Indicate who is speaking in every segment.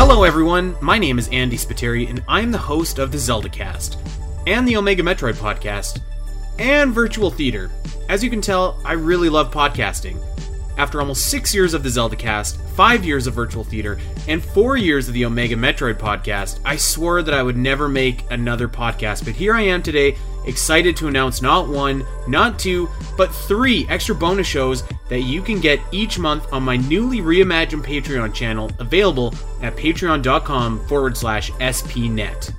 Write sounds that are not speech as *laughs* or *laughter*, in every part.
Speaker 1: Hello, everyone. My name is Andy Spiteri, and I'm the host of the ZeldaCast, and the Omega Metroid podcast, and Virtual Theater. As you can tell, I really love podcasting. After almost six years of the ZeldaCast, five years of Virtual Theater, and four years of the Omega Metroid podcast, I swore that I would never make another podcast, but here I am today, excited to announce not one, not two, but three extra bonus shows that you can get each month on my newly reimagined Patreon channel, available at patreon.com forward slash spnet.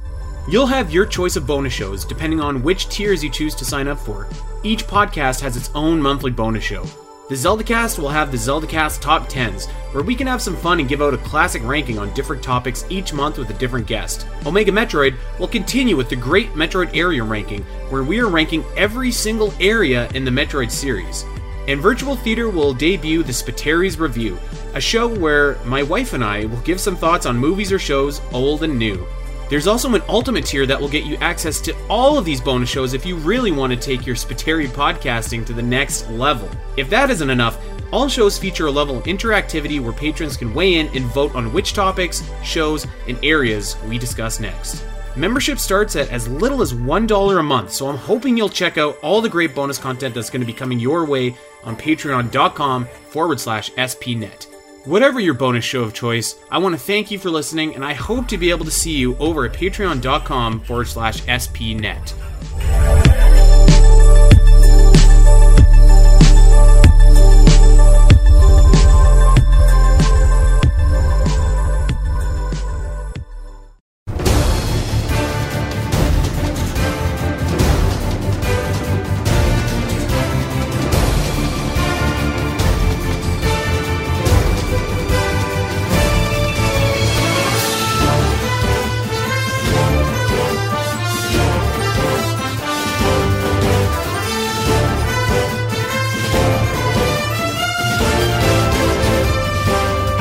Speaker 1: You'll have your choice of bonus shows depending on which tiers you choose to sign up for. Each podcast has its own monthly bonus show. The ZeldaCast will have the ZeldaCast Top 10s, where we can have some fun and give out a classic ranking on different topics each month with a different guest. Omega Metroid will continue with the Great Metroid Area Ranking, where we are ranking every single area in the Metroid series. And Virtual Theater will debut the Spiteri's Review, a show where my wife and I will give some thoughts on movies or shows, old and new. There's also an ultimate tier that will get you access to all of these bonus shows if you really want to take your Spiteri podcasting to the next level. If that isn't enough, all shows feature a level of interactivity where patrons can weigh in and vote on which topics, shows, and areas we discuss next. Membership starts at as little as $1 a month, so I'm hoping you'll check out all the great bonus content that's going to be coming your way on patreon.com forward slash spnet. Whatever your bonus show of choice, I want to thank you for listening, and I hope to be able to see you over at patreon.com forward slash spnet.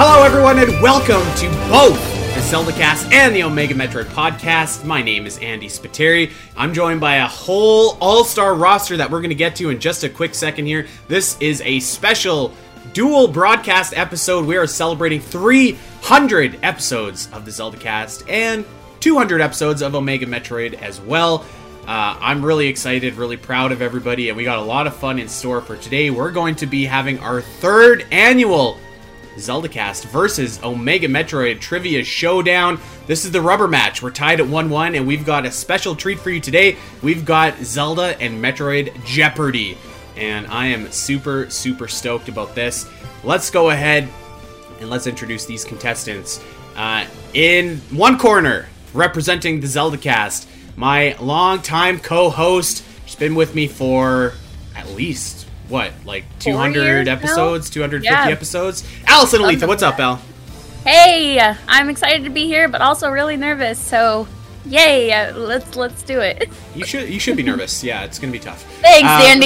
Speaker 1: Hello, everyone, and welcome to both the ZeldaCast and the Omega Metroid podcast. My name is Andy Spiteri. I'm joined by a whole all star roster that we're going to get to in just a quick second here. This is a special dual broadcast episode. We are celebrating 300 episodes of the ZeldaCast and 200 episodes of Omega Metroid as well. Uh, I'm really excited, really proud of everybody, and we got a lot of fun in store for today. We're going to be having our third annual ZeldaCast versus Omega Metroid Trivia Showdown. This is the rubber match. We're tied at 1 1, and we've got a special treat for you today. We've got Zelda and Metroid Jeopardy. And I am super, super stoked about this. Let's go ahead and let's introduce these contestants. Uh, in one corner, representing the ZeldaCast, my longtime co host. She's been with me for at least, what, like
Speaker 2: Four
Speaker 1: 200
Speaker 2: years now?
Speaker 1: episodes, 250
Speaker 2: Yeah. Um,
Speaker 1: episodes? Allison Aletha, what's up, Al?
Speaker 2: Hey, I'm excited to be here, but also really nervous. So, yay! uh, Let's let's do it. *laughs*
Speaker 1: You should you should be nervous. *laughs* Yeah, it's gonna be tough.
Speaker 2: Thanks,
Speaker 1: Um,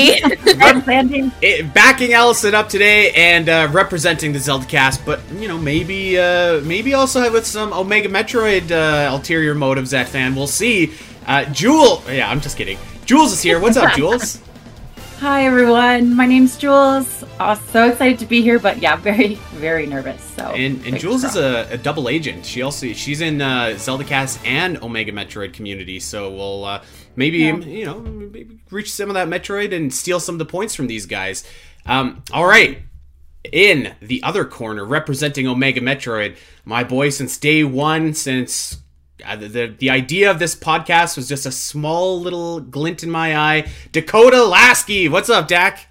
Speaker 3: *laughs*
Speaker 2: Andy.
Speaker 1: Rep-
Speaker 3: Landing.
Speaker 1: it- backing Allison up today and uh, representing the Zeldacast, but you know maybe uh, maybe also have with some Omega Metroid uh, ulterior motives at fan. We'll see. Uh, Jewel, yeah, I'm just kidding. Jules is here. What's
Speaker 2: *laughs*
Speaker 1: up, Jules?
Speaker 3: Hi everyone, my name's Jules. Oh, so excited to be here, but yeah, very, very nervous. So
Speaker 1: And, and
Speaker 3: big
Speaker 1: Jules is
Speaker 3: surprise.
Speaker 1: a, a double agent. She also she's in uh, ZeldaCast and Omega Metroid community. So we'll uh, maybe
Speaker 3: Yeah.
Speaker 1: you know maybe reach some of that Metroid and steal some of the points from these guys. Um, all right, in the other corner, representing Omega Metroid, my boy since day one, since uh, the, the the idea of this podcast was just a small little glint in my eye. Dakota Lasky, what's up, Dak?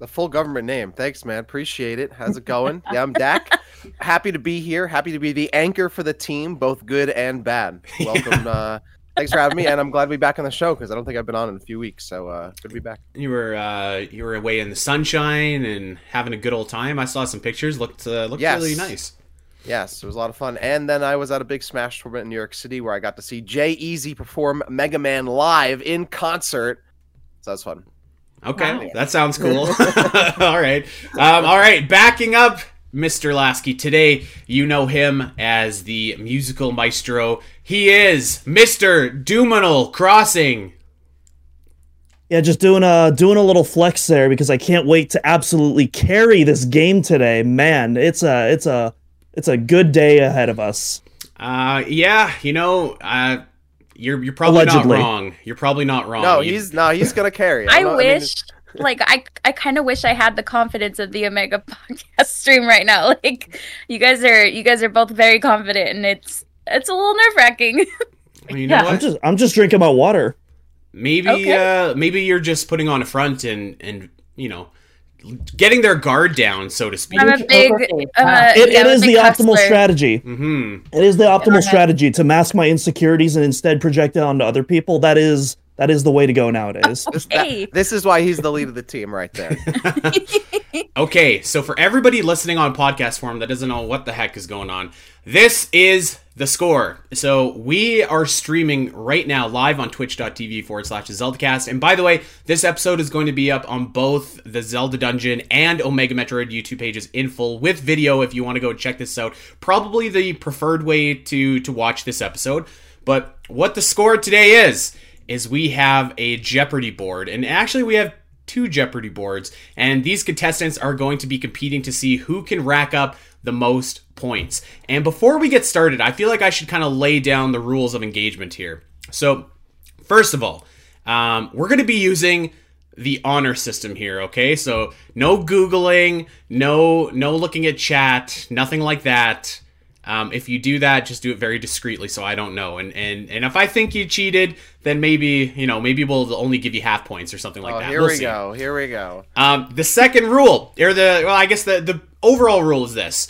Speaker 4: The full government name. Thanks, man. Appreciate it. How's
Speaker 1: *laughs*
Speaker 4: it going? yeah, I'm Dak. Happy to be here. Happy to be the anchor for the team, both good
Speaker 1: *laughs*
Speaker 4: and bad. Welcome. uh, thanks for having me, and I'm glad to be back on the show because I don't think I've been on in a few weeks. So uh, good to be back.
Speaker 1: you were uh, you were away in the sunshine and having a good old time. I saw some pictures. looked uh, looked
Speaker 4: Yes.
Speaker 1: really nice.
Speaker 4: Yes, it was a lot of fun. And then I was at a big Smash tournament in New York City where I got to see Jay Easy perform Mega Man live in concert. So that's fun.
Speaker 1: Okay,
Speaker 3: Wow.
Speaker 1: that sounds
Speaker 3: *laughs*
Speaker 1: cool. *laughs* all right, um, all right. Backing up, Mr. Lasky. Today, you know him as the musical maestro. He is Mr. Duminal Crossing.
Speaker 5: Yeah, just doing a doing a little flex there because I can't wait to absolutely carry this game today. Man, it's a it's a it's a good day ahead of us.
Speaker 1: Uh, yeah, you know, uh, you're you're probably
Speaker 5: Allegedly.
Speaker 1: not wrong. You're probably not wrong.
Speaker 4: No,
Speaker 1: Oh, You-
Speaker 4: he's no, he's gonna
Speaker 1: *laughs*
Speaker 4: carry. it.
Speaker 2: I
Speaker 4: I'm not- mean,
Speaker 2: wish, like, I I kind of wish I had the confidence of the Omega *laughs* podcast stream right now. *laughs* Like, you guys are you guys are both very confident, and it's it's a little nerve *laughs* wracking.
Speaker 1: you know
Speaker 3: Yeah.
Speaker 1: what?
Speaker 5: I'm just I'm just drinking my water.
Speaker 1: Maybe
Speaker 2: Okay.
Speaker 1: uh, maybe you're just putting on a front and and you know getting their guard down, so to speak.
Speaker 2: I'm a
Speaker 3: Huge
Speaker 2: big-
Speaker 3: overface.
Speaker 2: I'm
Speaker 3: Wow.
Speaker 2: a-
Speaker 5: It,
Speaker 2: yeah,
Speaker 5: it
Speaker 2: I'm a
Speaker 5: is the
Speaker 2: big
Speaker 5: optimal
Speaker 2: hustler.
Speaker 5: strategy.
Speaker 1: hmm
Speaker 5: It is the optimal
Speaker 2: ahead.
Speaker 5: strategy to mask my insecurities and instead project it onto other people. That is that is the way to go *laughs* nowadays.
Speaker 4: this, that-
Speaker 2: Hey. *laughs*
Speaker 4: this is why he's the lead of the team right
Speaker 1: *laughs*
Speaker 4: there.
Speaker 1: Okay, so for everybody listening on podcast form that doesn't know what the heck is going on, this is the score. So we are streaming right now live on twitch.tv forward slash the Zeldacast. And by the way, this episode is going to be up on both the Zelda Dungeon and Omega Metroid YouTube pages in full with video if you want to go check this out. Probably the preferred way to to watch this episode. But what the score today is, is we have a Jeopardy board. And actually we have two Jeopardy boards, and these contestants are going to be competing to see who can rack up the most points. And before we get started, I feel like I should kind of lay down the rules of engagement here. So, first of all, um, we're going to be using the honor system here okay so no googling no no looking at chat nothing like that um, if you do that, just do it very discreetly, so I don't know. And and and if I think you cheated, then maybe you know maybe we'll only give you half points or something like
Speaker 4: Oh,
Speaker 1: that.
Speaker 4: here
Speaker 1: We'll
Speaker 4: we
Speaker 1: see.
Speaker 4: go. Here we go.
Speaker 1: Um, the second rule, or the well, I guess the the overall rule is this: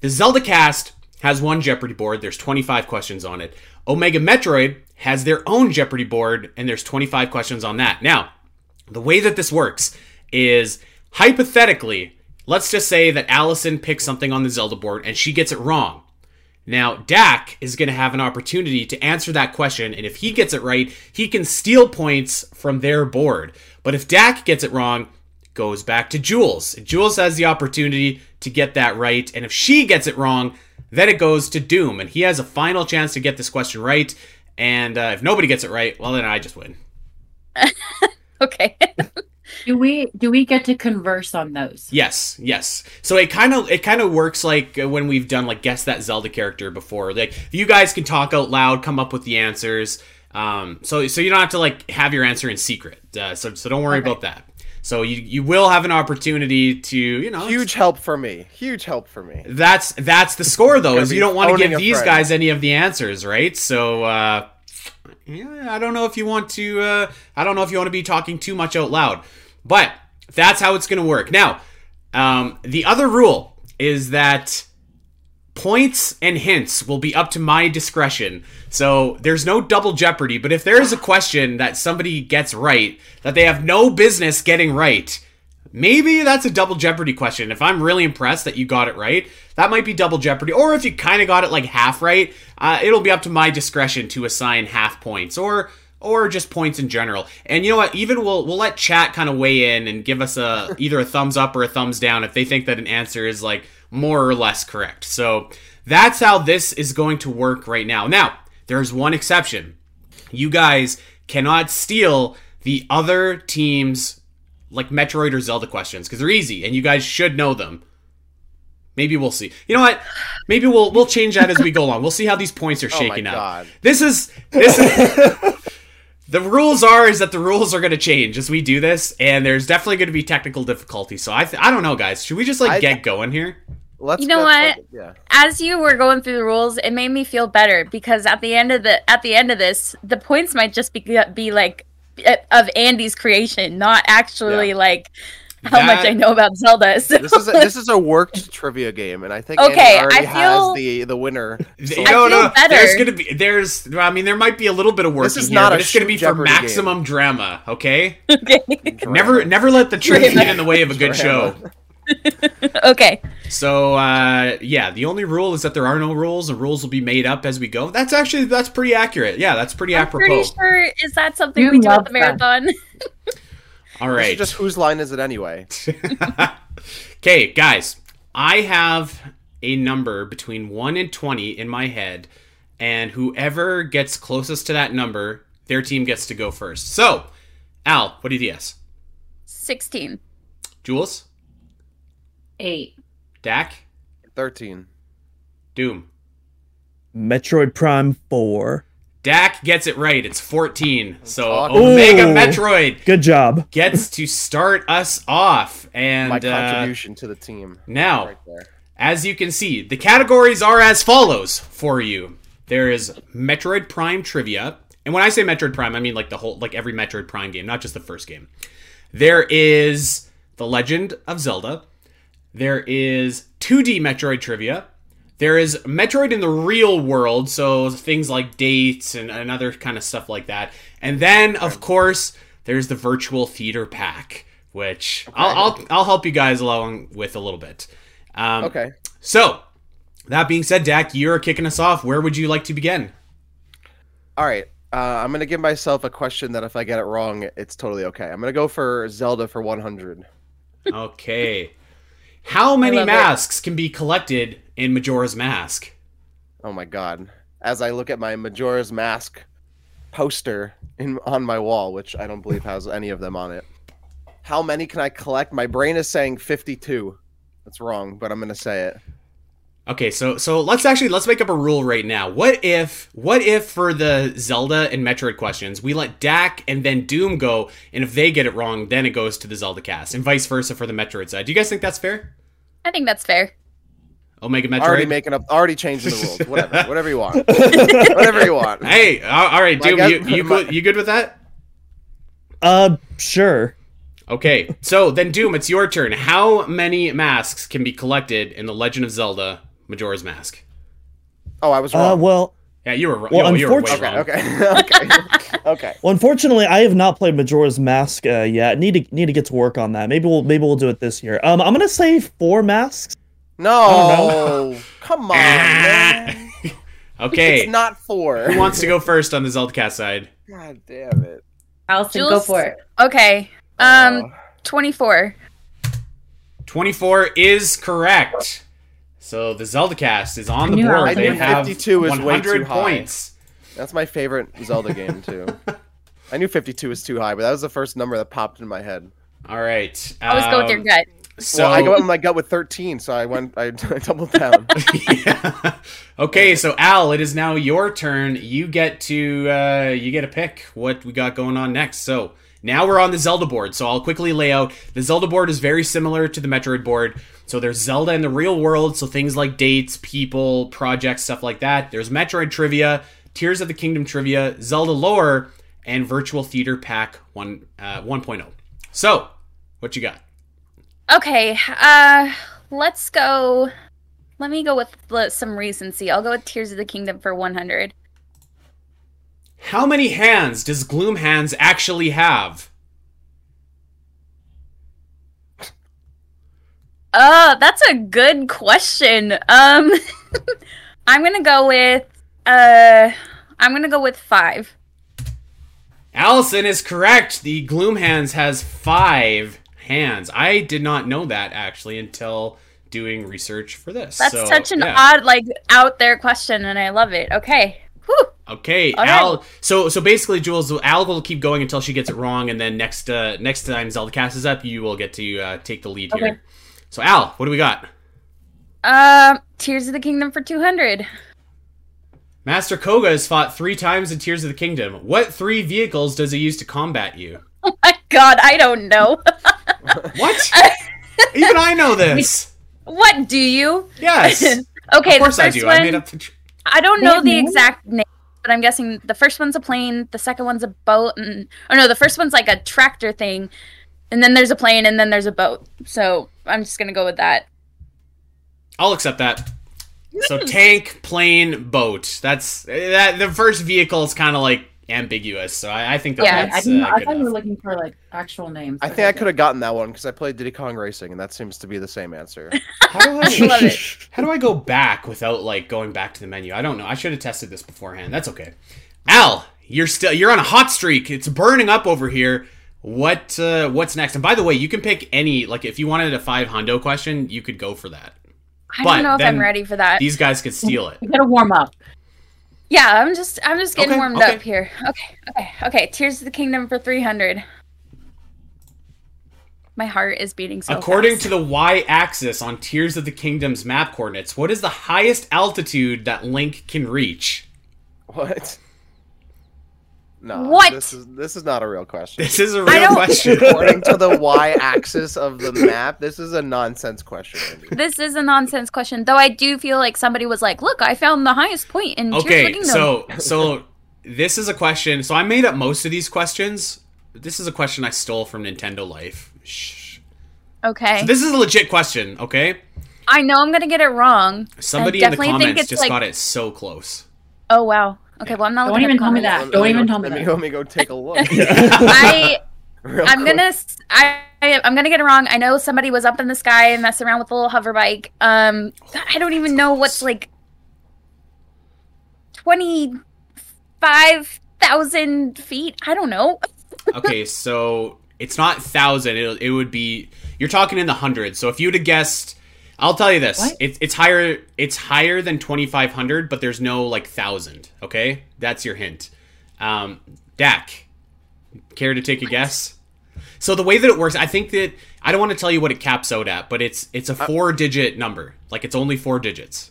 Speaker 1: the Zelda Cast has one Jeopardy board. There's 25 questions on it. Omega Metroid has their own Jeopardy board, and there's 25 questions on that. Now, the way that this works is hypothetically, let's just say that Allison picks something on the Zelda board and she gets it wrong. Now, Dak is going to have an opportunity to answer that question, and if he gets it right, he can steal points from their board. But if Dak gets it wrong, goes back to Jules. Jules has the opportunity to get that right, and if she gets it wrong, then it goes to Doom, and he has a final chance to get this question right. And uh, if nobody gets it right, well, then I just win.
Speaker 2: okay.
Speaker 3: Do we do we get to converse on those?
Speaker 1: Yes, yes. So it kind of it kind of works like uh, when we've done like guess that Zelda character before. Like you guys can talk out loud, come up with the answers. Um, so so you don't have to like have your answer in secret. Uh, so so don't worry
Speaker 3: Okay.
Speaker 1: about that. So you you will have an opportunity to you know
Speaker 4: Huge help for me. Huge help for me.
Speaker 1: That's that's the score though,
Speaker 4: Gotta
Speaker 1: is you
Speaker 4: be
Speaker 1: don't want to
Speaker 4: owning
Speaker 1: give
Speaker 4: a
Speaker 1: these
Speaker 4: friend.
Speaker 1: guys any of the answers, right? So uh, yeah, I don't know if you want to. Uh, I don't know if you want to be talking too much out loud, but that's how it's going to work. Now, um, the other rule is that points and hints will be up to my discretion. So there's no double jeopardy. But if there is a question that somebody gets right that they have no business getting right, Maybe that's a double jeopardy question. If I'm really impressed that you got it right, that might be double jeopardy. Or if you kind of got it like half right, uh, it'll be up to my discretion to assign half points or or just points in general. And you know what? Even we'll we'll let chat kind of weigh in and give us a either a thumbs up or a thumbs down if they think that an answer is like more or less correct. So that's how this is going to work right now. Now there's one exception. You guys cannot steal the other team's like Metroid or Zelda questions because they're easy and you guys should know them. Maybe we'll see. You know what? Maybe we'll we'll change that as we go along. We'll see how these points are
Speaker 4: *laughs* Oh my
Speaker 1: shaking up.
Speaker 4: god.
Speaker 1: This is this is *laughs* the rules are is that the rules are going to change as we do this, and there's definitely going to be technical difficulty. So I th- I don't know, guys. Should we just like
Speaker 4: I-
Speaker 1: get going here?
Speaker 4: Let's.
Speaker 2: You know
Speaker 4: let's-
Speaker 2: what?
Speaker 4: Yeah.
Speaker 2: As you were going through the rules, it made me feel better because at the end of the at the end of this, the points might just be be like uh, of Andy's creation, not actually like how much
Speaker 1: That-
Speaker 2: I know about Zelda. *laughs* So
Speaker 4: This is a, this is a worked trivia game, and I think
Speaker 2: Okay,
Speaker 4: Andy already
Speaker 2: I feel-
Speaker 4: has the
Speaker 1: *laughs*
Speaker 4: the winner.
Speaker 1: Th-
Speaker 4: So-
Speaker 2: I feel better.
Speaker 1: There's gonna be there's I mean there might be a little bit of work
Speaker 4: This is
Speaker 1: here,
Speaker 4: not
Speaker 1: but
Speaker 4: a
Speaker 1: it's gonna
Speaker 4: shoot
Speaker 1: be for
Speaker 4: Jeopardy game.
Speaker 1: maximum drama.
Speaker 4: *laughs*
Speaker 1: Okay,
Speaker 2: okay,
Speaker 1: never never let
Speaker 2: *laughs*
Speaker 1: the truth get in the way of a good show.
Speaker 4: Drama.
Speaker 2: okay.
Speaker 1: So uh, yeah, the only rule is that there are no rules, and rules will be made up as we go. That's actually that's pretty accurate. Yeah, that's pretty
Speaker 2: I'm
Speaker 1: apropos.
Speaker 2: pretty sure is that something
Speaker 3: You
Speaker 2: we do at
Speaker 3: love
Speaker 2: the
Speaker 3: that.
Speaker 2: marathon. *laughs*
Speaker 1: All
Speaker 4: This is
Speaker 1: right.
Speaker 4: Just whose line is it anyway?
Speaker 1: Okay, guys, I have a number between 1 and 20 in my head, and whoever gets closest to that number, their team gets to go first. So, Al, what do you guess?
Speaker 2: Sixteen.
Speaker 1: Jules?
Speaker 3: Eight.
Speaker 1: Dak?
Speaker 4: Thirteen.
Speaker 1: Doom?
Speaker 5: Metroid Prime 4.
Speaker 1: Dak gets it right. It's 14. So
Speaker 4: Awesome.
Speaker 1: Omega
Speaker 5: Ooh.
Speaker 1: Metroid
Speaker 5: Good job.
Speaker 1: gets to start us off.
Speaker 4: My
Speaker 1: And uh, oh.
Speaker 4: contribution to the team.
Speaker 1: now,
Speaker 4: Right there.
Speaker 1: As you can see, the categories are as follows for you. There is Metroid Prime trivia, and when I say Metroid Prime, I mean like the whole like every Metroid Prime game, not just the first game. There is The Legend of Zelda. There is 2D Metroid trivia. There is Metroid in the real world, so things like dates and, and other kind of stuff like that. And then, of course, there's the virtual theater pack, which I'll, I'll I'll help you guys along with a little bit. Um,
Speaker 4: Okay.
Speaker 1: so, that being said, Dak, you're kicking us off. Where would you like to
Speaker 2: *laughs*
Speaker 1: begin?
Speaker 4: All right. Uh, I'm going to give myself a question that if I get it wrong, it's totally okay. I'm going to go for Zelda for 100.
Speaker 1: Okay. How many
Speaker 2: love it.
Speaker 1: masks can be collected in Majora's Mask?
Speaker 4: Oh my god. As I look at my Majora's Mask poster in on my wall, which I don't believe has any of them on it. How many can I collect? My brain is saying 52. That's wrong, but I'm going to say it.
Speaker 1: Okay, so so let's actually let's make up a rule right now. What if what if for the Zelda and Metroid questions, we let Dak and then Doom go, and if they get it wrong, then it goes to the Zelda cast, and vice versa for the Metroid side. Do you guys think that's fair?
Speaker 2: I think that's fair.
Speaker 1: Omega Metroid.
Speaker 4: Already making up, already changing the rules. Whatever, whatever you want, whatever you want.
Speaker 1: hey, all all right,
Speaker 4: My
Speaker 1: Doom,
Speaker 4: God-
Speaker 1: you you,
Speaker 4: my-
Speaker 1: good- you good with that?
Speaker 5: Uh, sure.
Speaker 1: Okay, so then Doom, it's your turn. How many masks can be collected in The Legend of Zelda Majora's Mask?
Speaker 4: Oh, I was
Speaker 5: Uh,
Speaker 4: wrong.
Speaker 5: well,
Speaker 1: Yeah, you were wrong.
Speaker 5: Well,
Speaker 1: Yo, you were way
Speaker 5: unfortunately-
Speaker 1: wrong.
Speaker 4: okay, *laughs* okay, okay.
Speaker 5: well, unfortunately, I have not played Majora's Mask uh, yet. Need to need to get to work on that. Maybe we'll maybe we'll do it this year. Um, I'm gonna say four masks.
Speaker 4: No, come on, man.
Speaker 1: Okay,
Speaker 4: it's not four.
Speaker 1: who wants to go first on the Zeldcast side?
Speaker 4: God damn it.
Speaker 3: Allison, go
Speaker 2: Jules-
Speaker 3: for it.
Speaker 2: Okay.
Speaker 1: Uh,
Speaker 2: Um,
Speaker 4: Oh.
Speaker 2: 24.
Speaker 1: 24 is correct. So the Zeldcast is on
Speaker 3: I
Speaker 1: the
Speaker 3: knew
Speaker 1: board.
Speaker 3: I
Speaker 1: They
Speaker 3: knew
Speaker 1: have
Speaker 4: 52 is way
Speaker 1: 100
Speaker 4: too high.
Speaker 1: points.
Speaker 4: That's my favorite Zelda game too. I knew 52 was too high, but that was the first number that popped in my head.
Speaker 1: All right.
Speaker 2: Always go with your
Speaker 1: um,
Speaker 2: gut.
Speaker 1: So,
Speaker 4: well, I go out in my gut with 13, so I went, I, *laughs* doubled down.
Speaker 1: Yeah. *laughs* Okay, so Al, it is now your turn. You get to uh, you get a pick what we got going on next. So now we're on the Zelda board. So I'll quickly lay out the Zelda board is very similar to the Metroid board. So there's Zelda in the real world, so things like dates, people, projects, stuff like that. There's Metroid trivia, Tears of the Kingdom trivia, Zelda lore, and Virtual Theater Pack one uh, 1.0. So what you got?
Speaker 2: Okay. Uh, let's go. Let me go with the- some recency. I'll go with Tears of the Kingdom for 100.
Speaker 1: How many hands does Gloom Hands actually have?
Speaker 2: Oh, that's a good question. Um, *laughs* I'm gonna go with uh, I'm gonna go with five.
Speaker 1: Allison is correct. The Gloom Hands has five hands. I did not know that actually until doing research for this.
Speaker 2: That's
Speaker 1: So,
Speaker 2: such an
Speaker 1: yeah.
Speaker 2: odd, like, out there question, and I love it. Okay. Whew.
Speaker 1: Okay,
Speaker 2: All
Speaker 1: Al. So so basically, Jules, Al will keep going until she gets it wrong, and then next uh, next time Zeldcast is up, you will get to uh, take the lead
Speaker 2: Okay.
Speaker 1: here. So Al, what do we got?
Speaker 2: Um, Tears of the Kingdom for 200.
Speaker 1: Master Koga has fought three times in Tears of the Kingdom. What three vehicles does he use to combat you?
Speaker 2: Oh My God, I don't know. *laughs*
Speaker 1: What? Even I know
Speaker 2: *laughs*
Speaker 1: this.
Speaker 2: what do you?
Speaker 1: Yes.
Speaker 2: Okay,
Speaker 1: of course
Speaker 2: the
Speaker 1: I
Speaker 2: first
Speaker 1: do.
Speaker 2: one.
Speaker 1: I made up the. Tr-
Speaker 2: I don't
Speaker 3: They
Speaker 2: know
Speaker 3: have
Speaker 2: the
Speaker 3: names?
Speaker 2: exact name, but I'm guessing the first one's a plane, the second one's a boat, and oh no, the first one's like a tractor thing, and then there's a plane, and then there's a boat. So I'm just gonna go with that.
Speaker 1: I'll accept that. So
Speaker 3: Hmm.
Speaker 1: tank, plane, boat. That's that. The first vehicle is kind of like ambiguous. So I, I think that
Speaker 2: Yeah,
Speaker 3: I,
Speaker 1: that's
Speaker 3: didn't,
Speaker 1: uh,
Speaker 3: I
Speaker 1: good
Speaker 3: thought you were
Speaker 1: enough.
Speaker 3: looking for like actual names.
Speaker 4: I think I could have gotten that one because I played Diddy Kong Racing, and that seems to be the same answer.
Speaker 1: How
Speaker 4: *laughs*
Speaker 1: do,
Speaker 2: Love
Speaker 1: I,
Speaker 2: it.
Speaker 1: how do I go back without like going back to the menu? I don't know. I should have tested this beforehand. That's okay. Al, you're still you're on a hot streak. It's burning up over here. What uh, what's next? And by the way, you can pick any. Like if you wanted a five hundo question, you could go for that.
Speaker 2: I
Speaker 1: But
Speaker 2: don't know if
Speaker 1: then
Speaker 2: I'm ready for that.
Speaker 1: These guys could steal it.
Speaker 3: You gotta warm up.
Speaker 2: Yeah, I'm just I'm just getting
Speaker 1: Okay,
Speaker 2: warmed
Speaker 1: okay.
Speaker 2: up here. Okay, okay, okay. Tears of the Kingdom for 300. My heart is beating so
Speaker 1: According
Speaker 2: fast.
Speaker 1: to the y axis on Tears of the Kingdom's map coordinates, what is the highest altitude that Link can reach?
Speaker 4: What? No.
Speaker 2: What?
Speaker 4: This is this is not a real question.
Speaker 1: This is a
Speaker 2: I
Speaker 1: real
Speaker 2: don't- *laughs*
Speaker 1: question.
Speaker 4: According to the y-axis of the map, this is a nonsense question. Andy.
Speaker 2: this is a nonsense question, though I do feel like somebody was like, "Look, I found the highest point in Tears of the
Speaker 1: okay,
Speaker 2: Kingdom."
Speaker 1: so so this is a question. So I made up most of these questions. This is a question I stole from Nintendo Life. Shh.
Speaker 2: okay,
Speaker 1: So this is a legit question, okay?
Speaker 2: I know I'm gonna get it wrong.
Speaker 1: Somebody in the
Speaker 2: definitely think
Speaker 1: comments
Speaker 2: it's
Speaker 1: just
Speaker 2: like-
Speaker 1: got it so close.
Speaker 2: Oh wow. Okay, well I'm not.
Speaker 3: Don't
Speaker 2: looking at
Speaker 3: even
Speaker 2: the
Speaker 3: tell me
Speaker 2: comments.
Speaker 3: that. Don't
Speaker 4: Let me
Speaker 3: even
Speaker 4: go-
Speaker 3: tell me
Speaker 4: let
Speaker 3: that.
Speaker 4: Let me go take a look.
Speaker 2: *laughs* I
Speaker 4: real
Speaker 2: I'm
Speaker 4: quick.
Speaker 2: gonna s- I I'm gonna get it wrong. I know somebody was up in the sky and messing around with a little hover bike. Um, I don't even know what's like twenty five thousand feet. I don't know.
Speaker 1: okay, so it's not thousand. It, it would be you're talking in the hundreds. So if you'd have guessed, I'll tell you this:
Speaker 3: What?
Speaker 1: it, it's higher. It's higher than twenty five hundred, but there's no like thousand. Okay, that's your hint. Um, Dak, care to take a guess? So the way that it works, I think that I don't want to tell you what it caps out at, but it's it's a four digit number. Like it's only four digits.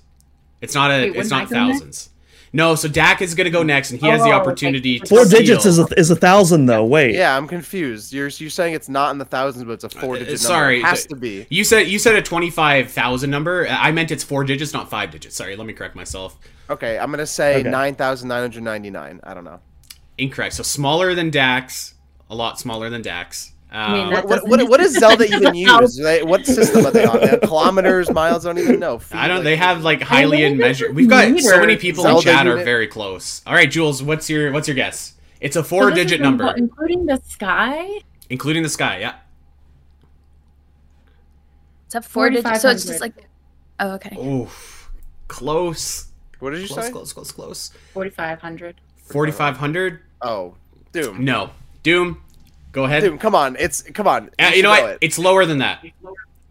Speaker 1: It's not a.
Speaker 3: Wait,
Speaker 1: it's
Speaker 3: wouldn't I
Speaker 1: not
Speaker 3: go next?
Speaker 1: thousands. No, so Dak is gonna go next, and he has
Speaker 3: Oh,
Speaker 1: the
Speaker 3: okay.
Speaker 1: opportunity. to
Speaker 5: *laughs* Four digits
Speaker 1: steal.
Speaker 5: is a, is a thousand though. Wait.
Speaker 4: Yeah, I'm confused. You're you're saying it's not in the thousands, but it's a four-digit number.
Speaker 1: Uh, sorry,
Speaker 4: it has
Speaker 1: the-
Speaker 4: to be.
Speaker 1: You said you said a twenty five thousand number. I I meant it's four digits, not five digits. Sorry, let me correct myself.
Speaker 4: Okay, I'm gonna say
Speaker 5: Okay.
Speaker 4: nine thousand nine hundred ninety-nine. I don't know.
Speaker 1: Incorrect. So smaller than Dax, a lot smaller than Dax. Um,
Speaker 3: mean,
Speaker 4: What
Speaker 3: that-
Speaker 4: what, what, what does Zelda even use? Do They, what system are they on? They have kilometers, miles. I don't even know. Feet,
Speaker 1: I don't. They have like highly
Speaker 3: I
Speaker 1: in
Speaker 3: think that's
Speaker 1: measure. We've got so many
Speaker 3: meters.
Speaker 1: people in
Speaker 4: Zelda
Speaker 1: chat are
Speaker 4: unit.
Speaker 1: very close. All right, Jules, what's your what's your guess? It's a
Speaker 3: So
Speaker 1: four
Speaker 3: this is
Speaker 1: digit
Speaker 3: in-
Speaker 1: number,
Speaker 3: including the sky.
Speaker 1: including the sky. Yeah.
Speaker 2: It's a four digits, so it's just
Speaker 3: 4,500.
Speaker 2: like. Oh okay.
Speaker 1: Oof. Close.
Speaker 4: What did you
Speaker 1: Close.
Speaker 4: say?
Speaker 1: Close. Close. Close.
Speaker 3: 4,500.
Speaker 1: Forty five hundred.
Speaker 4: Oh, Doom.
Speaker 1: No. Doom. Go ahead.
Speaker 4: Doom, come on. It's come on.
Speaker 1: Uh, you
Speaker 4: should
Speaker 1: know
Speaker 4: know
Speaker 1: what?
Speaker 4: it.
Speaker 1: It's lower than that.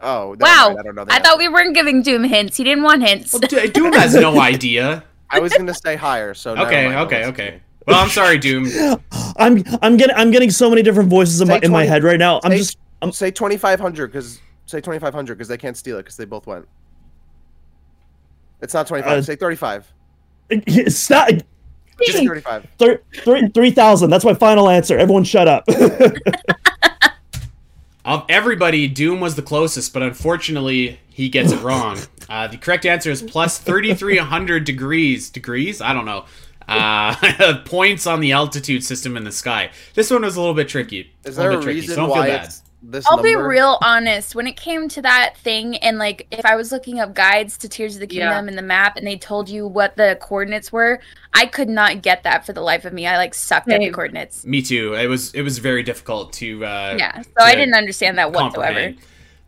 Speaker 4: Oh, never
Speaker 2: Wow.
Speaker 4: mind, I don't know. the
Speaker 2: I
Speaker 4: answer.
Speaker 2: thought we weren't giving Doom hints. He didn't want hints.
Speaker 1: Well, D- Doom has no
Speaker 3: *laughs*
Speaker 1: idea.
Speaker 4: I was gonna say higher. So never
Speaker 1: Okay,
Speaker 4: mind, I'll
Speaker 1: okay,
Speaker 4: listen to
Speaker 1: okay.
Speaker 4: you.
Speaker 1: Well, I'm sorry, Doom.
Speaker 4: *laughs*
Speaker 5: I'm I'm getting I'm getting so many different voices in my
Speaker 4: Say
Speaker 5: in my
Speaker 4: 20
Speaker 5: head right now. I'm
Speaker 4: say-
Speaker 5: just *laughs* I'm
Speaker 4: Say twenty-five hundred because say twenty-five hundred because they can't steal it because they both went. It's not twenty-five.
Speaker 5: Uh,
Speaker 4: say thirty-five.
Speaker 5: stop.
Speaker 4: Just
Speaker 1: Just,
Speaker 4: thirty-five.
Speaker 5: Thir- three three thousand. That's my final answer. Everyone, shut up. *laughs*
Speaker 1: of Um, everybody, Doom was the closest, but unfortunately, he gets it wrong. Uh, the correct answer is plus 3,300 degrees. Degrees? I don't know. Uh, *laughs* points on the altitude system in the sky. This one was a little bit tricky.
Speaker 4: Is
Speaker 1: little
Speaker 4: there a
Speaker 1: bit tricky, so
Speaker 4: reason
Speaker 1: don't feel
Speaker 4: why
Speaker 1: bad.
Speaker 4: it's this
Speaker 2: I'll be
Speaker 4: number?
Speaker 2: real honest. When it came to that thing, and like if I was looking up guides to Tears of the
Speaker 3: Yeah.
Speaker 2: Kingdom and the map, and they told you what the coordinates were, I could not get that for the life of me. I like sucked at the
Speaker 3: Same.
Speaker 2: coordinates.
Speaker 1: Me too. It was it was very difficult to uh,
Speaker 2: Yeah, so I
Speaker 1: to
Speaker 2: didn't understand that whatsoever.
Speaker 1: comprehend.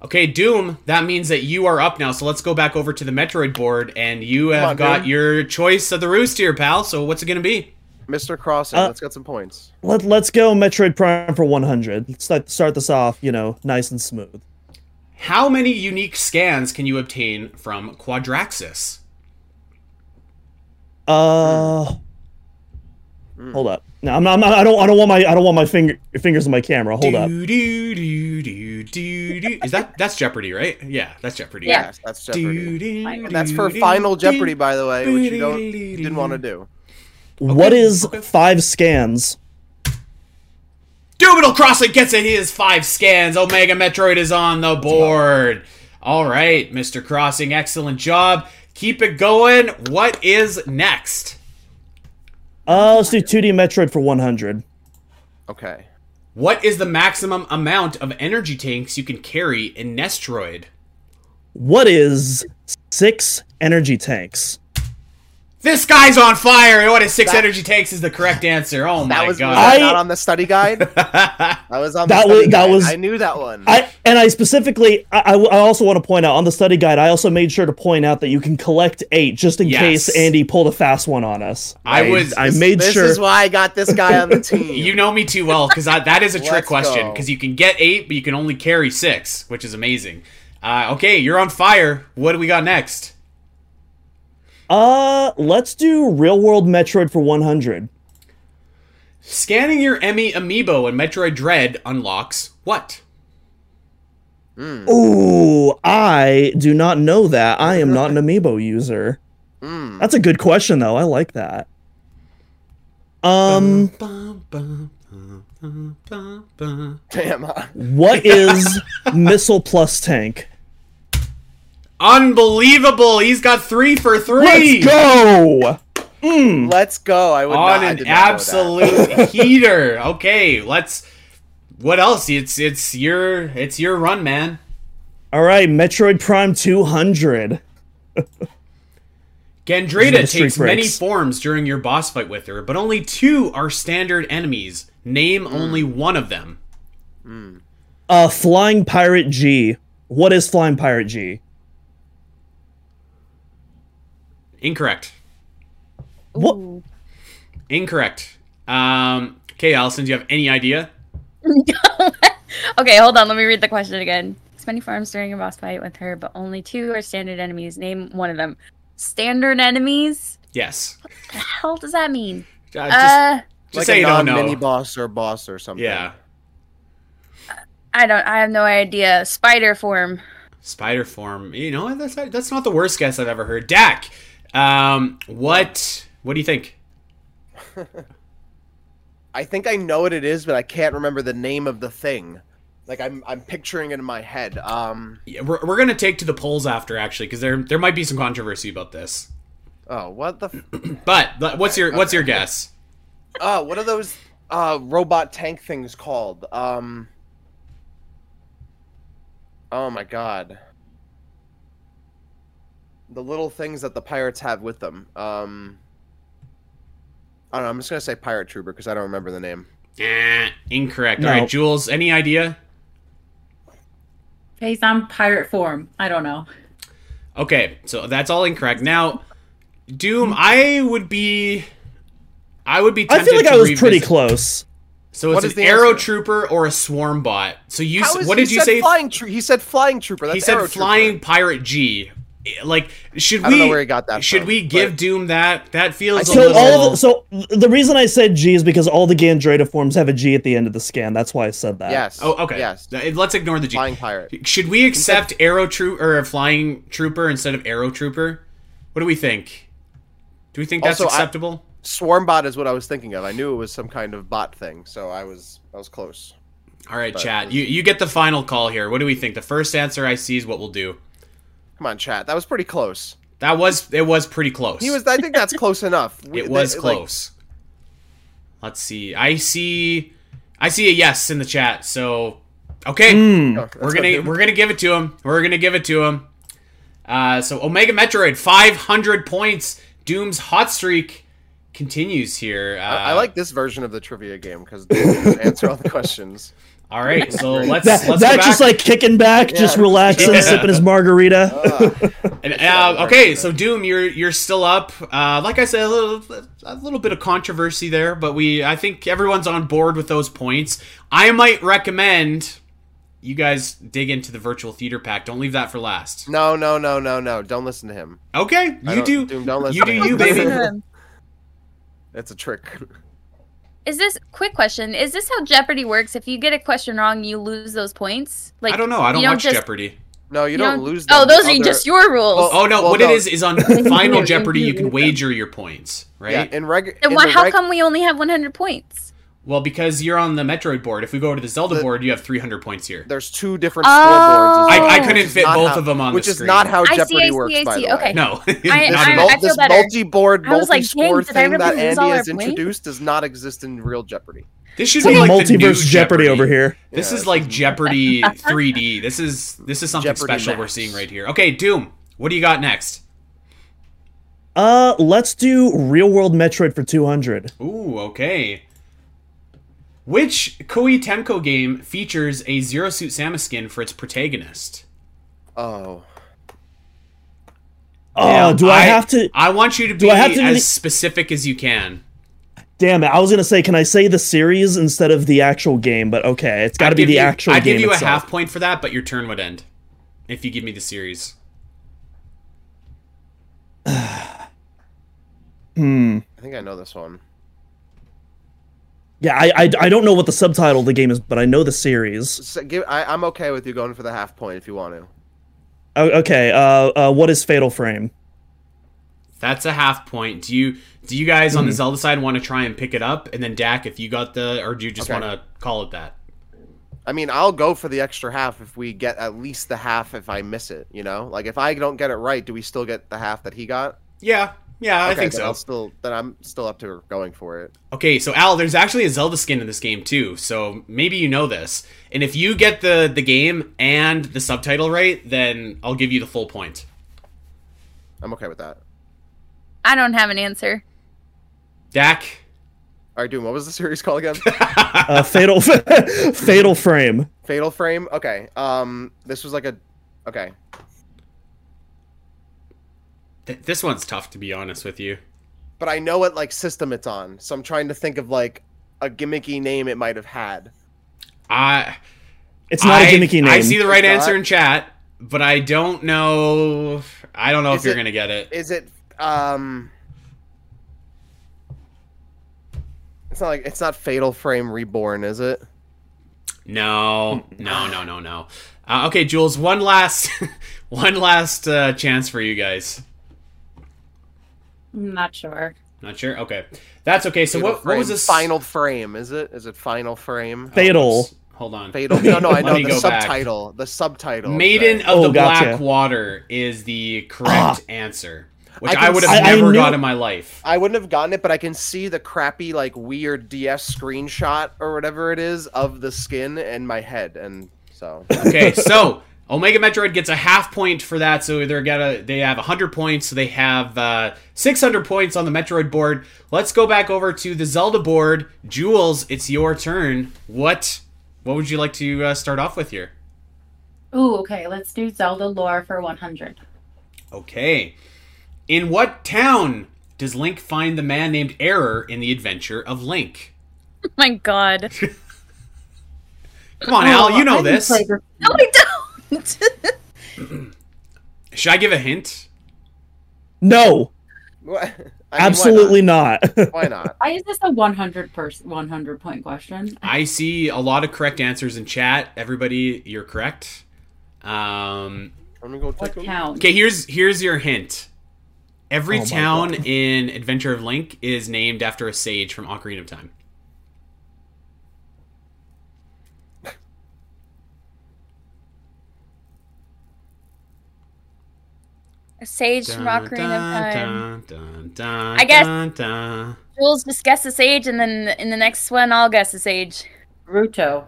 Speaker 1: Okay, Doom, that means that you are up now. So let's go back over to the Metroid board, and you have
Speaker 4: on,
Speaker 1: got
Speaker 4: Doom.
Speaker 1: your choice of the roost here, pal. So what's it going to be?
Speaker 4: Mr. Crossing.
Speaker 5: Uh,
Speaker 4: let's get some points.
Speaker 5: Let Let's go Metroid Prime for one hundred. Let's start start this off, you know, nice and smooth.
Speaker 1: How many unique scans can you obtain from Quadraxis?
Speaker 5: Uh,
Speaker 1: Mm.
Speaker 5: hold up. No, I'm not, I'm not. I don't. I don't want my. I don't want my finger fingers on my camera. Hold up.
Speaker 1: Do, do, do, do, do, do. Is that that's Jeopardy, right? Yeah, that's Jeopardy.
Speaker 2: Yeah.
Speaker 4: Yes, that's
Speaker 1: Do,
Speaker 4: Jeopardy.
Speaker 1: do,
Speaker 3: And
Speaker 4: And that's for
Speaker 1: do,
Speaker 4: Final
Speaker 1: do.
Speaker 4: Jeopardy, by the way, which you don't you didn't want to do.
Speaker 5: What is
Speaker 1: okay.
Speaker 5: five scans?
Speaker 1: Dubidal Crossing gets it. He has five scans. Omega Metroid is on the board. All right, Mr. Crossing, excellent job. Keep it going. What is next?
Speaker 5: Uh, let's do 2D Metroid for 100.
Speaker 4: Okay.
Speaker 1: What is the maximum amount of energy tanks you can carry in Nestroid?
Speaker 5: What is six energy tanks?
Speaker 1: This guy's on fire. What is six energy tanks is the correct answer. Oh
Speaker 4: That
Speaker 1: my
Speaker 4: was, was
Speaker 1: god.
Speaker 4: that
Speaker 5: I-
Speaker 4: not on the
Speaker 1: *laughs*
Speaker 4: study guide. that was on
Speaker 5: That
Speaker 4: the
Speaker 5: was-
Speaker 4: study
Speaker 5: that
Speaker 4: guide.
Speaker 5: was-
Speaker 4: I knew that one.
Speaker 5: I and I specifically, I, I- I also want to point out on the study guide. I also made sure to point out that you can collect eight, just in
Speaker 1: Yes.
Speaker 5: case Andy pulled a fast one on us.
Speaker 1: I was
Speaker 5: I
Speaker 4: This-
Speaker 5: made
Speaker 4: this
Speaker 5: sure.
Speaker 4: is why I got this guy on
Speaker 1: *laughs*
Speaker 4: the team.
Speaker 1: You know me too well because that
Speaker 4: *laughs*
Speaker 1: is a trick
Speaker 4: Let's
Speaker 1: question
Speaker 4: go.
Speaker 1: because you can get eight, but you can only carry six, which is amazing. Uh, okay, you're on fire. What do we got next?
Speaker 5: uh, let's do real world Metroid for 100.
Speaker 1: Scanning your Emmy amiibo in Metroid Dread unlocks what?
Speaker 4: Mm,
Speaker 5: Oh, I do not know that. I
Speaker 1: *laughs*
Speaker 5: am not an amiibo user.
Speaker 4: mm.
Speaker 5: That's a good question though. I like that. Um
Speaker 1: Bum, bum, bum, bum, bum, bum. *laughs*
Speaker 4: Damn. huh?
Speaker 5: what is missile plus tank?
Speaker 1: Unbelievable! He's got three for 3
Speaker 5: Let's go.
Speaker 1: Hmm.
Speaker 5: Mm.
Speaker 4: Let's go. I would
Speaker 1: on
Speaker 4: not, I
Speaker 1: an
Speaker 4: did not know that. *laughs*
Speaker 1: absolute heater. Okay, let's. What else? It's it's your it's your run, man.
Speaker 5: All right, Metroid Prime 200.
Speaker 1: Gandrita
Speaker 5: The street
Speaker 1: takes many
Speaker 5: breaks.
Speaker 1: forms during your boss fight with her, but only two are standard enemies. Name
Speaker 4: Hmm.
Speaker 1: only one of them.
Speaker 5: Uh Flying Pirate G. What is Flying Pirate G?
Speaker 1: Incorrect.
Speaker 5: What?
Speaker 2: Ooh.
Speaker 1: Incorrect. Um, okay, Allison, do you have any idea?
Speaker 2: *laughs* okay, hold on. Let me read the question again. Takes many forms during a boss fight with her, but only two are standard enemies. Name one of them. Standard enemies?
Speaker 1: Yes.
Speaker 2: The hell does that mean?
Speaker 1: Uh, just
Speaker 2: Uh,
Speaker 1: just say you don't know.
Speaker 4: mini boss or boss or something.
Speaker 1: Yeah.
Speaker 2: I don't. I have no idea. Spider form.
Speaker 1: Spider form. You know that's that's not the worst guess I've ever heard. Dak, um, what what do you think?
Speaker 4: I think I know what it is, but I can't remember the name of the thing. Like I'm, I'm picturing it in my head. Um.
Speaker 1: Yeah, we're, we're gonna take to the polls after actually because there there might be some controversy about this.
Speaker 4: Oh, what the? F-
Speaker 1: But but what's your what's your guess?
Speaker 4: oh, what are those uh robot tank things called? Um. Oh my god. The little things that the pirates have with them. Um. I don't know. I'm just gonna say pirate trooper because I don't remember the name.
Speaker 1: Eh, incorrect.
Speaker 5: No.
Speaker 1: All right, Jules, any idea?
Speaker 3: Face on pirate form. I don't know.
Speaker 1: Okay, so that's all incorrect. Now, Doom, I would be, I would be.
Speaker 5: I
Speaker 1: Tempted
Speaker 5: feel like
Speaker 1: to
Speaker 5: I was
Speaker 1: revisit-
Speaker 5: pretty close.
Speaker 1: So
Speaker 4: What
Speaker 1: it's
Speaker 4: is
Speaker 1: an
Speaker 4: the
Speaker 1: arrow
Speaker 4: answer?
Speaker 1: trooper or a swarm bot. So you
Speaker 4: How
Speaker 1: s-
Speaker 4: is-
Speaker 1: what
Speaker 4: he
Speaker 1: did you
Speaker 4: said
Speaker 1: say?
Speaker 4: Flying trooper. He said flying trooper. That's
Speaker 1: he said
Speaker 4: Arrow Trooper.
Speaker 1: flying pirate G. Eh, Like should we?
Speaker 4: I don't know where he got that
Speaker 1: Should
Speaker 4: from,
Speaker 1: we give
Speaker 4: but-
Speaker 1: Doom that? That feels a
Speaker 5: So
Speaker 1: little.
Speaker 5: all of the, so the reason I said G is because all the Gandrita forms have a G at the end of the scan. That's why I said that.
Speaker 4: Yes.
Speaker 1: oh, okay.
Speaker 4: Yes.
Speaker 1: Th- Let's ignore the G.
Speaker 4: Flying pirate.
Speaker 1: Should we accept arrow troop or flying trooper instead of arrow trooper? What do we think? Do we think that's
Speaker 4: Also, I-
Speaker 1: acceptable?
Speaker 4: Swarm bot is what I was thinking of. I knew it was some kind of bot thing, so I was I was close.
Speaker 1: All right,
Speaker 4: but-
Speaker 1: chat. You you get the final call here. What do we think? The first answer I see is what we'll do.
Speaker 4: Come on, chat. That was pretty close.
Speaker 1: That was it was pretty close.
Speaker 4: He was. I think that's close enough. We-
Speaker 1: *laughs* it was
Speaker 4: they- like, *laughs*
Speaker 1: close. Let's see. I see I see a yes in the chat. So okay.
Speaker 5: Hmm.
Speaker 4: oh, that's
Speaker 1: we're
Speaker 4: okay.
Speaker 1: gonna we're gonna give it to him. We're gonna give it to him. Uh, so Omega Metroid, 500 points. Doom's hot streak continues here. Uh,
Speaker 4: I, I like this version of the trivia game because
Speaker 1: *laughs*
Speaker 4: answer all the questions.
Speaker 1: All right, so let's
Speaker 5: That,
Speaker 1: let's go
Speaker 5: that's
Speaker 1: back.
Speaker 5: just like kicking back, just
Speaker 4: Yeah.
Speaker 5: relaxing,
Speaker 1: Yeah.
Speaker 5: sipping his margarita.
Speaker 1: And, uh, okay, so Doom, you're you're still up. Uh, like I said, a little a little bit of controversy there, but we I think everyone's on board with those points. I might recommend you guys dig into the virtual theater pack. Don't leave that for last.
Speaker 4: No, no, no, no, no. Don't listen to him.
Speaker 1: Okay,
Speaker 4: I
Speaker 1: you
Speaker 4: don't-
Speaker 1: do.
Speaker 4: Doom, don't listen
Speaker 1: you
Speaker 4: to
Speaker 1: do
Speaker 4: him.
Speaker 1: you, baby.
Speaker 2: *laughs*
Speaker 4: That's a trick. *laughs*
Speaker 2: Is this quick question? Is this how Jeopardy works? If you get a question wrong, you lose those points. Like
Speaker 1: I don't know. I don't
Speaker 2: you don't
Speaker 1: watch
Speaker 2: just-
Speaker 1: Jeopardy.
Speaker 4: No, you, don't, lose.
Speaker 2: Oh,
Speaker 4: them.
Speaker 2: those
Speaker 4: Other-
Speaker 2: are just your rules.
Speaker 4: Well,
Speaker 1: Oh no,
Speaker 4: Well,
Speaker 1: what it
Speaker 4: no.
Speaker 1: is is on Final Jeopardy you can wager your points,
Speaker 4: Yeah,
Speaker 1: right?
Speaker 4: in reg.
Speaker 2: then
Speaker 4: in
Speaker 2: why?
Speaker 4: the
Speaker 2: How
Speaker 4: reg-
Speaker 2: come we only have 100 points?
Speaker 1: well, because you're on the Metroid board. If we go to the Zelda
Speaker 4: The-
Speaker 1: board, you have 300 points here.
Speaker 4: There's two different
Speaker 2: Oh.
Speaker 4: scoreboards. as
Speaker 1: I,
Speaker 4: well,
Speaker 1: I
Speaker 2: Oh.
Speaker 4: which
Speaker 1: couldn't
Speaker 4: is
Speaker 1: fit
Speaker 4: not
Speaker 1: both
Speaker 4: how-
Speaker 1: of them on
Speaker 4: which
Speaker 1: the
Speaker 4: is
Speaker 1: screen.
Speaker 4: not how
Speaker 2: I see,
Speaker 4: Jeopardy
Speaker 2: I see,
Speaker 4: works.
Speaker 2: I
Speaker 4: by
Speaker 2: see.
Speaker 4: the way.
Speaker 2: Okay.
Speaker 1: No.
Speaker 4: This,
Speaker 1: Not at
Speaker 2: I-
Speaker 1: all.
Speaker 4: mul-
Speaker 2: feel
Speaker 4: this
Speaker 2: better.
Speaker 4: multi-board,
Speaker 2: I was like,
Speaker 4: multi-score
Speaker 2: dang, did I
Speaker 4: thing
Speaker 2: really
Speaker 4: that
Speaker 2: lose
Speaker 4: Andy
Speaker 2: all our
Speaker 4: has
Speaker 2: points?
Speaker 4: introduced does not exist in real Jeopardy.
Speaker 1: *laughs* This should
Speaker 5: It's like
Speaker 1: be like the new
Speaker 5: multiverse Jeopardy over here.
Speaker 1: This
Speaker 4: Yeah,
Speaker 1: is like Jeopardy 3D. This is this is something
Speaker 4: Jeopardy
Speaker 1: special we're
Speaker 4: Max.
Speaker 1: seeing right here. Okay, Doom, what do you got next?
Speaker 5: Uh, let's do real world Metroid for 200.
Speaker 1: Ooh, okay. Which Koei Tenko game features a Zero Suit Samus skin for its protagonist?
Speaker 4: Oh,
Speaker 5: Oh,
Speaker 1: Now,
Speaker 5: do I, have to?
Speaker 1: I want you to be
Speaker 5: I have to do
Speaker 1: as
Speaker 5: the-
Speaker 1: specific as you can.
Speaker 5: Damn it! I was gonna say, can I say the series instead of the actual game? But okay, it's got to
Speaker 1: I'd
Speaker 5: be
Speaker 1: give
Speaker 5: the
Speaker 1: you-
Speaker 5: actual
Speaker 1: I'd
Speaker 5: game
Speaker 1: give you
Speaker 5: itself.
Speaker 1: a half point for that, but your turn would end if you give me the series.
Speaker 5: Hmm. Hmm.
Speaker 4: I think I know this one.
Speaker 5: Yeah, I, I I don't know what the subtitle of the game is, but I know the series.
Speaker 4: So give, I, I'm okay with you going for the half point if you want to.
Speaker 5: O- okay, uh, uh, what is
Speaker 1: *laughs*
Speaker 5: Fatal Frame?
Speaker 1: That's a half point. Do you do you guys
Speaker 5: Hmm.
Speaker 1: on the Zelda side want to try and pick it up? And then Dak, if you got the, or do you just
Speaker 4: Okay.
Speaker 1: want to call it that?
Speaker 4: I mean, I'll go for the extra half if we get at least the half if I miss it, you know? Like if I don't get it right, do we still get the half that he got?
Speaker 1: Yeah, yeah, I
Speaker 4: Okay,
Speaker 1: think
Speaker 4: then
Speaker 1: so.
Speaker 4: I'll still then I'm still up to going for it.
Speaker 1: Okay, so Al, there's actually a Zelda skin in this game too, so maybe you know this. And if you get the the game and the subtitle right, then I'll give you the full point.
Speaker 4: I'm okay with that.
Speaker 2: I don't have an answer. *laughs*
Speaker 1: Dak,
Speaker 4: All right, Doom, what was the *laughs* series
Speaker 1: *laughs*
Speaker 4: called again?
Speaker 5: Uh, Fatal *laughs* Fatal Frame.
Speaker 4: Fatal Frame. Okay. Um, this was like a. Okay.
Speaker 1: th- this one's tough to be honest with you.
Speaker 4: but I know what like system it's on. So I'm trying to think of like a gimmicky name it might have had.
Speaker 1: I
Speaker 5: It's not a
Speaker 1: I-
Speaker 5: gimmicky name.
Speaker 1: I see the right
Speaker 4: It's
Speaker 1: answer
Speaker 4: not.
Speaker 1: in chat, but I don't know. I don't know if
Speaker 4: Is
Speaker 1: you're
Speaker 4: it-
Speaker 1: gonna get it.
Speaker 4: Is it um It's not like it's not Fatal Frame Reborn, is it?
Speaker 1: No, no, no, no, no. Uh, okay, Jules, one last, *laughs* one last uh, chance for you guys.
Speaker 3: I'm not sure.
Speaker 1: Not sure. Okay, that's okay. So
Speaker 4: Fatal
Speaker 1: what, what was
Speaker 4: Frame-
Speaker 1: this
Speaker 4: Final Frame, is it? Is it Final Frame?
Speaker 1: Oh,
Speaker 5: Fatal.
Speaker 1: let's- Hold on.
Speaker 4: Fatal No, no, I
Speaker 1: Let
Speaker 4: know
Speaker 1: me
Speaker 4: the
Speaker 1: go back.
Speaker 4: subtitle. The subtitle. of
Speaker 1: Maiden
Speaker 4: that.
Speaker 1: of
Speaker 5: Oh,
Speaker 1: the
Speaker 5: gotcha. Ah.
Speaker 1: Black Water is the correct answer, which
Speaker 4: I
Speaker 1: I,
Speaker 4: can
Speaker 1: would
Speaker 4: see-
Speaker 1: have
Speaker 5: I- I
Speaker 1: never
Speaker 5: knew-
Speaker 1: got in my life.
Speaker 4: I wouldn't have gotten it, but I can see the crappy, like weird DS screenshot or whatever it is of the skin in my head, and so *laughs*
Speaker 1: Okay, so Omega Metroid gets a half point for that, so they're gonna they have hundred points, so they have uh, six hundred points on the Metroid board. Let's go back over to the Zelda board. Jules, it's your turn. What what would you like to uh, start off with here?
Speaker 3: Ooh, okay. Let's do Zelda lore for 100.
Speaker 1: Okay, in what town does Link find the man named Error in the Adventure of Link?
Speaker 2: Oh my god.
Speaker 1: Come on, Al, you know
Speaker 3: Oh, I didn't
Speaker 1: this.
Speaker 3: play this-
Speaker 2: No, I don't.
Speaker 3: *laughs*
Speaker 1: Should I give a hint?
Speaker 5: No,
Speaker 4: What- I mean, why not?
Speaker 5: absolutely not. *laughs*
Speaker 4: Why not?
Speaker 3: Why is this a 100 person 100 point question?
Speaker 1: I see a lot of correct answers in chat. Everybody, you're correct. Um,
Speaker 4: Let me go
Speaker 3: What
Speaker 4: take a-
Speaker 3: town?
Speaker 1: okay, here's here's your hint. Every
Speaker 5: Oh my
Speaker 1: town in Adventure of Link is named after a sage from Ocarina of Time.
Speaker 2: A sage from Ocarina of Time.
Speaker 1: I
Speaker 2: I guess-
Speaker 1: dun.
Speaker 2: Jules just guess his age, and then in the next one, I'll guess his age.
Speaker 3: Ruto.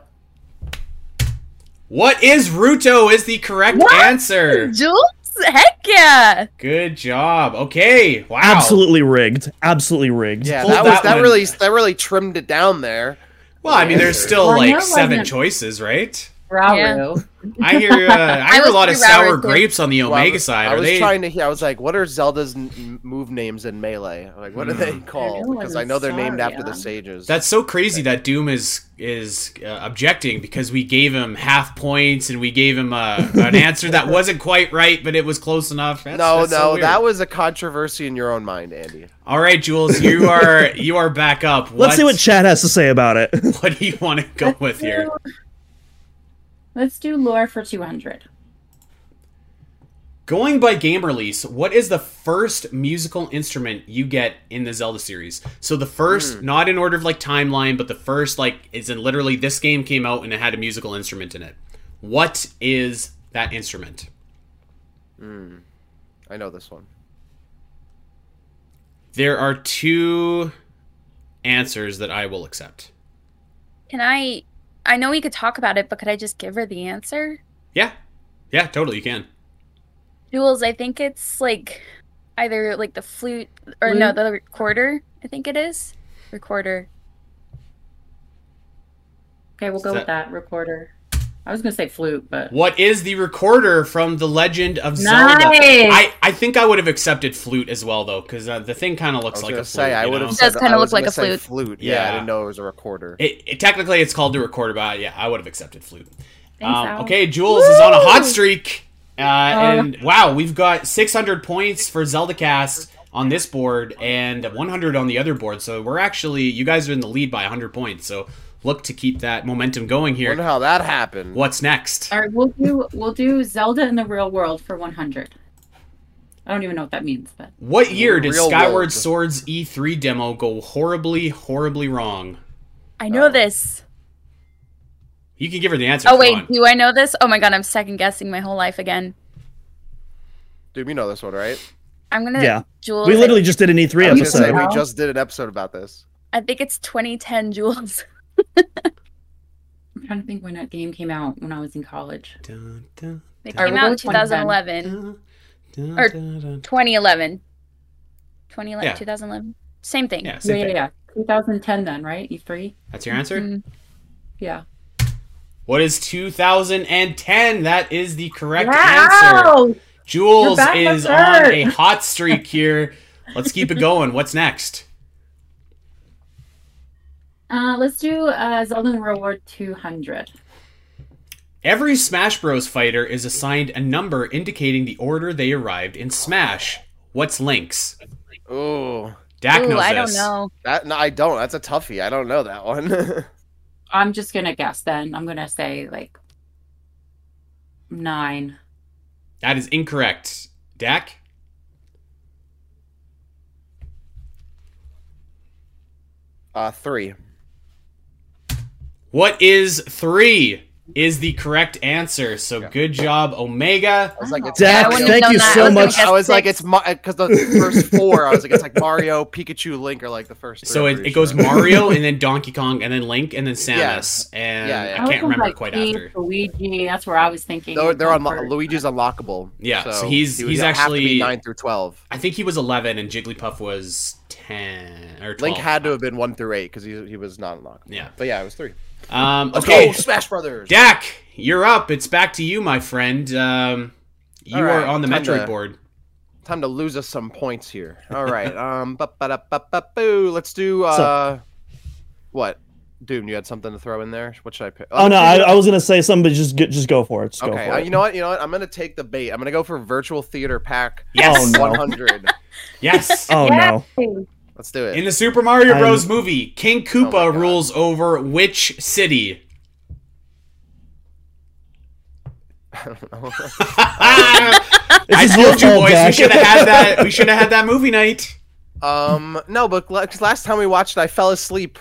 Speaker 1: What is Ruto is the correct
Speaker 2: What?
Speaker 1: answer.
Speaker 2: Jules? Heck yeah!
Speaker 1: Good job. Okay. Wow.
Speaker 5: absolutely rigged. Absolutely rigged.
Speaker 4: Yeah,
Speaker 1: Hold
Speaker 4: that, was
Speaker 1: that
Speaker 4: that
Speaker 1: one.
Speaker 4: really that really trimmed it down there.
Speaker 1: Well, I mean, there's still
Speaker 3: Well,
Speaker 1: like
Speaker 3: no,
Speaker 1: seven
Speaker 3: wasn't-
Speaker 1: choices,
Speaker 2: *laughs*
Speaker 1: right?
Speaker 3: Rauru.
Speaker 1: I hear uh, I hear a
Speaker 2: was
Speaker 1: lot of
Speaker 2: pretty rather
Speaker 1: sour
Speaker 2: too.
Speaker 1: grapes on the
Speaker 4: Well, I
Speaker 1: Omega
Speaker 4: was-
Speaker 1: side.
Speaker 4: I
Speaker 1: Are
Speaker 4: was
Speaker 1: they?
Speaker 4: trying to hear. I was like, what are Zelda's n- n- move names in Melee? Like, what are they called?
Speaker 3: know,
Speaker 4: Because
Speaker 3: I'm
Speaker 4: I know they're named
Speaker 3: sorry,
Speaker 4: after the
Speaker 3: um,
Speaker 4: sages.
Speaker 1: Hmm. That's so crazy that Doom is is uh, objecting because we gave him half points and we gave him uh, an answer that wasn't quite right, but it was close enough. That's,
Speaker 4: no,
Speaker 1: that's so
Speaker 4: no,
Speaker 1: weird.
Speaker 4: that was a controversy in your own mind, Andy.
Speaker 1: all right, Jules. You are you are back up. What,
Speaker 5: Let's see what chat has to say about it.
Speaker 1: *laughs*
Speaker 5: *laughs*
Speaker 1: what do you want to go with here?
Speaker 3: Let's do lore for 200.
Speaker 1: Going by game release, what is the first musical instrument you get in the Zelda series? So the first, not in order of like timeline, but the first like is in literally this game came out and it had a musical instrument in it. What is that instrument?
Speaker 4: Hmm. I know this one.
Speaker 1: There are two answers that I will accept.
Speaker 2: Can I? I know we could talk about it, but could I just give her the answer?
Speaker 1: Yeah. Yeah, totally you can.
Speaker 2: Jules, I think it's like either like the flute or no, the recorder. I think it is recorder.
Speaker 3: Okay, we'll go
Speaker 1: Is
Speaker 3: with that recorder. I was gonna say flute, but
Speaker 1: What is the recorder from The Legend of Zelda?
Speaker 3: nice.
Speaker 1: I, I think I would have accepted flute as well though, because uh, the thing kind of
Speaker 4: I
Speaker 1: looks
Speaker 4: was
Speaker 1: like
Speaker 4: gonna
Speaker 1: a flute.
Speaker 4: say I
Speaker 1: you
Speaker 4: would
Speaker 1: know?
Speaker 4: have.
Speaker 2: It does kinda look like a flute.
Speaker 4: flute. Yeah. I
Speaker 1: Yeah.
Speaker 4: didn't know it was a recorder.
Speaker 1: It, it technically it's called the recorder, but uh, yeah, I would have accepted flute.
Speaker 3: Thanks,
Speaker 1: Um,
Speaker 3: Al.
Speaker 1: okay, Jules is on a hot streak, uh,
Speaker 3: Uh.
Speaker 1: and wow, we've got 600 points for ZeldaCast on this board and 100 on the other board. So we're actually you guys are in the lead by 100 points. So look to keep that momentum going
Speaker 4: Wonder
Speaker 1: here.
Speaker 4: how that happened.
Speaker 1: What's next?
Speaker 3: All right, we'll do we'll do Zelda in the real world for 100. I don't even know what that means, but
Speaker 1: What year did
Speaker 4: Real
Speaker 1: Skyward
Speaker 4: world.
Speaker 1: Swords E3 demo go horribly, horribly wrong?
Speaker 2: I know
Speaker 4: Oh.
Speaker 2: this.
Speaker 1: You can give her the answer.
Speaker 2: Oh
Speaker 1: come
Speaker 2: wait,
Speaker 1: on.
Speaker 2: do I know this? Oh my god, I'm second guessing my whole life again.
Speaker 4: Dude, you know this one, right?
Speaker 2: I'm gonna.
Speaker 5: Yeah.
Speaker 2: Jules.
Speaker 5: We
Speaker 2: I-
Speaker 5: literally just did an
Speaker 4: I
Speaker 5: E3
Speaker 4: was gonna say, uh,
Speaker 5: episode.
Speaker 3: Wow.
Speaker 4: we just did an episode about this.
Speaker 2: I think it's 2010, *laughs* Jules.
Speaker 3: I'm trying to think when that game came out when I was in college.
Speaker 1: Dun, dun,
Speaker 2: It
Speaker 3: Alright,
Speaker 2: came
Speaker 3: we'll
Speaker 2: out
Speaker 3: go
Speaker 2: in
Speaker 3: with 2010.
Speaker 2: 2011.
Speaker 1: dun,
Speaker 2: Or-
Speaker 1: dun, dun.
Speaker 2: 2011. 2011.
Speaker 1: Yeah.
Speaker 2: 2011. Same thing.
Speaker 1: Yeah,
Speaker 3: Yeah,
Speaker 1: same
Speaker 3: yeah,
Speaker 1: thing.
Speaker 3: yeah. 2010 then, right? E3?
Speaker 1: That's your answer.
Speaker 2: Mhm.
Speaker 3: Yeah.
Speaker 1: What is 2010? That is the correct answer.
Speaker 3: Wow!
Speaker 1: Jules
Speaker 3: You're back in
Speaker 1: is on
Speaker 3: third.
Speaker 1: a hot streak here. Let's keep it going. What's next?
Speaker 3: Uh, let's do uh, Zelda in the real world 200.
Speaker 1: Every Smash Bros. fighter is assigned a number indicating the order they arrived in Smash. What's Link's?
Speaker 4: Oh,
Speaker 1: Dak
Speaker 2: Ooh,
Speaker 1: knows
Speaker 2: I don't
Speaker 1: this.
Speaker 2: know.
Speaker 4: that no, I don't. That's a toughie. I don't know that one. *laughs*
Speaker 3: I'm just gonna guess then. I'm gonna say like nine.
Speaker 1: That is incorrect. Dak?
Speaker 4: uh, three.
Speaker 1: What is three? Is the correct answer. So good job, Omega.
Speaker 4: I was like, it's
Speaker 5: Dak,
Speaker 2: I wouldn't have
Speaker 5: thank
Speaker 2: known
Speaker 5: you
Speaker 2: that. I
Speaker 5: so
Speaker 2: was gonna
Speaker 5: much.
Speaker 2: guess
Speaker 4: I was like,
Speaker 2: six.
Speaker 4: it's because the first four. I was like, it's like *laughs* Mario, Pikachu, Link are like the first. Three,
Speaker 1: So
Speaker 4: I'm
Speaker 1: it,
Speaker 4: pretty
Speaker 1: it goes
Speaker 4: sure. *laughs*
Speaker 1: Mario and then Donkey Kong and then Link and then Samus. And
Speaker 4: Yeah, yeah.
Speaker 1: I
Speaker 3: was
Speaker 1: can't
Speaker 3: on,
Speaker 1: remember
Speaker 3: like,
Speaker 1: quite
Speaker 3: Peach,
Speaker 1: after.
Speaker 3: Luigi. That's where I was thinking.
Speaker 4: They're, they're
Speaker 3: Like,
Speaker 4: unlo-
Speaker 3: first.
Speaker 4: Luigi's unlockable.
Speaker 1: Yeah, so he's-
Speaker 4: he would
Speaker 1: he's
Speaker 4: have to be
Speaker 1: actually-
Speaker 4: nine through twelve.
Speaker 1: I think he was 11 and Jigglypuff was 10 or 12.
Speaker 4: Link had to have been one through eight because he, he was not unlockable.
Speaker 1: Yeah.
Speaker 4: But yeah, it was three.
Speaker 1: Um,
Speaker 4: Let's
Speaker 1: okay,
Speaker 4: go, Smash Brothers.
Speaker 1: Dak, you're up. It's back to you, my friend. Um, you
Speaker 4: All
Speaker 1: are
Speaker 4: right,
Speaker 1: on the
Speaker 4: time
Speaker 1: Metroid
Speaker 4: to-
Speaker 1: board.
Speaker 4: Time to lose us some points here. All right. Um. ba- ba- da- ba- ba- boo. Let's do.
Speaker 5: So-
Speaker 4: Uh. What? Doom, you had something to throw in there. What should I pick?
Speaker 5: Oh no, I, I was gonna say something, but just go- just go for it. Just
Speaker 4: okay.
Speaker 5: go
Speaker 4: uh,
Speaker 5: for it.
Speaker 4: you know what? You know what? I'm gonna take the bait. I'm gonna go for Virtual Theater Pack
Speaker 1: Yes,
Speaker 4: *laughs*
Speaker 5: Oh, no.
Speaker 4: 100. *laughs*
Speaker 1: yes.
Speaker 5: oh no.
Speaker 4: Let's do it.
Speaker 1: In the Super Mario
Speaker 5: I'm-
Speaker 1: Bros. movie, King Koopa
Speaker 4: Oh God.
Speaker 1: rules over which city?
Speaker 4: *laughs*
Speaker 1: *laughs*
Speaker 4: I don't know.
Speaker 5: This
Speaker 1: I
Speaker 5: is your
Speaker 1: told you,
Speaker 5: fault,
Speaker 1: boys. We
Speaker 5: Dak.
Speaker 1: should have had that. We should have had that movie night.
Speaker 4: um. No, but la- 'cause last time we watched, I fell asleep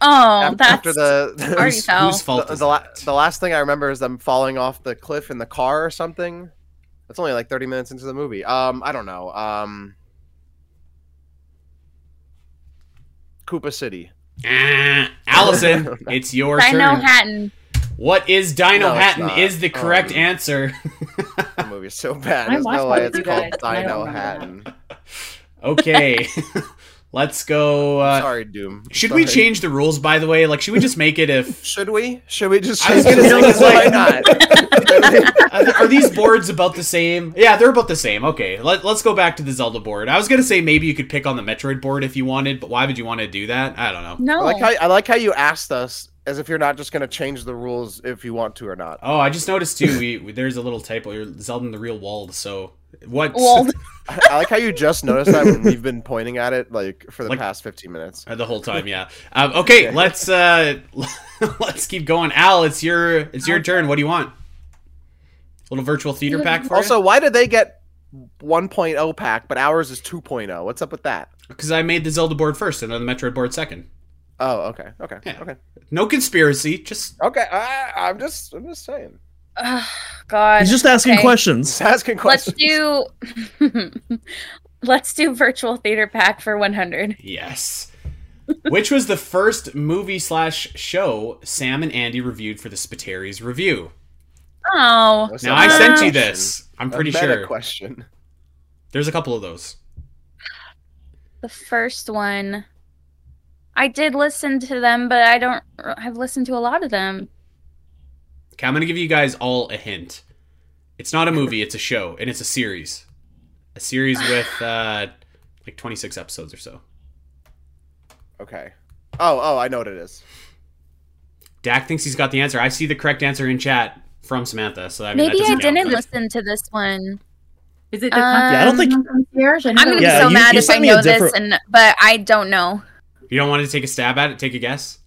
Speaker 2: Oh,
Speaker 4: af-
Speaker 2: that's
Speaker 3: *laughs*
Speaker 4: after the.
Speaker 2: already
Speaker 1: Whose-
Speaker 2: fell.
Speaker 1: Whose fault
Speaker 4: *laughs* the,
Speaker 1: is
Speaker 4: the, la-
Speaker 1: that?
Speaker 4: the last thing I remember is them falling off the cliff in the car or something. That's only like 30 minutes into the movie. Um, I don't know. Um, Koopa City.
Speaker 1: Ah,
Speaker 4: *laughs*
Speaker 1: Allison, it's your
Speaker 2: Dino
Speaker 1: turn.
Speaker 2: Hatton.
Speaker 1: What is Dino
Speaker 4: No, it's
Speaker 1: Hatton?
Speaker 4: not.
Speaker 1: Is the correct
Speaker 4: Um,
Speaker 1: answer? *laughs*
Speaker 4: The movie is so bad.
Speaker 3: I
Speaker 4: There's
Speaker 3: watched
Speaker 4: no way
Speaker 3: that
Speaker 4: it's
Speaker 3: with you
Speaker 4: called
Speaker 3: guys, and I don't
Speaker 4: Dino
Speaker 3: remember that.
Speaker 4: Hatton.
Speaker 1: Okay,
Speaker 4: *laughs*
Speaker 1: *laughs* let's go. Uh,
Speaker 4: Sorry, Doom.
Speaker 1: Should we
Speaker 4: Sorry.
Speaker 1: change the rules, by the way? Like, should we just make it
Speaker 4: *laughs*
Speaker 1: if.
Speaker 4: Should we? Should we just
Speaker 1: I was
Speaker 4: change
Speaker 1: gonna
Speaker 4: it?
Speaker 1: say,
Speaker 4: why
Speaker 1: like-
Speaker 4: not?
Speaker 1: Are, th- are these boards about the same? Yeah, they're about the same. Okay, Let, let's go back to the Zelda board. I was going to say maybe you could pick on the Metroid board if you wanted, but why would you want to do that? I don't know.
Speaker 4: I
Speaker 2: No.
Speaker 4: like how I like how you asked us as if you're not just gonna change the rules if you want to or not.
Speaker 1: Oh, I just noticed too. We, we there's a little typo. You're Zelda in the real world. So
Speaker 4: *laughs*
Speaker 1: what?
Speaker 2: Wald.
Speaker 4: I like how you just noticed that when we've been pointing at it like for the
Speaker 1: Like-
Speaker 4: past 15 minutes.
Speaker 1: Uh, *laughs* the whole time, yeah. Um, okay, let's uh, *laughs* let's keep going. Al, it's your it's your turn. What do you want? Little virtual theater pack for
Speaker 4: Also, why did they get 1.0 pack but ours is 2.0? What's up with that?
Speaker 1: because I made the Zelda board first and then the Metroid board second.
Speaker 4: Oh, okay, okay,
Speaker 1: Yeah.
Speaker 4: okay,
Speaker 1: No conspiracy. Just
Speaker 4: okay. I, I'm just, I'm just saying.
Speaker 2: Ugh, God.
Speaker 5: *laughs* He's just asking
Speaker 2: Okay.
Speaker 5: questions.
Speaker 4: Just asking
Speaker 2: Let's
Speaker 4: questions. *laughs*
Speaker 2: do. *laughs* Let's do virtual theater pack for 100.
Speaker 4: *laughs*
Speaker 1: yes. Which was the first movie slash show Sam and Andy reviewed for the Spitari's review?
Speaker 2: Oh,
Speaker 4: What's
Speaker 1: Now
Speaker 4: up
Speaker 1: I
Speaker 4: with that
Speaker 1: sent you
Speaker 4: question?
Speaker 1: this. I'm
Speaker 4: A
Speaker 1: pretty
Speaker 4: meta
Speaker 1: sure
Speaker 4: Question.
Speaker 1: there's a couple of those.
Speaker 2: the first one. I did listen to them, but I don't. I've listened to a lot of them.
Speaker 1: Okay, I'm gonna give you guys all a hint. It's not a movie; it's a show, and it's a series. A series with uh, like 26 episodes or so.
Speaker 4: Okay. Oh, oh, I know what it is.
Speaker 1: Dak thinks he's got the answer. I see the correct answer in chat from Samantha. So I mean, that
Speaker 2: Maybe I
Speaker 1: doesn't count,
Speaker 2: didn't
Speaker 1: but-
Speaker 2: listen to this one.
Speaker 3: Is it the yeah, I don't think concierge? I
Speaker 2: I'm gonna
Speaker 5: Yeah,
Speaker 2: be so
Speaker 5: you-
Speaker 2: mad
Speaker 5: you
Speaker 2: if I
Speaker 5: sent me a
Speaker 2: know this,
Speaker 5: different-
Speaker 2: and but I don't know. *laughs*
Speaker 1: You don't want to take a stab at it? Take a guess?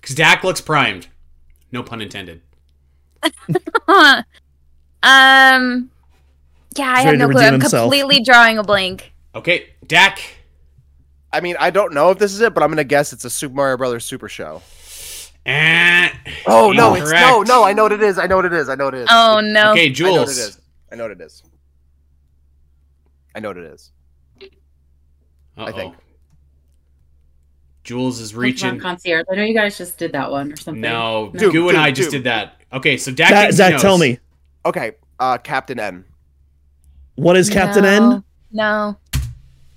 Speaker 1: Because Dak looks primed. No pun intended.
Speaker 2: um, yeah, I have
Speaker 5: ready
Speaker 2: no
Speaker 5: to
Speaker 2: clue.
Speaker 5: redeem
Speaker 2: I'm
Speaker 5: himself.
Speaker 2: completely drawing a blank.
Speaker 1: Okay, Dak.
Speaker 4: I mean, I don't know if this is it, but I'm gonna guess it's a Super Mario Brothers Super Show.
Speaker 1: Eh.
Speaker 4: Oh no, it's no,
Speaker 1: Incorrect.
Speaker 4: no. I know what it is. I know what it is. I know what it is.
Speaker 2: Oh
Speaker 1: Okay,
Speaker 2: no!
Speaker 4: I know what it
Speaker 1: Jules.
Speaker 4: is. I know what it is. I know what it is. I think.
Speaker 1: Uh-oh. Jules is
Speaker 3: Something about
Speaker 1: reaching.
Speaker 3: concierge. I know you guys just did that one or something.
Speaker 1: No,
Speaker 3: No.
Speaker 1: Goo and
Speaker 4: Dude,
Speaker 1: I just
Speaker 4: dude.
Speaker 1: did that. Okay, so Dak.
Speaker 5: Zach,
Speaker 1: thinks he
Speaker 5: Zach
Speaker 1: knows.
Speaker 5: tell me
Speaker 4: Okay, uh, Captain N.
Speaker 5: what is Captain
Speaker 2: no.
Speaker 5: N?
Speaker 2: No.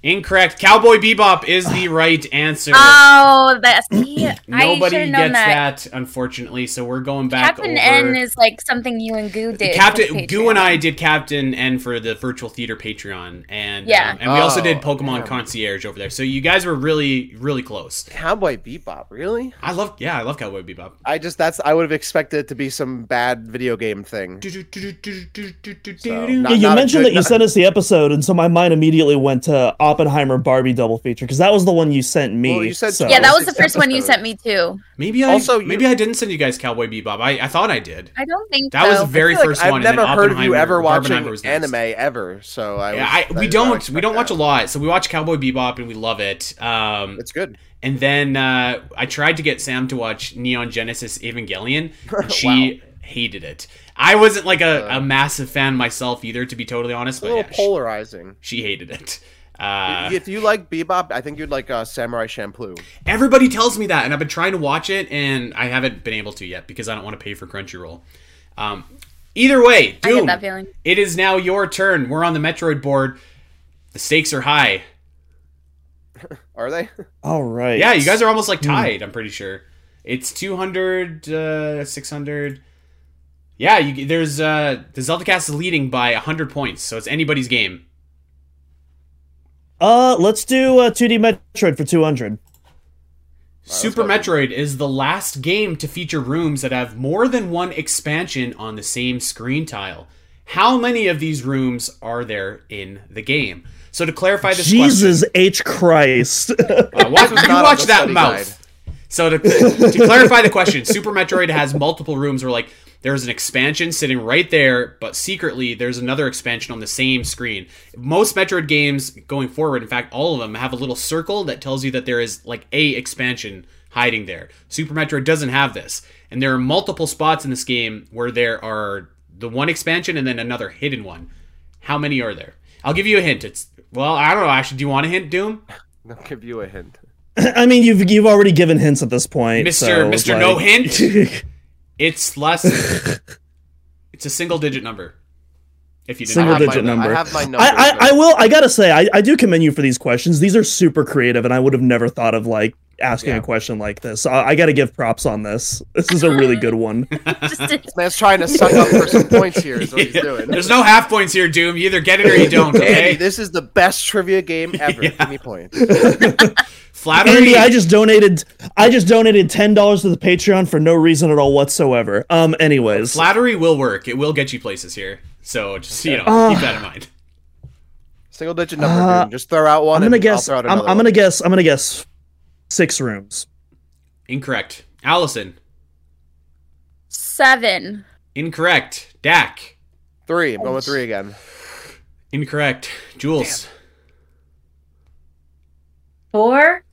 Speaker 1: Incorrect. Cowboy Bebop is the right answer.
Speaker 2: Oh, that's see, I should
Speaker 1: Nobody
Speaker 2: have known
Speaker 1: gets
Speaker 2: that.
Speaker 1: that. unfortunately. So we're going back.
Speaker 2: Captain
Speaker 1: over.
Speaker 2: N is like something you and Goo did. for
Speaker 1: Captain
Speaker 2: Patreon.
Speaker 1: Goo and I did Captain N for the virtual theater Patreon, and
Speaker 2: Yeah.
Speaker 1: um, and we also
Speaker 4: Oh,
Speaker 1: did Pokemon
Speaker 4: damn.
Speaker 1: Concierge over there. So you guys were really really close.
Speaker 4: Cowboy Bebop, really?
Speaker 1: I love yeah, I love Cowboy Bebop.
Speaker 4: I just that's I would have expected it to be some bad video game thing. So,
Speaker 1: So,
Speaker 5: Yeah,
Speaker 4: Not-
Speaker 5: you
Speaker 4: not a
Speaker 5: mentioned
Speaker 4: good-
Speaker 5: that you
Speaker 4: not-
Speaker 5: sent us the episode, and so my mind immediately went to Oppenheimer Barbie double feature because that was the one you sent me.
Speaker 4: Well, you said-
Speaker 5: so.
Speaker 2: Yeah, that
Speaker 4: Oh,
Speaker 2: was the
Speaker 4: six
Speaker 2: first one you
Speaker 4: episodes.
Speaker 2: sent me too.
Speaker 1: maybe I
Speaker 4: Also, you-
Speaker 1: maybe I didn't send you guys Cowboy Bebop. I, I thought I did.
Speaker 2: I don't think
Speaker 1: That
Speaker 2: so.
Speaker 1: was the very
Speaker 4: I feel like
Speaker 1: first
Speaker 4: I've
Speaker 1: one. and
Speaker 4: never
Speaker 1: then
Speaker 4: heard of
Speaker 1: Oppenheimer-
Speaker 4: you ever watching
Speaker 1: Barbenheimer was next.
Speaker 4: anime ever, so I.
Speaker 1: Yeah,
Speaker 4: was-
Speaker 1: I, we
Speaker 4: did not
Speaker 1: don't
Speaker 4: expect
Speaker 1: we don't watch a
Speaker 4: that.
Speaker 1: lot, so we watch Cowboy Bebop and we love it. Um,
Speaker 4: It's good.
Speaker 1: and then uh, I tried to get Sam to watch Neon Genesis
Speaker 2: *laughs*
Speaker 1: Evangelion, and she hated it. I wasn't like a,
Speaker 4: Uh,
Speaker 1: a massive fan myself either, to be totally honest.
Speaker 4: It's a
Speaker 1: But
Speaker 4: little
Speaker 1: yeah, she,
Speaker 4: polarizing.
Speaker 1: she hated it. Uh,
Speaker 4: if you like Bebop, I think you'd like uh, Samurai Champloo.
Speaker 1: Everybody tells me that, and I've been trying to watch it, and I haven't been able to yet because I don't want to pay for Crunchyroll. Um, either way,
Speaker 2: I get
Speaker 1: Doom,
Speaker 2: that feeling.
Speaker 1: it is now your turn. We're on the Metroid board. The stakes are high.
Speaker 4: Are they?
Speaker 5: All right.
Speaker 1: Yeah, you guys are almost like tied, I'm pretty sure. It's 200, uh, 600. Yeah, you, there's uh, the Zeldacast is leading by 100 points, so it's anybody's game.
Speaker 5: Uh, let's do uh, 2D Metroid for 200.
Speaker 4: let's
Speaker 1: Super
Speaker 4: go.
Speaker 1: Metroid is the last game to feature rooms that have more than one expansion on the same screen tile. How many of these rooms are there in the game? So to clarify this
Speaker 5: Jesus H Christ. *laughs*
Speaker 1: question, uh, watch,
Speaker 4: This was
Speaker 1: you
Speaker 4: *laughs* not on
Speaker 1: watch
Speaker 4: the
Speaker 1: that
Speaker 4: study
Speaker 1: mouth.
Speaker 4: guide.
Speaker 1: So to, to clarify the question, Super Metroid has multiple rooms where like there's an expansion sitting right there, but secretly there's another expansion on the same screen. Most Metroid games going forward, in fact, all of them have a little circle that tells you that there is like a expansion hiding there. Super Metroid doesn't have this, and there are multiple spots in this game where there are the one expansion and then another hidden one. How many are there? I'll give you a hint. It's well, I don't know. Actually, do you want a hint, Doom?
Speaker 4: I'll give you a hint.
Speaker 5: I mean, you've you've already given hints at this point,
Speaker 1: Mister,
Speaker 5: so,
Speaker 1: Mister,
Speaker 5: uh,
Speaker 1: no
Speaker 5: like-
Speaker 1: hint.
Speaker 5: *laughs*
Speaker 1: It's less. it's a single digit number. If you didn't.
Speaker 5: Single
Speaker 4: I have
Speaker 5: digit
Speaker 4: my-
Speaker 5: number.
Speaker 4: I have my number.
Speaker 5: I, I I will. I gotta say, I, I do commend you for these questions. These are super creative, and I would have never thought of like asking
Speaker 4: Yeah.
Speaker 5: a question like this. So I, I gotta give props on this. This is a really
Speaker 1: *laughs*
Speaker 5: good one.
Speaker 2: Just-
Speaker 4: This man's trying to suck up for some points here. Is
Speaker 1: *laughs*
Speaker 4: what he's doing.
Speaker 1: There's no half points here, Doom. You either get it or you
Speaker 5: *laughs*
Speaker 1: don't.
Speaker 4: Andy,
Speaker 1: Okay.
Speaker 4: this is the best
Speaker 1: *laughs*
Speaker 4: trivia game ever. Give me points.
Speaker 1: Flattery.
Speaker 5: Andy, *laughs* I just donated. I just donated ten dollars to the Patreon for no reason at all whatsoever. Um. Anyways,
Speaker 1: flattery will work. It will get you places here. So just you know,
Speaker 5: Ah.
Speaker 1: keep that in mind.
Speaker 4: Single digit number.
Speaker 5: Uh,
Speaker 4: dude. Just throw out one.
Speaker 5: I'm gonna
Speaker 4: and
Speaker 5: guess.
Speaker 4: I'll
Speaker 5: I'm,
Speaker 4: throw out
Speaker 5: I'm
Speaker 4: another
Speaker 5: gonna
Speaker 4: one.
Speaker 5: guess. I'm gonna guess six rooms.
Speaker 1: Incorrect. Allison.
Speaker 2: Seven.
Speaker 1: Incorrect. Dak.
Speaker 4: three. I'm going with three again.
Speaker 1: Incorrect. Jules.
Speaker 3: Four.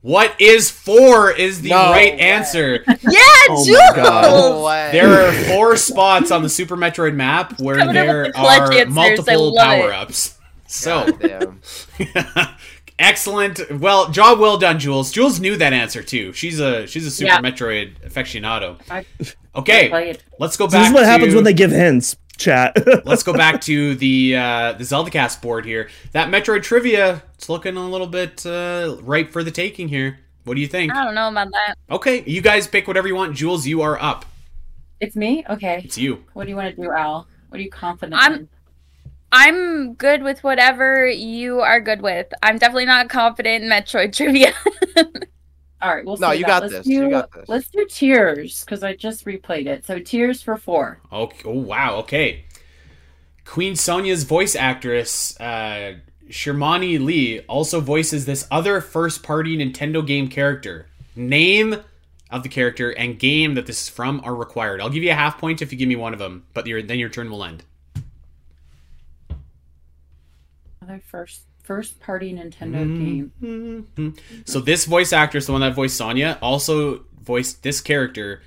Speaker 1: What is four is the
Speaker 4: No
Speaker 1: right
Speaker 4: way.
Speaker 1: answer.
Speaker 2: Yeah,
Speaker 5: Oh my
Speaker 2: Jules.
Speaker 5: God.
Speaker 4: No way.
Speaker 1: There
Speaker 4: *laughs*
Speaker 1: are four spots on the Super Metroid map where
Speaker 2: Coming up with
Speaker 1: there
Speaker 2: the clutch
Speaker 1: are
Speaker 2: answers. I
Speaker 1: multiple
Speaker 2: love it.
Speaker 1: power ups. So
Speaker 4: Damn.
Speaker 1: *laughs* Excellent. Well, job well done, Jules. Jules knew that answer too. She's a she's a Super
Speaker 3: Yeah.
Speaker 1: Metroid aficionado.
Speaker 3: I-
Speaker 1: Okay,
Speaker 3: Played.
Speaker 1: let's go back.
Speaker 5: This is what happens
Speaker 1: to-
Speaker 5: when they give hints. Chat.
Speaker 1: *laughs*
Speaker 5: *laughs*
Speaker 1: let's go back to the uh, the ZeldaCast board here. That Metroid trivia, it's looking a little bit uh, ripe for the taking here. What do you think?
Speaker 3: Uh,
Speaker 2: I don't know about that.
Speaker 1: Okay, you guys pick whatever you want. Jules, you are up.
Speaker 3: It's me. Okay.
Speaker 1: It's you.
Speaker 3: What do you want to do, Al? What are you confident?
Speaker 2: I'm-
Speaker 3: in?
Speaker 2: I'm good with whatever you are good with. I'm definitely not confident in Metroid *laughs* trivia.
Speaker 3: All right. We'll
Speaker 4: No,
Speaker 3: see
Speaker 4: you
Speaker 3: that.
Speaker 4: got
Speaker 3: let's
Speaker 4: this,
Speaker 3: Do,
Speaker 4: you got this.
Speaker 3: Let's do tears because I just replayed it. So tears for four.
Speaker 1: Okay. Oh wow. Okay. Queen Sonya's voice actress, uh, Shirmani Lee, also voices this other first party Nintendo game character. Name of the character and game that this is from are required. I'll give you a half point if you give me one of them, but your, then your turn will end.
Speaker 3: Another first first party Nintendo
Speaker 4: Mm-hmm.
Speaker 3: game.
Speaker 1: Mm-hmm. So this voice actress, the one that voiced Sonya, also voiced this character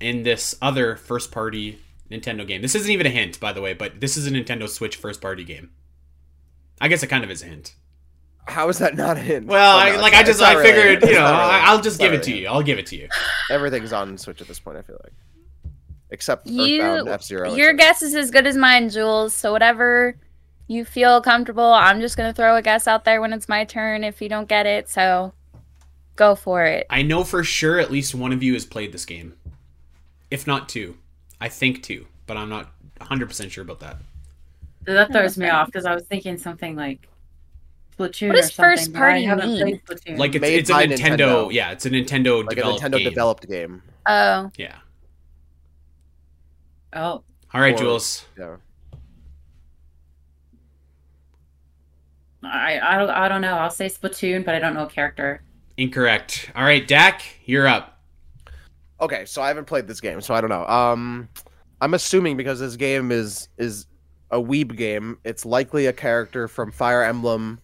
Speaker 1: in this other first party Nintendo game. This isn't even a hint, by the way, but this is a Nintendo Switch first party game. I guess it kind of is a hint.
Speaker 4: How is that not in?
Speaker 1: Well,
Speaker 4: no,
Speaker 1: I,
Speaker 4: it's
Speaker 1: like
Speaker 4: not-
Speaker 1: I just
Speaker 4: it's not
Speaker 1: I
Speaker 4: really a
Speaker 1: figured,
Speaker 4: hint. It's
Speaker 1: you know,
Speaker 4: not really a
Speaker 1: I,
Speaker 4: hint.
Speaker 1: I'll just
Speaker 4: It's not
Speaker 1: give it
Speaker 4: really
Speaker 1: to
Speaker 4: a hint.
Speaker 1: you. I'll give it to you.
Speaker 4: Everything's on Switch at this point. I feel like, except
Speaker 2: You-
Speaker 4: Earthbound F Zero.
Speaker 2: Your guess is as good as mine, Jules. So whatever you feel comfortable, I'm just gonna throw a guess out there when it's my turn. If you don't get it, so go for it.
Speaker 1: I know for sure at least one of you has played this game, if not two. I think two, but I'm not 100 percent sure about that.
Speaker 3: That throws me off because I was thinking something like Splatoon.
Speaker 2: What does
Speaker 3: or something,
Speaker 2: first
Speaker 3: but
Speaker 2: party
Speaker 3: I haven't
Speaker 2: mean?
Speaker 3: played Splatoon.
Speaker 1: Like it's,
Speaker 4: Made
Speaker 1: it's a
Speaker 4: by
Speaker 1: Nintendo,
Speaker 4: Nintendo.
Speaker 1: yeah, it's a Nintendo
Speaker 4: like a
Speaker 1: developed
Speaker 4: Nintendo
Speaker 1: game.
Speaker 4: developed game.
Speaker 2: Oh,
Speaker 1: Yeah.
Speaker 3: oh,
Speaker 1: All right,
Speaker 4: Or-
Speaker 1: Jules.
Speaker 4: Yeah.
Speaker 3: I, I don't I don't know. I'll say Splatoon, but I don't know a character.
Speaker 1: Incorrect. All right, Dak, you're up.
Speaker 4: Okay, so I haven't played this game, so I don't know. Um, I'm assuming because this game is is a weeb game, it's likely a character from Fire Emblem,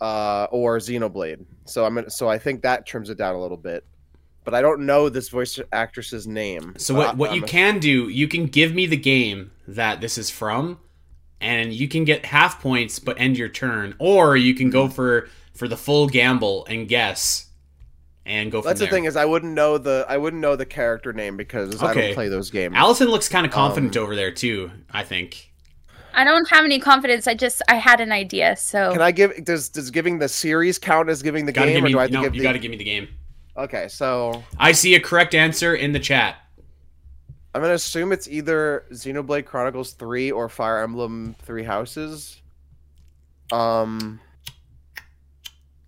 Speaker 4: uh, or Xenoblade. So I'm gonna, so I think that trims it down a little bit, but I don't know this voice actress's name.
Speaker 1: So
Speaker 4: but
Speaker 1: what what
Speaker 4: Uh, I'm
Speaker 1: you
Speaker 4: ass-
Speaker 1: can do, you can give me the game that this is from, and you can get half points but end your turn, or you can go for for the full gamble and guess, and go. From
Speaker 4: That's the
Speaker 1: there.
Speaker 4: thing is I wouldn't know the I wouldn't know the character name because I
Speaker 1: Okay.
Speaker 4: don't play those games.
Speaker 1: Allison looks kind of confident
Speaker 4: Um,
Speaker 1: over there too. I think.
Speaker 2: I don't have any confidence. I just I had an idea. So
Speaker 4: Can I give does does giving the series count as giving the
Speaker 1: Gotta
Speaker 4: game,
Speaker 1: give me.
Speaker 4: or do I have to
Speaker 1: no,
Speaker 4: give
Speaker 1: you
Speaker 4: the?
Speaker 1: gotta give me the game.
Speaker 4: Okay, so
Speaker 1: I see a correct answer in the chat.
Speaker 4: I'm gonna assume it's either Xenoblade Chronicles Three or Fire Emblem Three Houses. Um,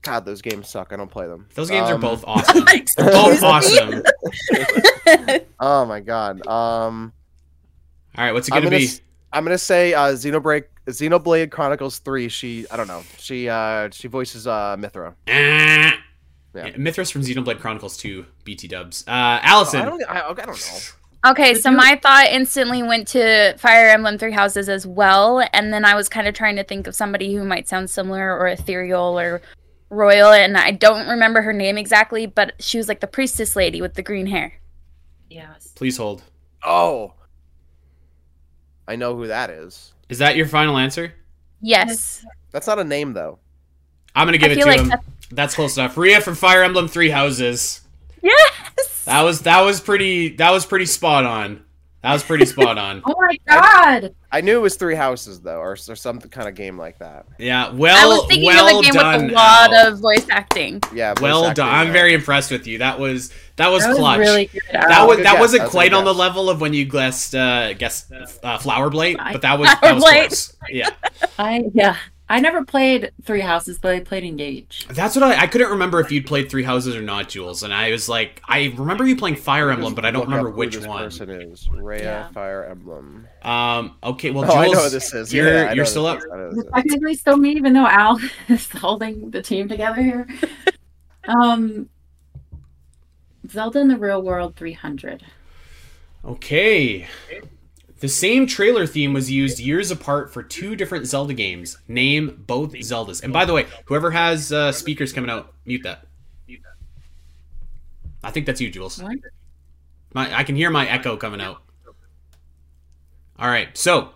Speaker 4: God, those games suck. I don't play them.
Speaker 1: Those games are
Speaker 4: Um, *laughs*
Speaker 1: both awesome. They're both awesome.
Speaker 4: Oh my god. Um,
Speaker 1: All right, what's it
Speaker 4: I'm
Speaker 1: gonna,
Speaker 4: gonna
Speaker 1: be?
Speaker 4: s- I'm gonna say uh, Xenoblade Xenoblade Chronicles Three. She, I don't know. She, uh, she voices uh Mithra.
Speaker 2: Eh.
Speaker 1: Ah.
Speaker 4: Yeah.
Speaker 1: Mithras from Xenoblade Chronicles 2, BT dubs. Uh,
Speaker 4: Oh, I
Speaker 1: Allison.
Speaker 4: don't. I, I don't know.
Speaker 2: Okay,
Speaker 3: Did
Speaker 2: so
Speaker 3: you-
Speaker 2: my thought instantly went to Fire Emblem Three Houses as well, and then I was kind of trying to think of somebody who might sound similar or ethereal or royal, and I don't remember her name exactly, but she was like the priestess lady with the green hair.
Speaker 3: Yes.
Speaker 1: Please hold.
Speaker 4: Oh, I know who that is.
Speaker 1: Is that your final answer?
Speaker 2: Yes,
Speaker 4: That's not a name though.
Speaker 1: I'm going to give
Speaker 2: I
Speaker 1: it
Speaker 2: feel
Speaker 1: to
Speaker 2: like
Speaker 1: him. That's...
Speaker 2: that's-
Speaker 1: close enough. Rhea from Fire Emblem Three Houses.
Speaker 2: *laughs* yes.
Speaker 1: That was that was pretty that was pretty spot on. That was pretty spot
Speaker 2: *laughs*
Speaker 1: on.
Speaker 3: Oh my god!
Speaker 4: I knew it was Three Houses though, or, or some kind of game like that.
Speaker 1: Yeah,
Speaker 2: I
Speaker 1: well
Speaker 2: was thinking
Speaker 1: well
Speaker 2: of a game
Speaker 1: done.
Speaker 2: with a lot
Speaker 1: Al.
Speaker 2: of voice acting.
Speaker 4: Yeah. voice
Speaker 1: well
Speaker 4: acting,
Speaker 1: done. I'm
Speaker 4: yeah.
Speaker 1: very impressed with you. That was that was
Speaker 3: That was
Speaker 1: clutch.
Speaker 3: really good.
Speaker 1: that
Speaker 4: Al.
Speaker 1: was
Speaker 4: Oh, Good
Speaker 1: that
Speaker 4: guess.
Speaker 1: wasn't
Speaker 4: That was a
Speaker 1: quite
Speaker 4: good
Speaker 1: on the
Speaker 4: guess.
Speaker 1: level of when you guessed uh guessed uh, Flower Blade, but that was that
Speaker 2: *laughs* Flower
Speaker 1: was
Speaker 2: Blade.
Speaker 1: close. Yeah.
Speaker 3: I yeah. I never played Three Houses, but I played Engage.
Speaker 1: That's what I, I couldn't remember if you'd played Three Houses or not, Jules. And I was like, I remember you playing Fire Emblem,
Speaker 4: Just
Speaker 1: but I don't
Speaker 4: look
Speaker 1: remember
Speaker 4: up who
Speaker 1: which
Speaker 4: this
Speaker 1: one.
Speaker 4: Person is Rhea
Speaker 3: Yeah.
Speaker 4: Fire Emblem.
Speaker 1: Um, okay, well,
Speaker 4: Oh,
Speaker 1: Jules,
Speaker 4: I know who this is.
Speaker 1: you're
Speaker 4: Yeah, I know
Speaker 1: you're
Speaker 4: this
Speaker 1: still up.
Speaker 4: is. I know this is.
Speaker 3: Technically, still me, even though Al *laughs* is holding the team together
Speaker 1: *laughs*
Speaker 3: here. um, Zelda in the Real World 300.
Speaker 1: Okay. The same trailer theme was used years apart for two different Zelda games. Name both Zeldas. And by the way, whoever has uh, speakers coming out, mute that. I think that's you, Jules.
Speaker 3: What?
Speaker 1: My, I can hear my echo coming out. All right, so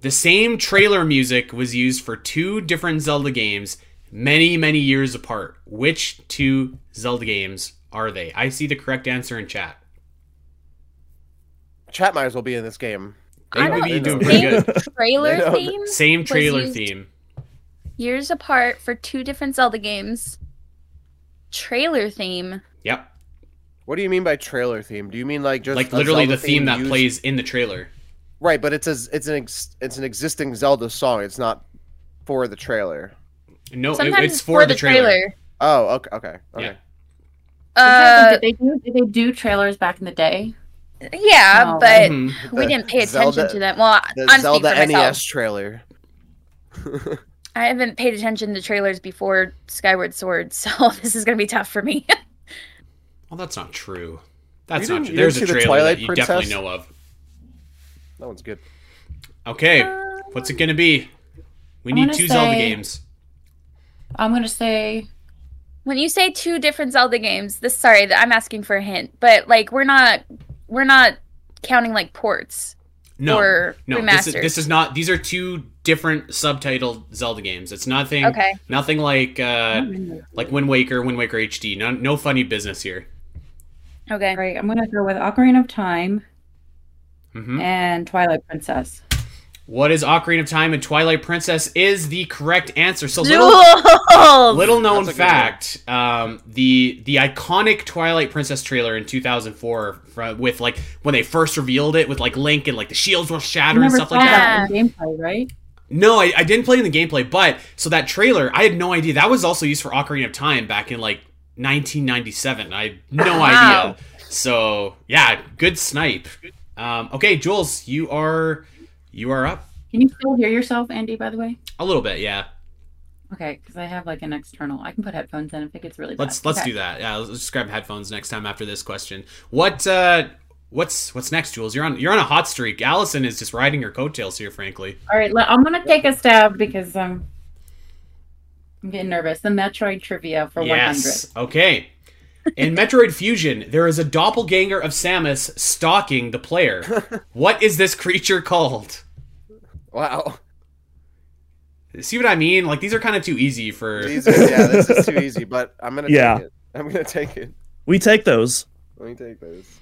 Speaker 1: the same trailer music was used for two different Zelda games, many many years apart. Which two Zelda games are they? I see the correct answer in chat.
Speaker 4: Chat might as well be in this game.
Speaker 1: They
Speaker 2: I
Speaker 1: would
Speaker 2: don't
Speaker 1: be doing pretty
Speaker 2: Same
Speaker 1: good.
Speaker 4: *laughs* They
Speaker 2: trailer
Speaker 4: don't-
Speaker 2: theme,
Speaker 1: Same trailer
Speaker 2: used-
Speaker 1: theme.
Speaker 2: years apart for two different Zelda games. Trailer theme.
Speaker 1: Yep,
Speaker 4: What do you mean by trailer theme? Do you mean like just
Speaker 1: like
Speaker 4: a
Speaker 1: literally
Speaker 4: Zelda
Speaker 1: the theme that
Speaker 4: used-
Speaker 1: plays in the trailer.
Speaker 4: Right, but it's a, it's an ex, it's an existing Zelda song. It's not for the trailer.
Speaker 1: No, Oh, it-
Speaker 2: Sometimes
Speaker 1: it's for, the trailer.
Speaker 4: Oh, okay, okay, okay.
Speaker 1: Yeah.
Speaker 2: Uh,
Speaker 3: did, they do, did they do trailers back in the day?
Speaker 2: Uh, yeah,
Speaker 3: No.
Speaker 2: but
Speaker 1: Mhm.
Speaker 2: we didn't pay attention
Speaker 4: Oh, Zelda-
Speaker 2: to that. Well,
Speaker 4: The
Speaker 2: I'm
Speaker 4: Zelda E
Speaker 2: speaking for
Speaker 4: NES
Speaker 2: myself.
Speaker 4: trailer.
Speaker 2: I haven't paid attention to trailers before Skyward Sword, *laughs* so this is gonna be tough for me. *laughs*
Speaker 1: Well, that's not true. That's not
Speaker 4: You didn't-
Speaker 1: true.
Speaker 4: you
Speaker 1: There's a
Speaker 4: didn't see the
Speaker 1: trailer
Speaker 4: Twilight
Speaker 1: that you
Speaker 4: Princess?
Speaker 1: definitely know of.
Speaker 4: That one's good.
Speaker 1: Okay, what's it gonna be? We
Speaker 3: I
Speaker 1: need
Speaker 3: wanna
Speaker 1: two Zelda
Speaker 3: say-
Speaker 1: games.
Speaker 3: I'm gonna say
Speaker 2: when you say two different Zelda games, this sorry that I'm asking for a hint, but like we're not we're not counting like ports
Speaker 1: No,
Speaker 2: or
Speaker 1: no. This
Speaker 2: remasters.
Speaker 1: is, this is not. These are two different subtitled Zelda games. It's nothing.
Speaker 2: okay.
Speaker 1: Nothing like uh, like Wind Waker, Wind Waker HD. No, no funny business here.
Speaker 2: Okay.
Speaker 3: right. I'm gonna go with Ocarina of Time
Speaker 1: hmm
Speaker 3: and Twilight Princess.
Speaker 1: What is Ocarina of Time and Twilight Princess is the correct answer. So
Speaker 2: *laughs*
Speaker 1: little, *laughs*
Speaker 2: Jewels!
Speaker 1: little known
Speaker 4: That's a good one.
Speaker 1: fact, um, the the iconic Twilight Princess trailer in 2004 fro- with like when they first revealed it with like Link and like the shields were
Speaker 3: I
Speaker 1: shattered and
Speaker 3: never
Speaker 1: stuff
Speaker 3: saw
Speaker 1: like that.
Speaker 3: that in gameplay, right?
Speaker 1: No, I, I didn't play in the gameplay, but so that trailer, I had no idea. That was also used for Ocarina of Time back in like 1997. I had no
Speaker 2: Wow.
Speaker 1: idea. So yeah, good snipe. Um, okay, Jules, you are you are up
Speaker 3: Can you still hear yourself, Andy? By the way.
Speaker 1: a little bit. Yeah,
Speaker 3: Okay, because I have like an external. I can put headphones in if it gets really bad.
Speaker 1: let's let's
Speaker 3: Okay.
Speaker 1: do that. Yeah, let's, let's grab headphones next time after this question. What uh, what's what's next, Jules? You're on you're on a hot streak. Allison is just riding her coattails here, frankly.
Speaker 3: All right, le- I'm gonna take a stab because um, I'm getting nervous. The Metroid trivia for 100.
Speaker 1: Okay. In Metroid Fusion, there is a doppelganger of Samus stalking the player.
Speaker 4: *laughs*
Speaker 1: what is this creature called? *laughs*
Speaker 4: Wow.
Speaker 1: See what I mean? Like these are kind of too easy for.
Speaker 4: These are- yeah, this is too easy, but I'm gonna
Speaker 5: Yeah.
Speaker 4: take it. I'm gonna take it.
Speaker 5: We take those.
Speaker 4: Let me take this.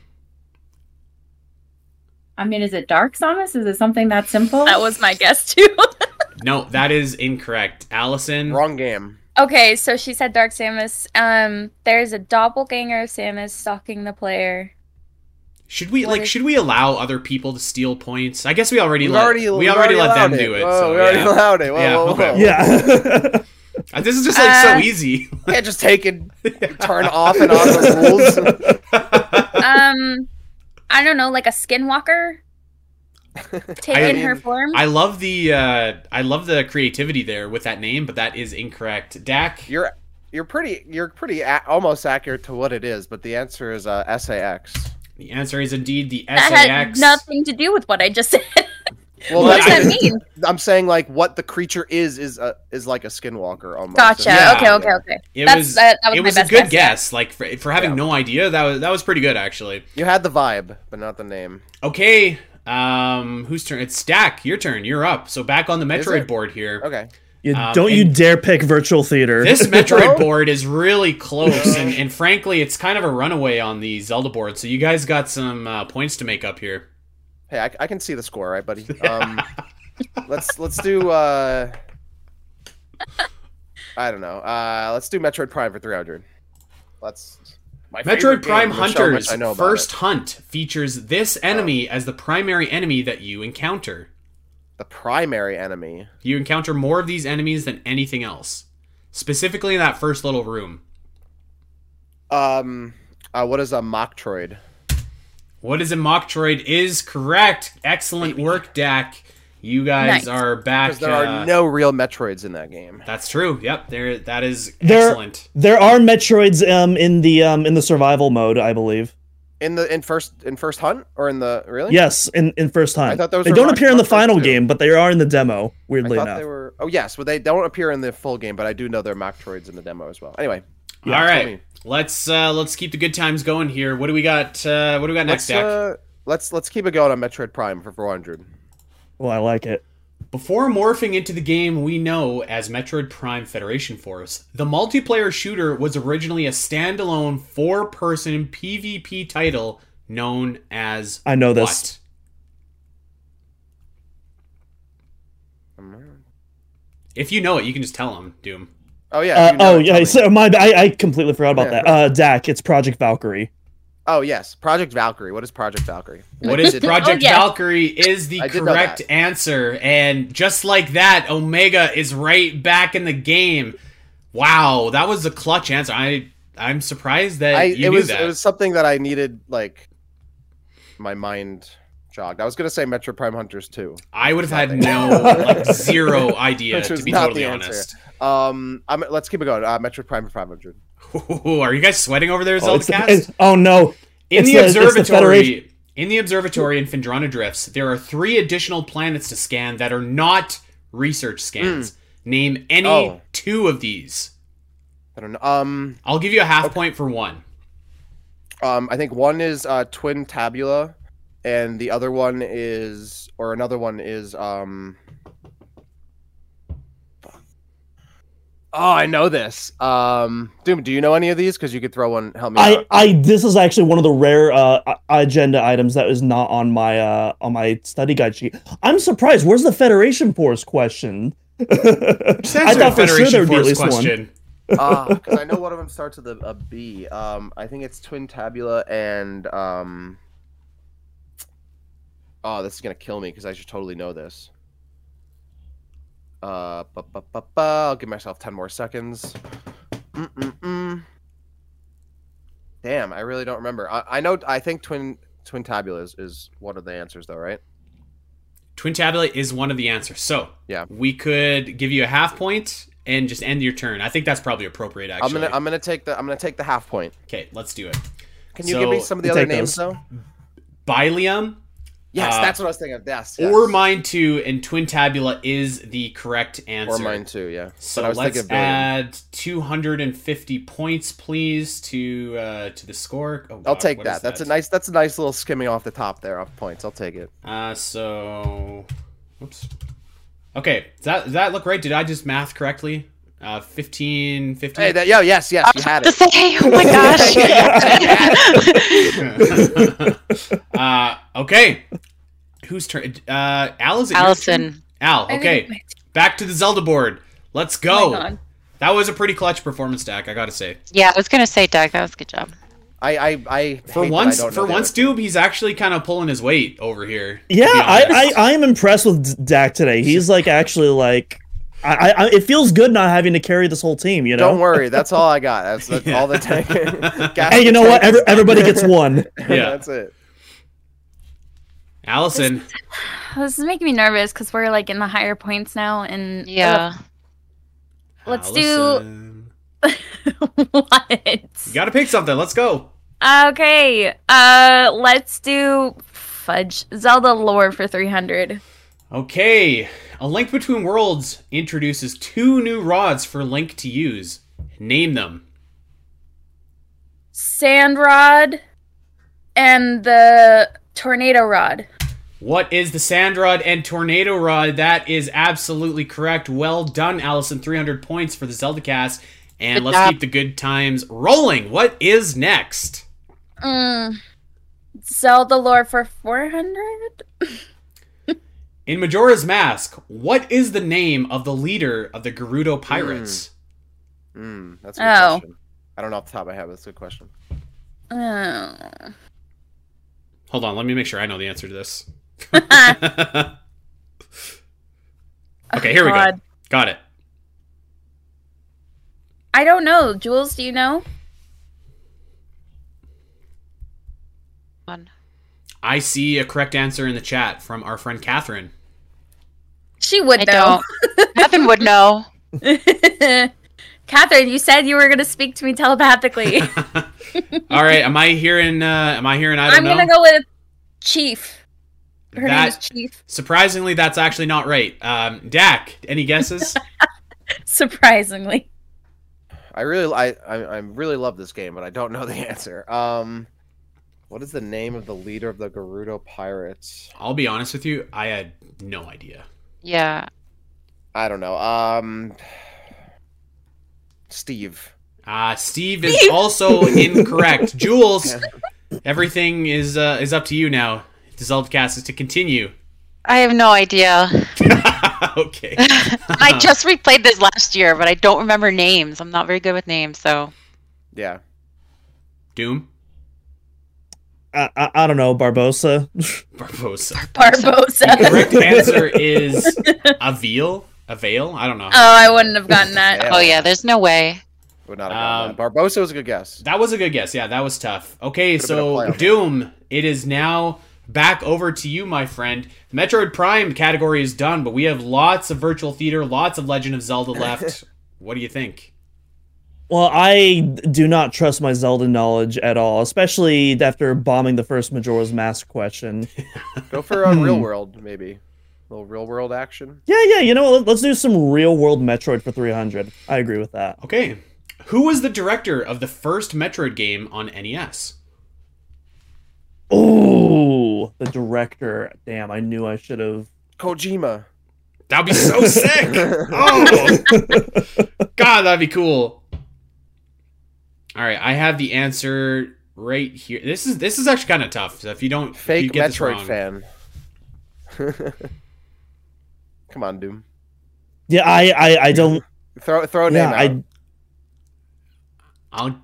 Speaker 3: I mean, is it Dark Samus? Is it something that simple?
Speaker 2: That was my guess too. *laughs*
Speaker 1: No, that is incorrect. Allison.
Speaker 4: Wrong game.
Speaker 2: okay, so she said Dark Samus. Um, there's a doppelganger of Samus stalking the player.
Speaker 1: Should we
Speaker 2: What
Speaker 1: like?
Speaker 2: is-
Speaker 1: Should we allow other people to steal points? I guess we already
Speaker 4: We've
Speaker 1: let we already, let
Speaker 4: allowed
Speaker 1: them do it.
Speaker 4: Whoa,
Speaker 1: so,
Speaker 4: we already
Speaker 1: yeah.
Speaker 4: *laughs* allowed it. Whoa,
Speaker 1: Yeah,
Speaker 4: whoa,
Speaker 1: okay.
Speaker 4: whoa.
Speaker 5: Yeah.
Speaker 1: Uh, This is just like so
Speaker 2: Uh,
Speaker 1: easy.
Speaker 4: Yeah, just take
Speaker 1: *laughs*
Speaker 4: it. Turn off and on the rules.
Speaker 2: Um, I don't know, like a skinwalker. Taking
Speaker 1: I
Speaker 2: her
Speaker 4: mean,
Speaker 2: form.
Speaker 1: I love the uh, I love the creativity there with that name, but that is incorrect. Dak.
Speaker 4: You're you're pretty you're pretty a- almost accurate to what it is, but the answer is uh, SAX.
Speaker 1: The answer is indeed the
Speaker 2: that had
Speaker 1: SAX.
Speaker 2: nothing to do with what I just said.
Speaker 4: Well,
Speaker 2: what does
Speaker 1: Well,
Speaker 4: that's
Speaker 2: that mean?
Speaker 4: *laughs* I'm saying like what the creature is is a, is like a skinwalker almost.
Speaker 2: Gotcha.
Speaker 1: Yeah.
Speaker 2: Okay, okay, okay.
Speaker 1: It
Speaker 2: That's- uh,
Speaker 1: was
Speaker 2: that- that was
Speaker 1: it
Speaker 2: my
Speaker 1: was a
Speaker 2: best
Speaker 1: good
Speaker 2: guess.
Speaker 1: guess. Like for, for having
Speaker 4: Yeah.
Speaker 1: no idea, that was that was pretty good actually.
Speaker 4: You had the vibe, but not the name.
Speaker 1: Okay, um, whose turn? It's Stack. Your turn. You're up. So back on the
Speaker 4: Is
Speaker 1: Metroid
Speaker 4: it?
Speaker 1: board here.
Speaker 4: Okay.
Speaker 5: *laughs* You,
Speaker 1: Um,
Speaker 5: don't you
Speaker 1: and-
Speaker 5: dare pick virtual theater.
Speaker 4: *laughs*
Speaker 1: This Metroid
Speaker 4: No.
Speaker 1: board is really close,
Speaker 4: *laughs*
Speaker 1: and, and frankly, it's kind of a runaway on the Zelda board. So you guys got some uh, points to make up here.
Speaker 4: Hey, I, I can see the score,
Speaker 1: *laughs*
Speaker 4: right, buddy? Um, let's let's do. Uh, I don't know. Uh, let's do Metroid Prime for 300. Let's. My favorite
Speaker 1: Metroid Prime
Speaker 4: game, that's how much
Speaker 1: Hunters
Speaker 4: I know about
Speaker 1: First
Speaker 4: it.
Speaker 1: Hunt features this enemy as the primary enemy that you encounter.
Speaker 4: The primary enemy.
Speaker 1: You encounter more of these enemies than anything else, specifically in that first little room.
Speaker 4: Um, uh, what is a Mocktroid?
Speaker 1: What is a Mocktroid is correct. Excellent work, Dak. You guys
Speaker 2: Nice.
Speaker 1: are back.
Speaker 4: Because there
Speaker 1: uh,
Speaker 4: are no real Metroids in that game.
Speaker 1: that's true. Yep, there. That is
Speaker 5: There-
Speaker 1: excellent.
Speaker 5: there are Metroids um in the um in the survival mode, I believe.
Speaker 4: In the in first in first hunt or in the really?
Speaker 5: Yes, in, in first time.
Speaker 4: I thought those
Speaker 5: they
Speaker 4: were
Speaker 5: don't
Speaker 4: Mario
Speaker 5: appear in the
Speaker 4: Kart
Speaker 5: final
Speaker 4: too.
Speaker 5: game, but they are in the demo.
Speaker 4: I
Speaker 5: Weirdly
Speaker 4: thought
Speaker 5: enough.
Speaker 4: they were. Oh yes, well they don't appear in the full game, but I do know they're Mocktroids in the demo as well. Anyway,
Speaker 5: Yeah,
Speaker 1: All
Speaker 4: tell me.
Speaker 1: right, let's uh, let's keep the good times going here. What do we got? Uh, what do we got next,
Speaker 4: let's
Speaker 1: Dak?
Speaker 4: uh, let's let's keep it going on Metroid Prime for 400.
Speaker 5: Well, I like it.
Speaker 1: Before morphing into the game we know as Metroid Prime Federation Force, the multiplayer shooter was originally a standalone four-person PvP title known as
Speaker 5: I know this.
Speaker 1: what? If you know it, you can just tell them.
Speaker 4: *laughs*
Speaker 1: Doom.
Speaker 4: Oh yeah.
Speaker 5: Uh,
Speaker 4: you know
Speaker 5: oh
Speaker 4: it, tell
Speaker 5: yeah,
Speaker 4: me.
Speaker 5: so my I, I completely forgot about
Speaker 4: Yeah.
Speaker 5: that. Uh, Dak, it's Project Valkyrie.
Speaker 4: Oh yes, Project Valkyrie. What is Project Valkyrie?
Speaker 1: What
Speaker 4: I
Speaker 1: is
Speaker 4: did-
Speaker 1: Project
Speaker 2: Oh, yes.
Speaker 1: Valkyrie is the
Speaker 4: I did know
Speaker 1: correct answer, and just like that, Omega is right back in the game. Wow, that was a clutch answer. I I'm surprised that
Speaker 4: *laughs* I,
Speaker 1: you
Speaker 4: it
Speaker 1: knew
Speaker 4: was
Speaker 1: that.
Speaker 4: it was something that I needed like my mind jogged. I was gonna say Metro Prime Hunters 2.
Speaker 1: I would have had no, like,
Speaker 4: *laughs*
Speaker 1: zero idea,
Speaker 4: Which
Speaker 1: to
Speaker 4: was
Speaker 1: be
Speaker 4: not
Speaker 1: totally
Speaker 4: the answer.
Speaker 1: honest.
Speaker 4: Um, I'm, let's keep it going. Uh, Metro Prime 500.
Speaker 1: Ooh, are you guys sweating over there,
Speaker 5: Oh,
Speaker 1: Zelda
Speaker 5: it's the-
Speaker 1: Cast?
Speaker 5: it's- oh, no.
Speaker 1: In
Speaker 5: It's
Speaker 1: the
Speaker 5: the- it's the Federation-
Speaker 1: observatory, in the observatory in Fendrana Drifts, there are three additional planets to scan that are not research
Speaker 5: Hmm.
Speaker 1: scans. Name any
Speaker 4: Oh.
Speaker 1: two of these.
Speaker 4: I don't know. Um,
Speaker 1: I'll give you a half point for one.
Speaker 4: um, I think one is uh, Twin Tabula, and the other one is, or another one is, um. Oh, I know this. Um, Doom, do you know any of these? Because you could throw one. Help me.
Speaker 5: I,
Speaker 4: out.
Speaker 5: I this is actually one of the rare uh, a- agenda items that is not on my uh, on my study guide sheet. I'm surprised. Where's the Federation Force question? *laughs* I
Speaker 1: Answer the
Speaker 5: thought for sure
Speaker 1: Federation
Speaker 5: there would be at
Speaker 1: Force
Speaker 5: least one.
Speaker 1: question.
Speaker 4: *laughs* because I know one of them starts with a, a B. Um, I think it's Twin Tabula and um. Oh, this is gonna kill me because I should totally know this. Uh, bu- bu- bu- bu- I'll give myself ten more seconds. Mm-mm-mm. Damn, I really don't remember. I, I know. I think Twin Twin Tabula is, is one of the answers, though, right?
Speaker 1: Twin Tabula is one of the answers. So
Speaker 4: Yeah.
Speaker 1: we could give you a half point and just end your turn. I think that's probably appropriate. Actually,
Speaker 4: I'm gonna I'm gonna take the I'm gonna take the half point.
Speaker 1: okay, let's do it.
Speaker 4: Can you give me
Speaker 1: So,
Speaker 4: some of the
Speaker 5: we'll
Speaker 4: other
Speaker 5: take
Speaker 4: names
Speaker 5: those.
Speaker 4: though?
Speaker 1: Bilium
Speaker 4: Yes,
Speaker 1: Uh,
Speaker 4: that's what I was thinking of. Yes,
Speaker 1: or
Speaker 4: yes.
Speaker 1: Mine Two, and Twin Tabula is the correct answer.
Speaker 4: Or mine too, yeah.
Speaker 1: So
Speaker 4: but I was
Speaker 1: let's
Speaker 4: thinking Billion.
Speaker 1: add 250 points, please, to uh, to the score. Oh,
Speaker 4: I'll
Speaker 1: God,
Speaker 4: take
Speaker 1: what is
Speaker 4: that. That's a nice. That's a nice little skimming off the top there, off points. I'll take it.
Speaker 1: Uh, so, oops. Okay, does that does that look right? Did I just math correctly? Uh, 15, 15.
Speaker 4: Hey, that, yo, yes, yes, you had
Speaker 6: To
Speaker 4: it.
Speaker 6: say, oh my gosh.
Speaker 1: *laughs* uh, okay. Who's turn? Uh, Al is it your turn?
Speaker 6: Allison.
Speaker 1: Al.
Speaker 2: I
Speaker 1: Okay,
Speaker 2: think-
Speaker 1: back to the Zelda board. Let's
Speaker 2: Oh
Speaker 1: go.
Speaker 2: my God.
Speaker 1: that was a pretty clutch performance stack, I gotta say.
Speaker 6: Yeah, I was gonna say Doug. That was a good job.
Speaker 4: I, I, I.
Speaker 1: For
Speaker 4: hate that
Speaker 1: once,
Speaker 4: I don't
Speaker 1: for
Speaker 4: know the
Speaker 1: once,
Speaker 4: other-
Speaker 1: Doob, he's actually kind of pulling his weight over here. to
Speaker 5: *laughs*
Speaker 1: *laughs*
Speaker 5: Yeah,
Speaker 1: be
Speaker 5: I,
Speaker 1: honest.
Speaker 5: I I'm impressed with Dak today. He's like actually like I, I I- it feels good not having to carry this whole team. You know.
Speaker 4: Don't worry, that's all I got. That's, that's all the tank. Gas
Speaker 5: Hey, you
Speaker 4: the
Speaker 5: know what?
Speaker 4: tank.
Speaker 5: Every, everybody
Speaker 4: *laughs*
Speaker 5: gets one.
Speaker 1: Yeah.
Speaker 4: that's it.
Speaker 1: Allison,
Speaker 2: *laughs* This is making me nervous because we're like in the higher points now, and uh,
Speaker 6: Yeah.
Speaker 2: Let's do-
Speaker 1: Allison.
Speaker 2: *laughs* what?
Speaker 1: You gotta pick something. Let's go.
Speaker 2: Okay, uh, let's do fudge Zelda lore for three hundred.
Speaker 1: Okay, A Link Between Worlds introduces two new rods for Link to use. Name them.
Speaker 2: Sand rod and the tornado rod.
Speaker 1: What is the sand rod and tornado rod? That is absolutely correct. Well done, Allison. 300 points for the Zelda cast. And
Speaker 6: Good
Speaker 1: let's
Speaker 6: job.
Speaker 1: keep the good times rolling. What is next?
Speaker 2: Mm. Zelda lore for four hundred.
Speaker 1: In Majora's Mask, what is the name of the leader of the
Speaker 2: Hmm.
Speaker 1: Gerudo Pirates?
Speaker 4: Mm, that's a good
Speaker 2: Oh.
Speaker 4: question. I don't know off the top of my head. but That's a good question.
Speaker 2: Oh.
Speaker 1: Hold on, let me make sure I know the answer to
Speaker 2: *laughs*
Speaker 1: this. okay, here we go.
Speaker 2: God.
Speaker 1: Got it.
Speaker 2: I don't know. Jules, do you know?
Speaker 6: One.
Speaker 1: I see a correct answer in the chat from our friend Catherine. *laughs*
Speaker 2: She would
Speaker 6: I
Speaker 2: though.
Speaker 3: *laughs*
Speaker 6: don't. Nothing would know.
Speaker 2: *laughs* Catherine, you said you were gonna speak to me
Speaker 6: *laughs*
Speaker 2: telepathically.
Speaker 1: All right, am I hearing? Uh, am I hearing? I don't
Speaker 2: I'm
Speaker 1: know.
Speaker 2: gonna go with Chief. Her name is
Speaker 1: that
Speaker 2: Chief.
Speaker 1: surprisingly, that's actually not right. Um, Dak, any
Speaker 2: *laughs*
Speaker 1: guesses?
Speaker 6: *laughs*
Speaker 2: Surprisingly.
Speaker 4: I really, I, I, I really love this game, but I don't know the *laughs* answer. Um, what is the name of the leader of the Gerudo Pirates?
Speaker 1: I'll be honest with you, I had no idea.
Speaker 6: Yeah.
Speaker 4: I don't know. Um, Steve.
Speaker 1: Uh, Steve is *laughs* also incorrect. Jules, everything is uh, is up to you now. Dissolved cast is to continue. *laughs*
Speaker 6: I have no idea. *laughs*
Speaker 1: okay.
Speaker 6: I just replayed this last year, but I don't remember names. I'm not very good with names, so
Speaker 4: Yeah.
Speaker 1: Doom.
Speaker 5: I, I, I don't know, Barbosa.
Speaker 1: Barbosa.
Speaker 2: Barbosa.
Speaker 1: Correct answer *laughs* is a veal. A veil? I don't know.
Speaker 2: *laughs* Oh, I wouldn't have gotten
Speaker 6: *laughs*
Speaker 2: that.
Speaker 4: Yeah,
Speaker 6: Oh yeah, there's no way.
Speaker 4: Would not have gotten
Speaker 1: Um,
Speaker 4: that. Barbosa was a good guess.
Speaker 1: That was a good guess. Yeah, that was tough. Okay,
Speaker 4: Could've been a
Speaker 1: so
Speaker 4: playoff.
Speaker 1: Doom, it is now back over to you, my friend. The Metroid Prime category is done, but we have lots of virtual theater, lots of Legend of Zelda *laughs* left. what do you think?
Speaker 5: Well, I do not trust my Zelda knowledge at all, especially after bombing the first Majora's
Speaker 1: *laughs*
Speaker 5: Mask question.
Speaker 4: Go for
Speaker 5: *laughs*
Speaker 4: a real world, maybe. A little real world action.
Speaker 5: Yeah, yeah, you know what? let- Let's do some real world Metroid for 300. I agree with that.
Speaker 1: Okay. Who was the director of the first Metroid game on E NES?
Speaker 5: Ooh, the director. Damn, I knew I should have. *laughs*
Speaker 4: Kojima.
Speaker 1: That'd be so sick.
Speaker 4: *laughs*
Speaker 1: Oh, God, that'd be cool. All right, I have the answer right here. This is this is actually kind of tough. So if you don't if you
Speaker 4: Fake
Speaker 1: get this
Speaker 4: Metroid
Speaker 1: wrong-
Speaker 4: fan. *laughs* Come on, Doom.
Speaker 5: Yeah, I, I, I don't.
Speaker 4: Throw throw a
Speaker 5: yeah,
Speaker 4: name out.
Speaker 5: I,
Speaker 1: I'll.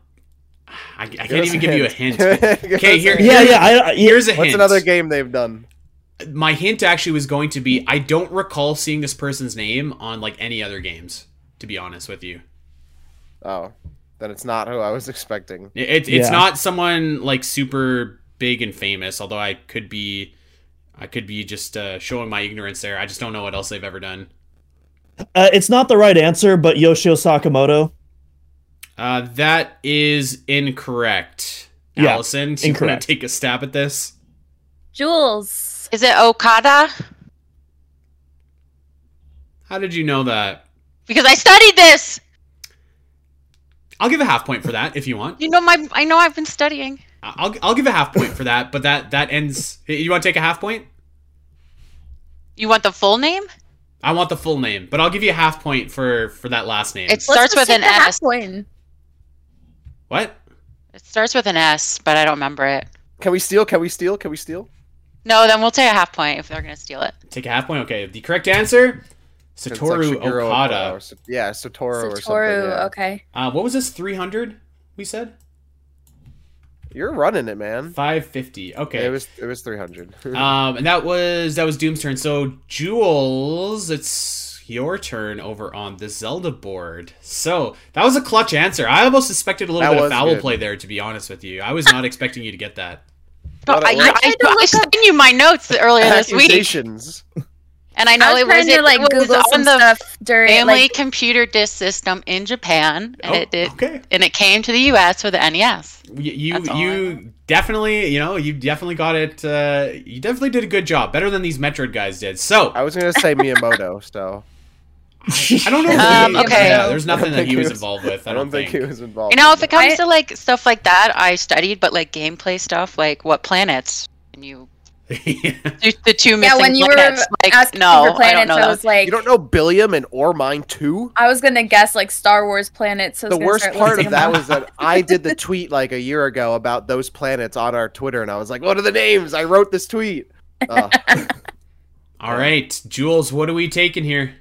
Speaker 1: I, I can't
Speaker 4: us
Speaker 1: even
Speaker 4: a
Speaker 1: give
Speaker 4: *laughs*
Speaker 1: you a hint.
Speaker 4: hint. Give us
Speaker 1: okay,
Speaker 4: a
Speaker 1: here,
Speaker 4: hint.
Speaker 5: yeah, yeah, I, I- yeah.
Speaker 1: Here's a
Speaker 4: What's
Speaker 1: hint.
Speaker 4: another game they've done?
Speaker 1: My hint actually was going to be I don't recall seeing this person's name on like any other games. To be honest with you,
Speaker 4: Oh, then it's not who I was expecting.
Speaker 1: It, it- it's
Speaker 5: Yeah.
Speaker 1: not someone like super big and famous. Although I could be, I could be just uh, showing my ignorance there. I just don't know what else they've ever done.
Speaker 5: Uh, it's not the right answer, but Yoshio Sakamoto.
Speaker 1: Uh, that is incorrect.
Speaker 5: Yeah,
Speaker 1: Allison, do you want
Speaker 5: incorrect.
Speaker 1: to take a stab at this?
Speaker 2: Jules.
Speaker 6: Is it Okada?
Speaker 1: How did you know that?
Speaker 6: Because I studied this.
Speaker 1: I'll give a half point for that if you want.
Speaker 6: You know my. I know I've been studying.
Speaker 1: I- I'll I'll give a half point for that, but that that ends. You want to take a half point?
Speaker 6: You want the full name?
Speaker 1: I want the full name, but I'll give you a half point for for that last name.
Speaker 6: It's-
Speaker 2: Let's
Speaker 6: Starts
Speaker 2: just
Speaker 6: with
Speaker 2: take
Speaker 6: an
Speaker 2: the half
Speaker 6: S.
Speaker 2: coin.
Speaker 1: what?
Speaker 6: It starts with an S, but I don't remember it.
Speaker 4: Can we steal? Can we steal? Can we steal?
Speaker 6: No, then we'll take a half point if they're gonna steal it.
Speaker 1: Take a half point. Okay, the correct answer,
Speaker 4: 'Cause it's
Speaker 1: Satoru
Speaker 4: like Shigeru
Speaker 1: Okada.
Speaker 4: Or, Sa- yeah, Satoru, or
Speaker 2: Satoru.
Speaker 4: something. Yeah.
Speaker 2: Okay.
Speaker 1: Uh, what was this? Three hundred? We said
Speaker 4: You're running it, man.
Speaker 1: five fifty. Okay.
Speaker 4: Mm-hmm. It Uh, was it was *laughs* 300.
Speaker 1: um, and that was that was Doom's turn. So Jules, it's your turn over on the Zelda board. So that was a clutch answer. I almost suspected a little
Speaker 4: That
Speaker 1: bit of
Speaker 4: was
Speaker 1: foul
Speaker 4: good.
Speaker 1: play there. To be honest with you, I was not expecting you to get that.
Speaker 4: Well,
Speaker 6: But I,
Speaker 4: that
Speaker 6: I,
Speaker 4: works.
Speaker 6: I, I sent you my notes earlier this week,
Speaker 4: Accusations.
Speaker 6: and I know
Speaker 2: I was
Speaker 6: it
Speaker 2: trying
Speaker 6: was,
Speaker 2: to like
Speaker 6: it was
Speaker 2: Google
Speaker 6: on
Speaker 2: some
Speaker 6: the
Speaker 2: stuff during
Speaker 6: family
Speaker 2: like
Speaker 6: computer disk system in Japan, *laughs* and
Speaker 1: Oh,
Speaker 6: it did,
Speaker 1: okay.
Speaker 6: and it came to the U.S. with the NES.
Speaker 1: You you,
Speaker 6: That's all I
Speaker 1: you definitely you know you definitely got it. Uh, you definitely did a good job, better than these Metroid guys did. So
Speaker 4: I was gonna say *laughs* Miyamoto, so
Speaker 1: I don't know. if
Speaker 6: Um,
Speaker 1: he-
Speaker 6: okay.
Speaker 1: Yeah, there's nothing that
Speaker 4: I don't think
Speaker 1: he
Speaker 4: he
Speaker 1: was
Speaker 4: was-
Speaker 1: involved with.
Speaker 4: I don't think he was involved.
Speaker 6: You know, if
Speaker 4: in
Speaker 6: it comes
Speaker 2: I-
Speaker 6: to like stuff like that, I studied, but like gameplay stuff, like what planets and you
Speaker 1: *laughs*
Speaker 6: do the two missing
Speaker 2: yeah when you
Speaker 6: planets,
Speaker 2: were
Speaker 6: like
Speaker 2: asking
Speaker 6: no,
Speaker 2: for planets,
Speaker 6: I don't know.
Speaker 2: was
Speaker 6: those.
Speaker 4: that.
Speaker 2: like,
Speaker 4: you don't know Billiam and Or Mine Two.
Speaker 2: I was gonna guess like Star Wars planets. So I was
Speaker 4: The
Speaker 2: gonna
Speaker 4: worst
Speaker 2: start
Speaker 4: part
Speaker 2: listing
Speaker 4: of
Speaker 2: them
Speaker 4: that
Speaker 2: off.
Speaker 4: was that I did
Speaker 6: *laughs*
Speaker 4: the tweet like a year ago about those planets on our Twitter, and I was like, "What are the names?" I wrote this
Speaker 6: *laughs*
Speaker 4: tweet. Uh,
Speaker 1: All right, Jules, what are we taking here?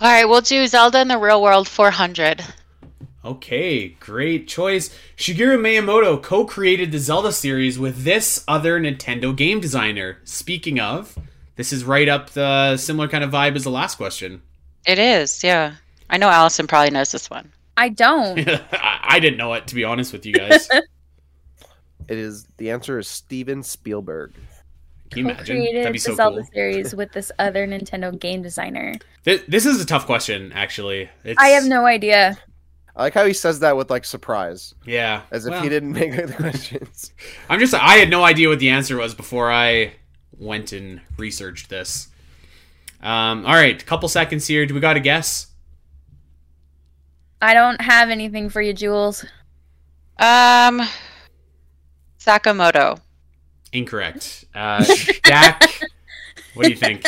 Speaker 6: All right, we'll do Zelda in the real world 400.
Speaker 1: Okay, great choice. Shigeru Miyamoto co created the Zelda series with this other Nintendo game designer. Speaking of, this is right up the similar kind of vibe as the last question. *laughs*
Speaker 6: It is, yeah. I know Allison probably knows this one.
Speaker 2: I don't.
Speaker 1: I I didn't know it, to be honest with you
Speaker 2: *laughs*
Speaker 1: guys. Can
Speaker 4: it is the answer is Steven Spielberg.
Speaker 1: you imagine?
Speaker 2: Co-created
Speaker 1: That'd
Speaker 2: the
Speaker 1: be so
Speaker 2: Zelda
Speaker 1: cool.
Speaker 2: series with this other Nintendo game designer.
Speaker 1: This, this is a tough question, actually. It's,
Speaker 2: I have no idea.
Speaker 4: I like how he says that with like surprise,
Speaker 1: Yeah.
Speaker 4: as if
Speaker 1: well,
Speaker 4: he didn't make the *laughs* questions.
Speaker 1: I'm just I had no idea what the answer was before I went and researched this. Um, all right, couple seconds here. Do we got a guess?
Speaker 2: I don't have anything for you, Jules.
Speaker 6: Um, Sakamoto.
Speaker 1: Incorrect. Uh, Dak, what do you think?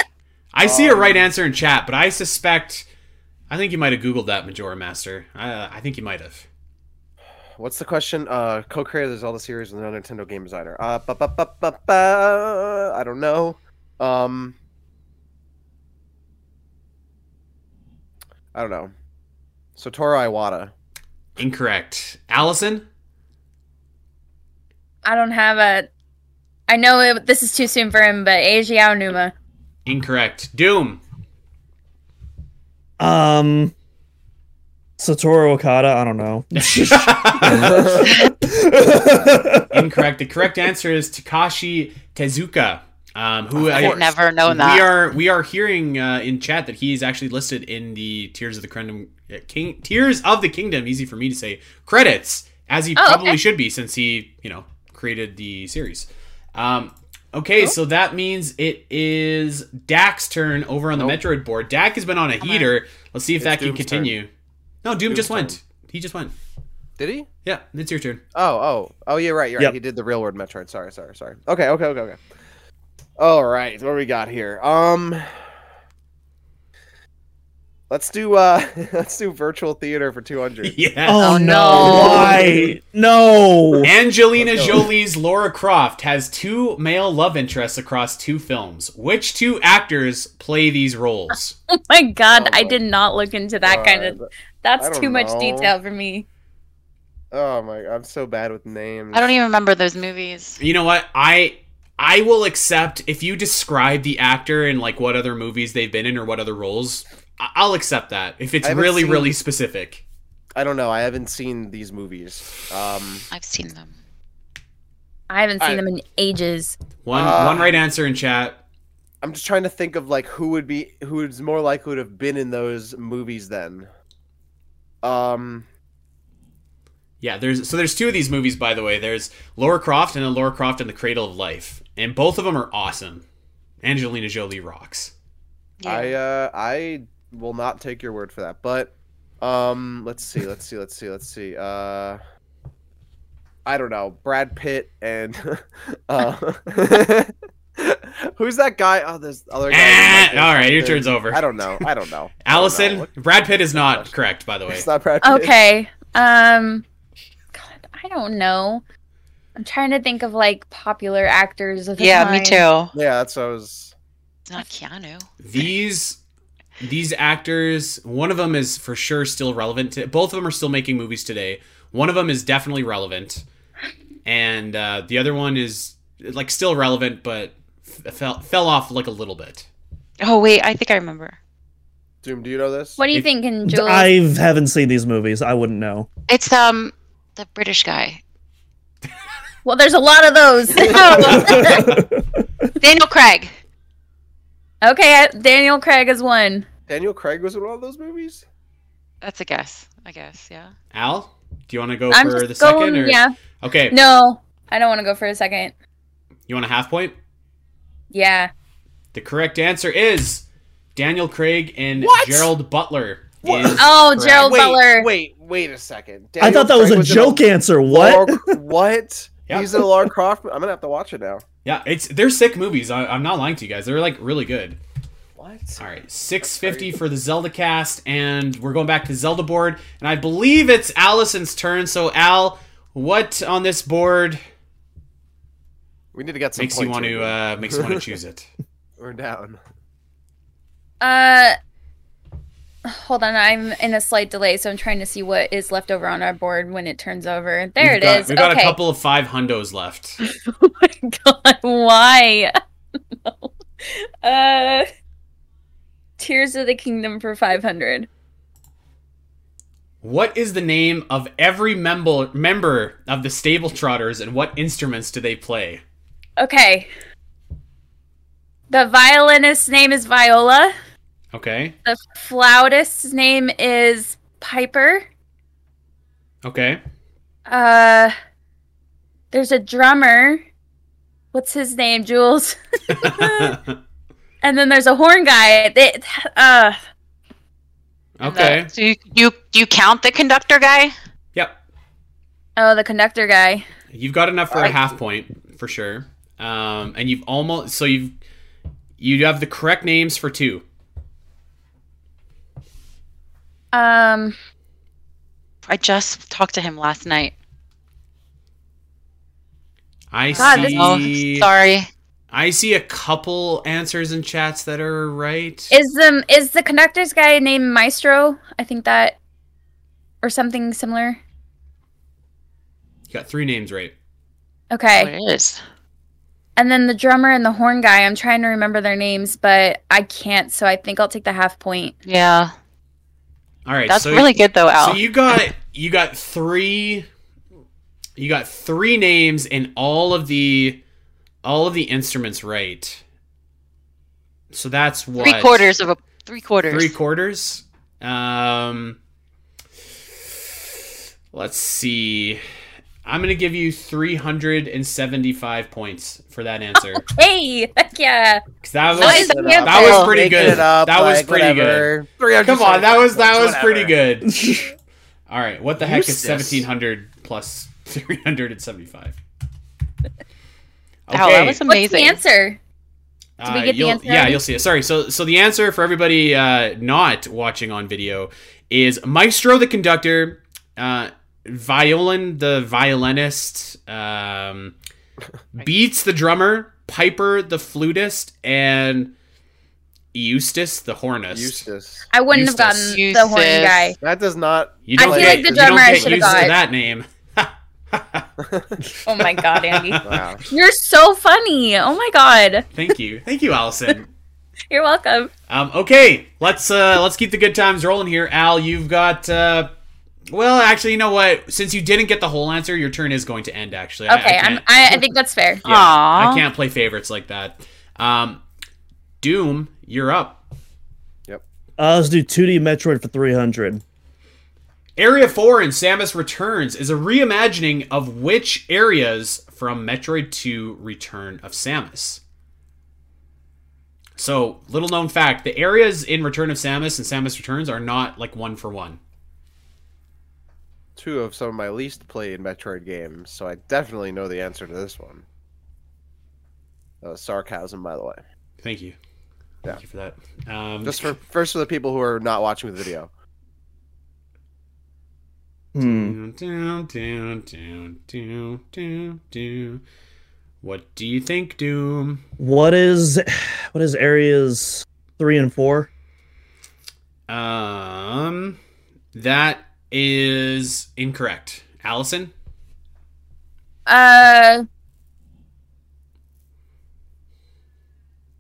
Speaker 1: I see a right answer in chat, but I suspect I think you might have googled that Majora Master. I, I think you might have.
Speaker 4: What's the question? Uh, co-creator of the Zelda series with another Nintendo game designer. Uh, ba ba ba ba ba. I don't know. Um, I don't know. Satoru Iwata.
Speaker 1: Incorrect. Allison.
Speaker 2: I don't have a. I know it, this is too soon for him, but Eiji Aonuma. *laughs*
Speaker 1: Incorrect. Doom.
Speaker 5: Um, Satoru Okada. I don't *laughs* know. Oh,
Speaker 1: Incorrect. The correct answer is Takashi Tezuka. Um, who
Speaker 6: I
Speaker 1: I,
Speaker 6: have never
Speaker 2: Oh,
Speaker 6: known that.
Speaker 1: we are we are hearing uh, in chat that he is actually listed in the Tears of the Kingdom, uh, King, Tears of the Kingdom. Easy for me to say credits, as he
Speaker 2: Oh,
Speaker 1: probably
Speaker 2: okay.
Speaker 1: should be since he you know created the series. Um, okay, so that means it is Dak's turn over on the
Speaker 4: Nope.
Speaker 1: Metroid board. Dak has been on a heater. Let's see if
Speaker 4: It's
Speaker 1: that can
Speaker 4: Doom's turn.
Speaker 1: continue. No, Doom
Speaker 4: Doom's
Speaker 1: just
Speaker 4: turn.
Speaker 1: went. He just went.
Speaker 4: Did he?
Speaker 1: Yeah, it's your turn.
Speaker 4: Oh, oh, oh, yeah, right, you're
Speaker 5: Yep.
Speaker 4: right. He did the real world Metroid. Sorry, sorry, sorry. Okay, okay, okay, okay. All right, what do we got here? Um, let's do uh, *laughs* let's do virtual theater for two hundred.
Speaker 1: *laughs* Yeah.
Speaker 5: Oh,
Speaker 6: Oh,
Speaker 5: no!
Speaker 6: no.
Speaker 5: Why? No!
Speaker 1: Angelina
Speaker 4: Let's go.
Speaker 1: Jolie's Laura Croft has two male love interests across two films. Which two actors play these roles?
Speaker 2: Oh my god,
Speaker 4: Oh
Speaker 2: I
Speaker 4: my
Speaker 2: did not look into *laughs* that kind of.
Speaker 4: I
Speaker 2: That's
Speaker 4: don't
Speaker 2: too much
Speaker 4: know.
Speaker 2: detail for me.
Speaker 4: Oh my, I'm so bad with names.
Speaker 6: I don't even remember those movies.
Speaker 1: You know what? I I will accept if you describe the actor and like what other movies they've been in or what other roles. I- I'll accept that if it's
Speaker 4: I haven't
Speaker 1: really
Speaker 4: seen-
Speaker 1: really specific.
Speaker 4: I don't know. I haven't seen these movies. Um,
Speaker 6: I've seen them.
Speaker 2: I haven't seen
Speaker 4: I-
Speaker 2: them in ages.
Speaker 1: One
Speaker 4: Uh,
Speaker 1: one right answer in chat.
Speaker 4: I'm just trying to think of like who would be who's more likely to have been in those movies then. Um,
Speaker 1: Yeah, there's so there's two of these movies by the way. There's Laura Croft and then Laura Croft and the Cradle of Life, and both of them are awesome. Angelina Jolie rocks.
Speaker 4: I uh I will not take your word for that. But um let's see, let's see, let's see, let's see. Uh I don't know. Brad Pitt and *laughs* uh Who's that guy? Oh, there's other guy.
Speaker 1: Ah,
Speaker 4: Michael
Speaker 1: all right, your
Speaker 4: Keaton.
Speaker 1: turn's over.
Speaker 4: I don't know. I don't know. I don't know.
Speaker 1: Allison,
Speaker 4: What-
Speaker 1: Brad Pitt is not
Speaker 4: question?
Speaker 1: correct, by the way.
Speaker 4: It's not Brad Pitt.
Speaker 2: Okay. Um God, I don't know. I'm trying to think of like popular actors of the
Speaker 6: yeah,
Speaker 2: time.
Speaker 6: me too.
Speaker 4: Yeah, that's what I was
Speaker 6: Not Keanu.
Speaker 1: These these actors, one of them is for sure still relevant. To, both of them are still making movies today. One of them is definitely relevant, and uh, the other one is like still relevant, but f- fell fell off like a little bit.
Speaker 6: Oh wait, I think I remember.
Speaker 4: Doom, do you know this?
Speaker 2: What do you
Speaker 1: If-
Speaker 2: think, in Julie?
Speaker 5: I haven't seen these movies. I
Speaker 4: *laughs*
Speaker 5: wouldn't know.
Speaker 6: It's um the British guy,
Speaker 2: Well, there's a lot
Speaker 1: *laughs*
Speaker 2: of those.
Speaker 6: Daniel Craig.
Speaker 2: *laughs* okay, Daniel Craig is one.
Speaker 4: Daniel Craig was in one of those movies?
Speaker 6: That's a guess. I guess. Yeah.
Speaker 1: Al, do you want to go
Speaker 2: I'm
Speaker 1: for
Speaker 2: just
Speaker 1: the
Speaker 2: going.
Speaker 1: second? Or?
Speaker 2: Yeah.
Speaker 1: Okay,
Speaker 2: No, I don't want to go for a second.
Speaker 1: you want a half point?
Speaker 2: Yeah.
Speaker 1: The correct answer is Daniel Craig and
Speaker 4: What?
Speaker 1: Gerald Butler.
Speaker 4: What?
Speaker 1: is
Speaker 2: Oh,
Speaker 1: correct.
Speaker 2: Gerald
Speaker 4: wait,
Speaker 2: Butler.
Speaker 4: wait, wait a second.
Speaker 5: I thought that
Speaker 4: Daniel
Speaker 5: was a
Speaker 4: Craig in
Speaker 5: joke answer. What?
Speaker 4: Laura- *laughs* what?
Speaker 1: Yeah.
Speaker 4: He's in a Laura Croft. mo- I'm gonna have to watch it now.
Speaker 1: Yeah, it's they're sick movies. I, I'm not lying to you guys. They're like really good.
Speaker 4: What?
Speaker 1: All right, six fifty for the Zelda cast, and we're going back to Zelda board, and I believe it's Allison's turn. So Al, what on this board
Speaker 4: We need to get some.
Speaker 1: makes you
Speaker 4: points
Speaker 1: want
Speaker 4: here.
Speaker 1: to uh, makes you *laughs* want to choose it?
Speaker 4: We're down.
Speaker 2: Uh, hold on. I'm in a slight delay, so I'm trying to see what is left over on our board when it turns over. There
Speaker 1: we've
Speaker 2: it
Speaker 1: got,
Speaker 2: is.
Speaker 1: We've got
Speaker 2: okay.
Speaker 1: a couple of five hundos left.
Speaker 2: oh my *laughs* god, why? *laughs* No. Uh, Tears of the Kingdom for five hundred.
Speaker 1: What is the name of every member member of the Stable Trotters, and what instruments do they play?
Speaker 2: Okay. The violinist's name is Viola.
Speaker 1: Okay,
Speaker 2: The flautist's name is Piper. *laughs*
Speaker 1: okay.
Speaker 2: Uh, there's a drummer. What's his name, Jules? *laughs* And then there's a horn guy. They, uh,
Speaker 6: And
Speaker 1: okay.
Speaker 6: the- so you, you you count the conductor guy?
Speaker 1: Yep.
Speaker 2: oh, the conductor guy.
Speaker 1: You've got enough for a
Speaker 4: Alright.
Speaker 1: half point for sure. Um, and you've almost so you've you have the correct names for two.
Speaker 2: Um,
Speaker 6: I just talked to him last night.
Speaker 1: I
Speaker 2: God, this-
Speaker 1: see.
Speaker 6: Oh, sorry.
Speaker 1: I see a couple answers in chats that are right.
Speaker 2: is the is the conductor's guy named Maestro? I think that, or something similar.
Speaker 1: you got three names right.
Speaker 6: Oh,
Speaker 2: Okay.
Speaker 6: it is.
Speaker 2: And then the drummer and the horn guy. I'm trying to remember their names, but I can't. So I think I'll take the half point.
Speaker 6: Yeah.
Speaker 1: All right,
Speaker 6: That's
Speaker 1: so,
Speaker 6: really good though, Al.
Speaker 1: So you got you got three. You got three names in all of the all of the instruments right. So that's what
Speaker 6: Three quarters of a three quarters.
Speaker 1: Three quarters. Um, let's see. I'm gonna give you 375 points for that
Speaker 6: *laughs*
Speaker 1: answer.
Speaker 2: Hey, heck yeah.
Speaker 1: 'Cause that was
Speaker 6: Nice.
Speaker 4: Making it
Speaker 6: that
Speaker 4: up.
Speaker 6: was
Speaker 1: pretty
Speaker 4: Making
Speaker 1: good.
Speaker 4: it up,
Speaker 1: That was
Speaker 4: like,
Speaker 1: pretty good.
Speaker 4: whatever.
Speaker 1: come on. That was that was pretty
Speaker 4: Whatever.
Speaker 1: good. All right, what the heck
Speaker 4: Useless.
Speaker 1: is 1700 plus 375?
Speaker 6: Wow, that was
Speaker 2: What's the
Speaker 6: amazing.
Speaker 2: answer?
Speaker 1: Did
Speaker 2: we get the
Speaker 1: Uh, you'll,
Speaker 2: answer
Speaker 1: Yeah,
Speaker 2: already?
Speaker 1: you'll see it. Sorry. So, so the answer for everybody uh, not watching on video is Maestro the conductor, uh, violin the violinist, um, beats the drummer, Piper the flutist, and Eustace the hornist.
Speaker 4: Eustace.
Speaker 2: I wouldn't have
Speaker 1: Eustace.
Speaker 2: gotten the horn
Speaker 6: Eustace.
Speaker 2: guy.
Speaker 4: That does not.
Speaker 1: You
Speaker 2: I
Speaker 1: don't
Speaker 4: feel
Speaker 1: get,
Speaker 4: like the
Speaker 1: you don't
Speaker 4: drummer I
Speaker 1: get
Speaker 4: should've
Speaker 1: used
Speaker 2: got.
Speaker 1: to that name.
Speaker 2: Oh my
Speaker 1: *laughs*
Speaker 2: god, Andy.
Speaker 4: Wow.
Speaker 2: You're so funny. Oh my god.
Speaker 1: Thank you, thank you, Allison.
Speaker 2: You're welcome.
Speaker 1: Um, okay, let's uh, let's keep the good times rolling here. Al, you've got. Uh, well, actually, you know what? Since you didn't get the whole answer, your turn is going to end. Actually, I- I
Speaker 2: Okay, I, am
Speaker 1: can't-
Speaker 2: I, I think that's fair.
Speaker 1: yeah,
Speaker 6: Aw.
Speaker 1: I can't play favorites like that. Um, Doom, you're up.
Speaker 5: Uh, let's do 2D Metroid for 300.
Speaker 1: Area 4 in Samus Returns is a reimagining of which areas from Metroid 2 Return of Samus? So, little known fact the areas in Return of Samus and Samus Returns are not like one for one.
Speaker 4: Two of some of my least played Metroid games, so I definitely know the answer to this one. That was sarcasm, by the way.
Speaker 1: Thank you. Thank
Speaker 4: Yeah.
Speaker 1: you for that. Um,
Speaker 4: Just for first for the people who are not watching the video.
Speaker 5: Hmm.
Speaker 1: Dun, dun, dun, dun, dun, dun, dun. What do you think, Doom?
Speaker 5: What is what is areas three
Speaker 4: *laughs*
Speaker 5: and four?
Speaker 1: Um, that is incorrect. Allison?
Speaker 2: Uh,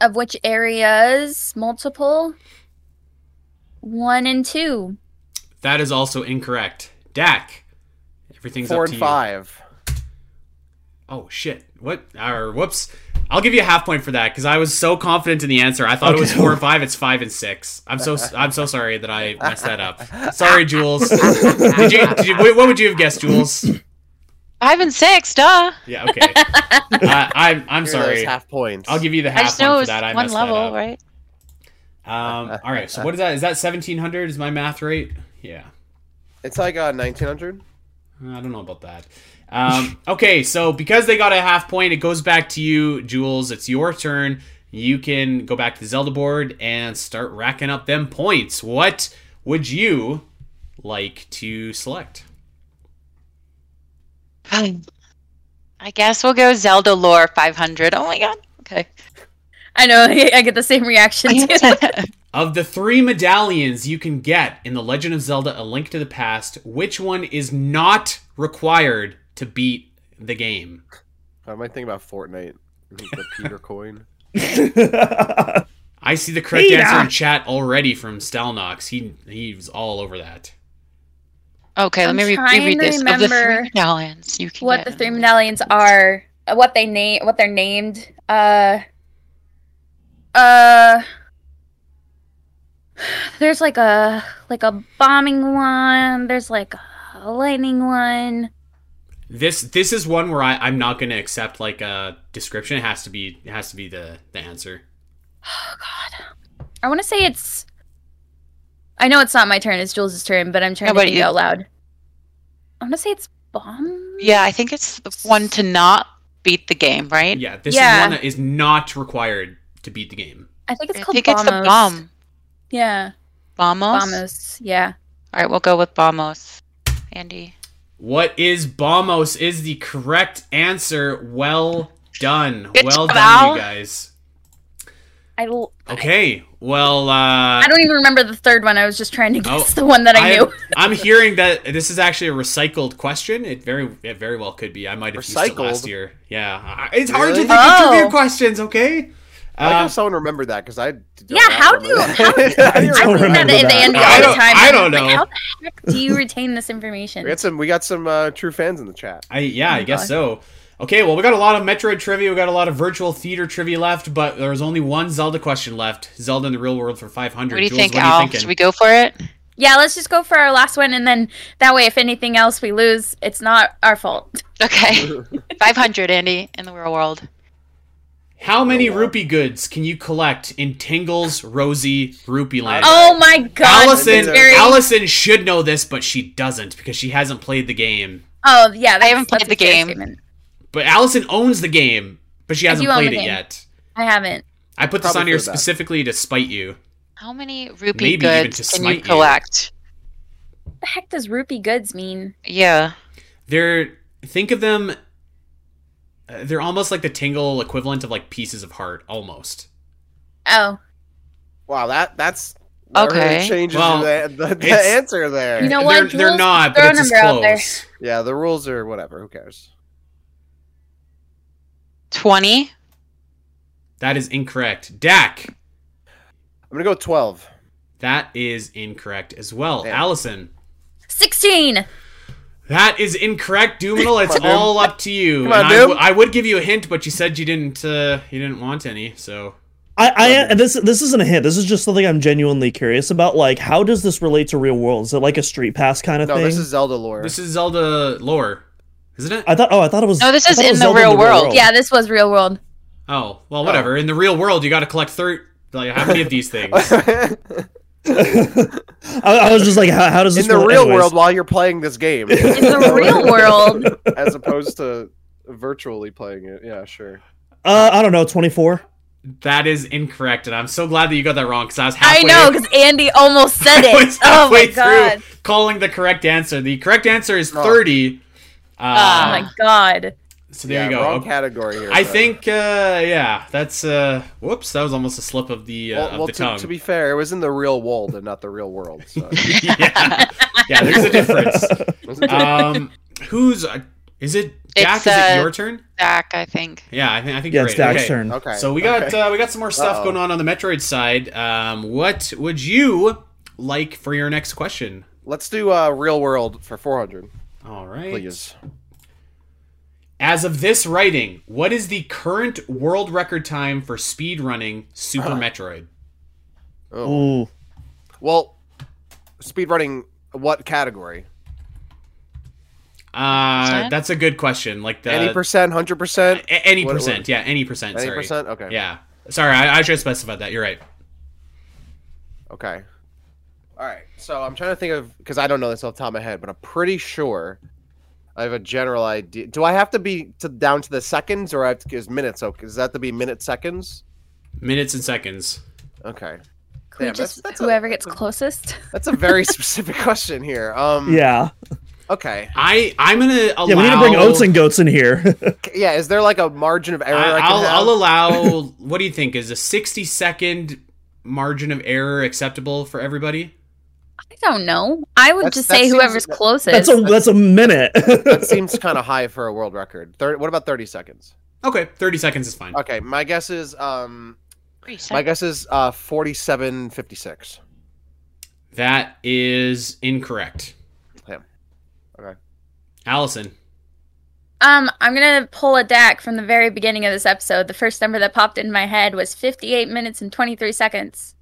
Speaker 2: of which areas? Multiple? One and two.
Speaker 1: That is also incorrect. Dak, everything's
Speaker 4: Four
Speaker 1: up to
Speaker 4: and
Speaker 1: you.
Speaker 4: five.
Speaker 1: Oh shit! What? Or whoops! I'll give you a half point for that because I was so confident in the answer. I thought it was
Speaker 5: Okay.
Speaker 1: four and five. It's five and six. I'm so I'm so sorry that I messed that up. Sorry,
Speaker 6: *laughs*
Speaker 1: Jules. did you, did you, what would you have guessed, Jules?
Speaker 6: Five and six, duh.
Speaker 1: Yeah.
Speaker 6: *laughs*
Speaker 1: Okay. Uh, I'm I'm
Speaker 4: Here are those
Speaker 1: sorry.
Speaker 4: Half points.
Speaker 1: I'll give you the
Speaker 6: I
Speaker 1: half
Speaker 6: just
Speaker 1: one
Speaker 6: know it
Speaker 1: for
Speaker 6: was
Speaker 1: that. I
Speaker 6: one
Speaker 1: messed
Speaker 6: level,
Speaker 1: that up.
Speaker 6: right?
Speaker 1: Um, all right. So what is that? Is that 1700? Is my math right? Yeah.
Speaker 4: It's like uh, 1900.
Speaker 1: I don't know about that. Um, *laughs* okay, so because they got a half point, it goes back to you, Jules. It's your turn. You can go back to the Zelda board and start racking up them points. What would you like to select?
Speaker 6: I guess we'll go Zelda lore 500. Oh my god.
Speaker 2: *laughs*
Speaker 6: Okay.
Speaker 2: I know, *laughs* I get the same reaction
Speaker 6: *laughs*
Speaker 2: too.
Speaker 1: Of the three medallions you can get in The Legend of Zelda A Link to the Past, which one is not required to beat the game?
Speaker 4: I might think about Fortnite. The
Speaker 1: *laughs*
Speaker 4: Peter coin.
Speaker 1: I see the correct
Speaker 5: Peter!
Speaker 1: answer in chat already from Stalnox. He, he was all over that.
Speaker 6: okay, let
Speaker 2: I'm
Speaker 6: me re-
Speaker 2: trying
Speaker 6: reread
Speaker 2: to
Speaker 6: this. Of the three
Speaker 2: remember
Speaker 6: medallions, you can
Speaker 2: what
Speaker 6: get
Speaker 2: the
Speaker 6: in
Speaker 2: three medallions are, uh, what they name, what they're named. Uh, uh, there's like a like a bombing one. There's like a lightning one.
Speaker 1: This this is one where I, I'm not gonna accept like a description. It has to be it has to be the, the answer.
Speaker 2: Oh God, I want to say it's. I know it's not my turn. It's Jules' turn, but I'm trying to
Speaker 6: Nobody-
Speaker 2: think out loud. I want to say it's bomb.
Speaker 6: Yeah, I think it's the one to not beat the game, right?
Speaker 1: Yeah, this is
Speaker 2: Yeah.
Speaker 1: one that is not required to beat the game.
Speaker 2: I think it's
Speaker 6: I
Speaker 2: called.
Speaker 6: think it's the
Speaker 2: Bombos.
Speaker 6: bomb.
Speaker 2: Yeah,
Speaker 6: Bombos?
Speaker 2: bombos. Yeah.
Speaker 6: All right, we'll go with bombos. Andy.
Speaker 1: What is Bombos is the correct answer. Well done.
Speaker 6: Good
Speaker 1: well
Speaker 6: job,
Speaker 1: done,
Speaker 6: Al.
Speaker 1: you guys.
Speaker 2: I, l-
Speaker 1: Okay. Well uh
Speaker 2: I don't even remember the third one. I was just trying to
Speaker 1: Oh,
Speaker 2: guess the one that I, knew.
Speaker 1: am hearing that this is actually a recycled question. It very it very well could be. I might have used it last
Speaker 4: Recycled?
Speaker 1: year. Yeah. I- It's hard to
Speaker 4: Really?
Speaker 1: think of
Speaker 2: Oh.
Speaker 1: trivia questions, okay?
Speaker 4: I like how
Speaker 1: Um,
Speaker 4: someone remembered that because I. do
Speaker 2: Yeah,
Speaker 4: not
Speaker 2: how do-
Speaker 4: *laughs* remember
Speaker 1: *laughs*
Speaker 2: how
Speaker 4: that.
Speaker 5: I
Speaker 4: didn't
Speaker 5: don't
Speaker 2: *laughs* I think that
Speaker 5: remember
Speaker 2: at
Speaker 5: that.
Speaker 2: the end
Speaker 1: I
Speaker 2: all the
Speaker 1: don't-
Speaker 2: time.
Speaker 1: I
Speaker 2: and
Speaker 1: don't
Speaker 2: was like,
Speaker 1: know.
Speaker 2: How the heck do you retain this information? Oh
Speaker 4: We got some. We got some uh, true fans in the chat.
Speaker 1: I yeah, I guess so. Okay, well, we got a lot of Metroid trivia, we got a lot of virtual theater trivia left, but there was only one Zelda question left. Zelda in the real world for 500.
Speaker 6: What do you
Speaker 1: Jules,
Speaker 6: think,
Speaker 1: what
Speaker 6: Al?
Speaker 1: Are you
Speaker 6: Should
Speaker 1: thinking?
Speaker 6: we go for it? *laughs*
Speaker 2: Yeah, let's just go for our last one, and then that way, if anything else we lose, it's not our fault.
Speaker 1: *laughs*
Speaker 6: Okay. 500, Andy, in the real world.
Speaker 1: How many rupee goods can you collect in Tingle's Rosy Rupee Land?
Speaker 2: Oh my god,
Speaker 1: Allison,
Speaker 2: it's very-
Speaker 1: Allison should know this, but she doesn't because she hasn't played the game.
Speaker 2: Oh yeah, that's-
Speaker 6: haven't played
Speaker 2: that's a
Speaker 6: the
Speaker 2: fair
Speaker 6: game.
Speaker 2: statement.
Speaker 1: But Allison owns the game, but she
Speaker 2: I
Speaker 1: hasn't
Speaker 2: do own
Speaker 1: played
Speaker 2: the
Speaker 1: it
Speaker 2: game.
Speaker 1: yet.
Speaker 2: I haven't.
Speaker 1: I put this
Speaker 4: Probably
Speaker 1: on here
Speaker 4: for that.
Speaker 1: specifically to spite you.
Speaker 6: How many rupee
Speaker 1: Maybe even to
Speaker 6: goods can
Speaker 1: smite
Speaker 6: you
Speaker 1: you.
Speaker 6: collect?
Speaker 2: What the heck does rupee goods mean?
Speaker 6: Yeah.
Speaker 1: They're think of them. uh, They're almost like the Tingle equivalent of like pieces of heart, almost.
Speaker 2: Oh,
Speaker 4: Wow, that that's that really
Speaker 6: Okay.
Speaker 4: changes
Speaker 1: Well,
Speaker 4: the, the, the
Speaker 1: it's-
Speaker 4: answer there.
Speaker 2: You know
Speaker 1: they're,
Speaker 2: what,
Speaker 1: They're
Speaker 2: Jules?
Speaker 1: not, but
Speaker 2: Throw
Speaker 1: it's
Speaker 2: a
Speaker 1: as
Speaker 2: number out there.
Speaker 1: close.
Speaker 4: yeah, the rules are whatever. Who cares?
Speaker 6: 20?
Speaker 1: That is incorrect. Dak,
Speaker 4: I'm gonna go with twelve.
Speaker 1: that is incorrect as well.
Speaker 4: Damn.
Speaker 1: Allison,
Speaker 2: 16.
Speaker 1: that is incorrect. Duminal, it's
Speaker 4: Come on, Doom.
Speaker 1: all up to you.
Speaker 4: Come on,
Speaker 1: and I, w-
Speaker 4: Doom.
Speaker 1: I would give you a hint, but you said you didn't. Uh, you didn't want any, so
Speaker 5: I, I this this isn't a hint. This is just something I'm genuinely curious about. Like, how does this relate to real world? Is it like a street pass kind of
Speaker 4: No,
Speaker 5: thing?
Speaker 4: this is Zelda lore.
Speaker 1: this is Zelda lore, isn't it?
Speaker 5: I thought. Oh, I thought it was.
Speaker 6: No, this
Speaker 5: I
Speaker 6: is
Speaker 5: thought it
Speaker 6: in
Speaker 5: was
Speaker 6: the
Speaker 5: Zelda
Speaker 6: real world.
Speaker 2: Yeah, this was real world.
Speaker 1: Oh, well, whatever. In the real world, you got to collect third. Like, how many of
Speaker 4: *laughs*
Speaker 1: these things? *laughs*
Speaker 5: I, I was just like, how, how does this
Speaker 4: in the
Speaker 5: relate-
Speaker 4: real
Speaker 5: anyways.
Speaker 4: world while you're playing this game.
Speaker 2: In
Speaker 4: *laughs*
Speaker 2: the real world,
Speaker 4: as opposed to virtually playing it. Yeah, sure.
Speaker 5: Uh, I don't know. Twenty four.
Speaker 1: that is incorrect, and I'm so glad that you got that wrong because I was
Speaker 2: I
Speaker 1: halfway. *laughs*
Speaker 2: know *laughs* because Andy almost said
Speaker 1: I
Speaker 2: it.
Speaker 1: was
Speaker 2: Oh
Speaker 1: halfway
Speaker 2: my
Speaker 1: through
Speaker 2: god.
Speaker 1: Calling the correct answer. The correct answer is
Speaker 4: Oh.
Speaker 1: thirty.
Speaker 2: Oh
Speaker 1: Uh,
Speaker 2: my god.
Speaker 1: so there
Speaker 4: Yeah,
Speaker 1: you go.
Speaker 4: Wrong
Speaker 1: Okay.
Speaker 4: category here.
Speaker 1: I
Speaker 4: but-
Speaker 1: think, uh, yeah, that's. Uh, whoops, that was almost a slip of the uh,
Speaker 4: Well,
Speaker 1: of
Speaker 4: well,
Speaker 1: the
Speaker 4: to,
Speaker 1: tongue. *laughs*
Speaker 4: to be fair, it was in the real world and not the real world. So.
Speaker 1: yeah. yeah, there's a difference. Um, who's uh, is it? Jack,
Speaker 6: It's,
Speaker 1: is it
Speaker 6: uh,
Speaker 1: your turn?
Speaker 6: Zach, I think.
Speaker 1: Yeah, I think I think
Speaker 5: Yeah,
Speaker 1: you're
Speaker 5: it's
Speaker 1: right.
Speaker 5: Dak's
Speaker 1: Okay.
Speaker 5: turn.
Speaker 4: okay.
Speaker 1: So we got
Speaker 4: okay.
Speaker 1: uh, we got some more stuff
Speaker 4: Uh-oh.
Speaker 1: going on on the Metroid side. Um, what would you like for your next question?
Speaker 4: Let's do uh, real world for 400,
Speaker 1: All right.
Speaker 4: please.
Speaker 1: As of this writing, what is the current world record time for speedrunning Super
Speaker 4: Uh.
Speaker 1: Metroid?
Speaker 4: Oh.
Speaker 5: Ooh.
Speaker 4: Well, speedrunning what category?
Speaker 1: Uh,
Speaker 6: Percent?
Speaker 1: that's a good question. Like the
Speaker 4: any percent, hundred percent,
Speaker 1: a- any
Speaker 4: What- what-
Speaker 1: percent, yeah, any percent.
Speaker 4: any
Speaker 1: sorry.
Speaker 4: percent? Okay.
Speaker 1: Yeah. Sorry, I, I should have specified that. You're right.
Speaker 4: Okay. All right. So I'm trying to think of because I don't know this off the top of my head, but I'm pretty sure I have a general idea. Do I have to be to down to the seconds or I have to, is minutes? Okay, does that have to be minute seconds?
Speaker 1: Minutes and seconds.
Speaker 2: Can we
Speaker 4: Okay. Damn, that's-
Speaker 2: just
Speaker 4: that's a-
Speaker 2: whoever gets
Speaker 4: that's a-
Speaker 2: closest.
Speaker 4: That's a
Speaker 1: *laughs*
Speaker 4: very specific question here. Um.
Speaker 5: Yeah.
Speaker 4: Okay.
Speaker 1: I I'm gonna allow.
Speaker 5: Yeah. We need to bring oats and goats in here. *laughs*
Speaker 4: K- Yeah. Is there like a margin of error? I,
Speaker 1: I,
Speaker 4: can
Speaker 1: I'll,
Speaker 4: have?
Speaker 1: I'll
Speaker 4: *laughs*
Speaker 1: allow. what do you think is a 60 second margin of error acceptable for everybody?
Speaker 2: I don't know. I would
Speaker 4: That's-
Speaker 2: just
Speaker 4: that
Speaker 2: say
Speaker 4: seems-
Speaker 2: whoever's
Speaker 4: that-
Speaker 2: closest.
Speaker 5: that's a that's a minute.
Speaker 4: that
Speaker 5: *laughs*
Speaker 4: seems kind of high for a world record. Thir what about thirty seconds?
Speaker 1: Okay, 30 seconds is fine.
Speaker 4: Okay. My guess is um.
Speaker 6: Three
Speaker 4: My
Speaker 6: seconds.
Speaker 4: guess is uh forty-seven fifty-six.
Speaker 1: That is incorrect.
Speaker 4: Damn. Okay.
Speaker 1: Allison.
Speaker 2: Um, I'm gonna pull a DAC from the very beginning of this episode. The first number that popped in my head was 58 minutes and 23 seconds.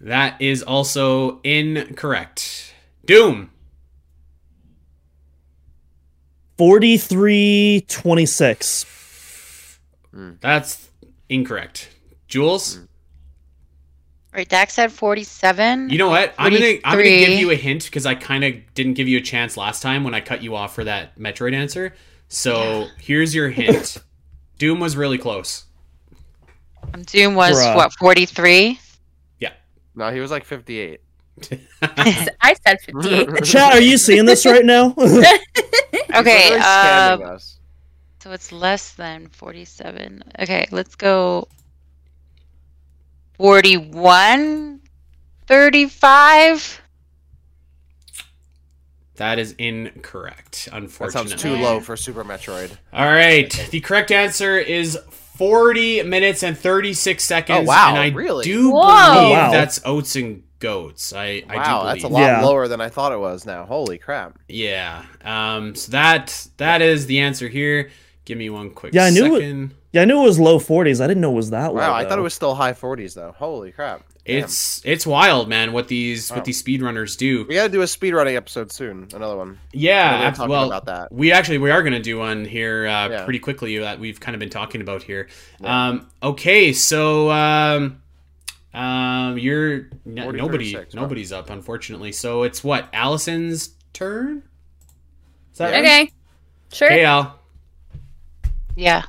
Speaker 1: That is also incorrect. Doom.
Speaker 5: Forty three twenty six.
Speaker 1: That's incorrect. Jules,
Speaker 6: Right, Dak said
Speaker 4: Hmm.
Speaker 6: 47.
Speaker 1: you know what? I'm gonna I'm gonna
Speaker 6: 43.
Speaker 1: give you a hint because I kind of didn't give you a chance last time when I cut you off for that Metroid answer. So here's your
Speaker 4: *laughs*
Speaker 1: hint. Doom was really close.
Speaker 6: Um, Doom was,
Speaker 5: Bruh.
Speaker 6: what, 43?
Speaker 4: No, he was like fifty-eight.
Speaker 2: S- I
Speaker 4: *laughs*
Speaker 2: said 58.
Speaker 5: Chat, are you seeing this right now?
Speaker 6: Okay,
Speaker 4: Really
Speaker 6: uh,
Speaker 4: scamming us.
Speaker 6: so it's less than 47. Okay, let's go 41, 35.
Speaker 1: That is incorrect,
Speaker 4: That
Speaker 1: unfortunately.
Speaker 4: sounds too low for Super Metroid.
Speaker 1: All right. The correct answer is 40 minutes and 36 seconds.
Speaker 4: Oh, wow,
Speaker 1: And I
Speaker 4: really?
Speaker 1: do
Speaker 2: Whoa.
Speaker 1: believe
Speaker 5: Oh, wow.
Speaker 1: that's Oats and Goats. I, I do
Speaker 4: wow,
Speaker 1: believe.
Speaker 4: that's a lot
Speaker 5: Yeah.
Speaker 4: lower than I thought it was. Now, holy crap!
Speaker 1: Yeah. Um, so that that is the answer here. Give me one quick
Speaker 5: Yeah, I knew it-
Speaker 1: second.
Speaker 5: *laughs* Yeah, I knew it was low 40s. I didn't know it was that low.
Speaker 4: Wow, I thought it
Speaker 5: though.
Speaker 4: was still high 40s though. Holy crap! Damn.
Speaker 1: It's it's wild, man, what these
Speaker 4: Wow.
Speaker 1: what these speedrunners do.
Speaker 4: we got to do a speedrunning episode soon. Another one.
Speaker 1: Yeah,
Speaker 4: we were
Speaker 1: ab-
Speaker 4: talking
Speaker 1: well,
Speaker 4: about that.
Speaker 1: we actually we are going to do one here uh,
Speaker 4: Yeah.
Speaker 1: pretty quickly that we've kind of been talking about here.
Speaker 4: Yeah.
Speaker 1: Um, okay, so um, um, you're n-
Speaker 4: 40,
Speaker 1: nobody
Speaker 4: 36, wow.
Speaker 1: nobody's up unfortunately. So it's what Allison's turn. Is that
Speaker 4: Yeah.
Speaker 1: right?
Speaker 2: Okay. Sure.
Speaker 1: Hey, Al.
Speaker 6: Yeah.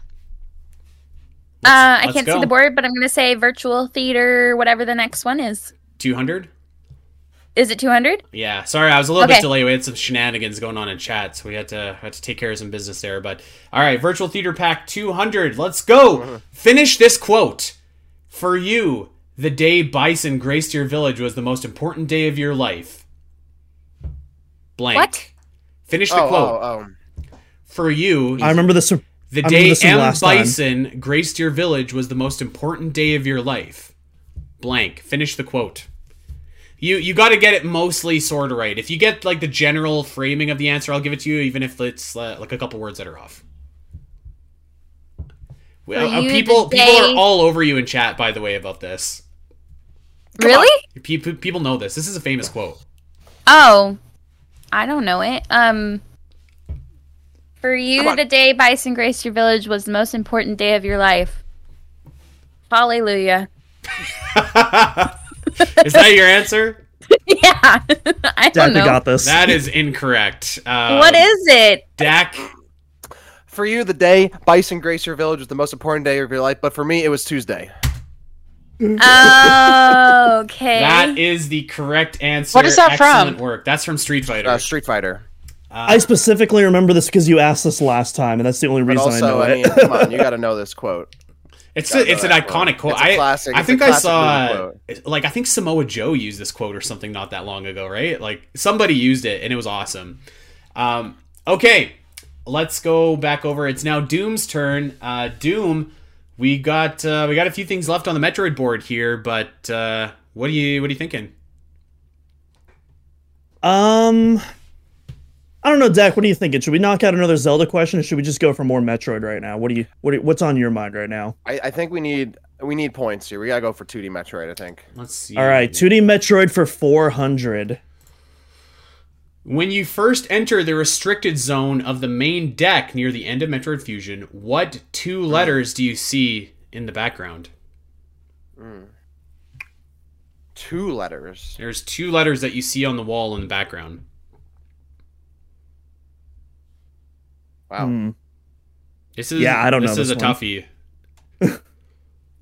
Speaker 2: uh, I
Speaker 1: let's
Speaker 2: can't
Speaker 1: go.
Speaker 2: see the board, but I'm going to say virtual theater, whatever the next one is.
Speaker 1: Two hundred.
Speaker 2: Is it 200?
Speaker 1: Yeah, sorry, I was a little bit
Speaker 2: Okay.
Speaker 1: delayed. We had some shenanigans going on in chat, so we had to had to take care of some business there. But all right, virtual theater pack 200. Let's
Speaker 4: *laughs*
Speaker 1: go. Finish this quote. For you, the day bison graced your village was the most important day of your life. Blank.
Speaker 2: What?
Speaker 1: Finish the
Speaker 4: Oh,
Speaker 1: quote.
Speaker 4: oh,
Speaker 1: For you,
Speaker 5: I remember the sur-
Speaker 1: the
Speaker 5: I remember
Speaker 1: day
Speaker 5: this from
Speaker 1: M
Speaker 5: last time.
Speaker 1: bison graced your village was the most important day of your life. Blank. Finish the quote. You you got to get it mostly sort of right. If you get like the general framing of the answer, I'll give it to you, even if it's uh, like a couple words that are off. Well, uh,
Speaker 2: you,
Speaker 1: people
Speaker 2: the
Speaker 1: people
Speaker 2: day-
Speaker 1: are all over you in chat, by the way, about this.
Speaker 2: really?
Speaker 1: People people know this. This is a famous quote.
Speaker 2: Oh, I don't know it. Um, for
Speaker 4: Come
Speaker 2: you,
Speaker 4: on.
Speaker 2: the day Bison graced your village was the most important day of your life. Hallelujah.
Speaker 1: is that your
Speaker 2: *laughs*
Speaker 1: answer?
Speaker 2: Yeah, I don't
Speaker 5: Definitely
Speaker 2: know.
Speaker 5: got this.
Speaker 1: That is incorrect. Um,
Speaker 2: what
Speaker 1: *laughs*
Speaker 2: is it?
Speaker 1: Dak?
Speaker 4: For you, the day Bison Gracer Village was the most important day of your life, but for me, it was Tuesday. Uh,
Speaker 2: Oh, okay.
Speaker 1: That is the correct answer.
Speaker 6: What is that from?
Speaker 1: Excellent work. That's from Street Fighter.
Speaker 4: Uh, Street Fighter.
Speaker 5: I specifically remember this because you asked this last time, and that's the only
Speaker 4: But
Speaker 5: reason I
Speaker 4: also,
Speaker 5: know
Speaker 4: I, mean,
Speaker 5: it.
Speaker 4: come
Speaker 5: *laughs*
Speaker 4: on, you got to know this quote.
Speaker 1: it's
Speaker 4: gotta
Speaker 1: a, it's an
Speaker 4: know that quote.
Speaker 1: iconic quote.
Speaker 4: It's a
Speaker 1: I-
Speaker 4: classic-
Speaker 1: I
Speaker 4: it's a
Speaker 1: think I
Speaker 4: classic movie
Speaker 1: saw
Speaker 4: quote.
Speaker 1: like I think Samoa Joe used this quote or something not that long ago, right? Like somebody used it and it was awesome. Um, okay, let's go back over. It's now Doom's turn. Uh, Doom, we got uh, we got a few things left on the Metroid board here, but uh, what are you what are you thinking?
Speaker 5: *laughs* Um, I don't know, Dak. What are you thinking? Should we knock out another Zelda question, or should we just go for more Metroid right now? What do you what do you- what's on your mind right now?
Speaker 4: I, I think we need we need points here. We got to go for 2D Metroid. I think.
Speaker 1: Let's see.
Speaker 5: All right, 2D Metroid for 400.
Speaker 1: When you first enter the restricted zone of the main deck near the end of Metroid Fusion, what two letters do you see in the background?
Speaker 4: Mm. Two letters.
Speaker 1: There's two letters that you see on the wall in the background.
Speaker 4: Wow.
Speaker 5: Hmm.
Speaker 1: This is
Speaker 5: Yeah, I don't know
Speaker 1: This is
Speaker 5: this
Speaker 1: a
Speaker 5: one.
Speaker 1: toughie.
Speaker 5: Hmm.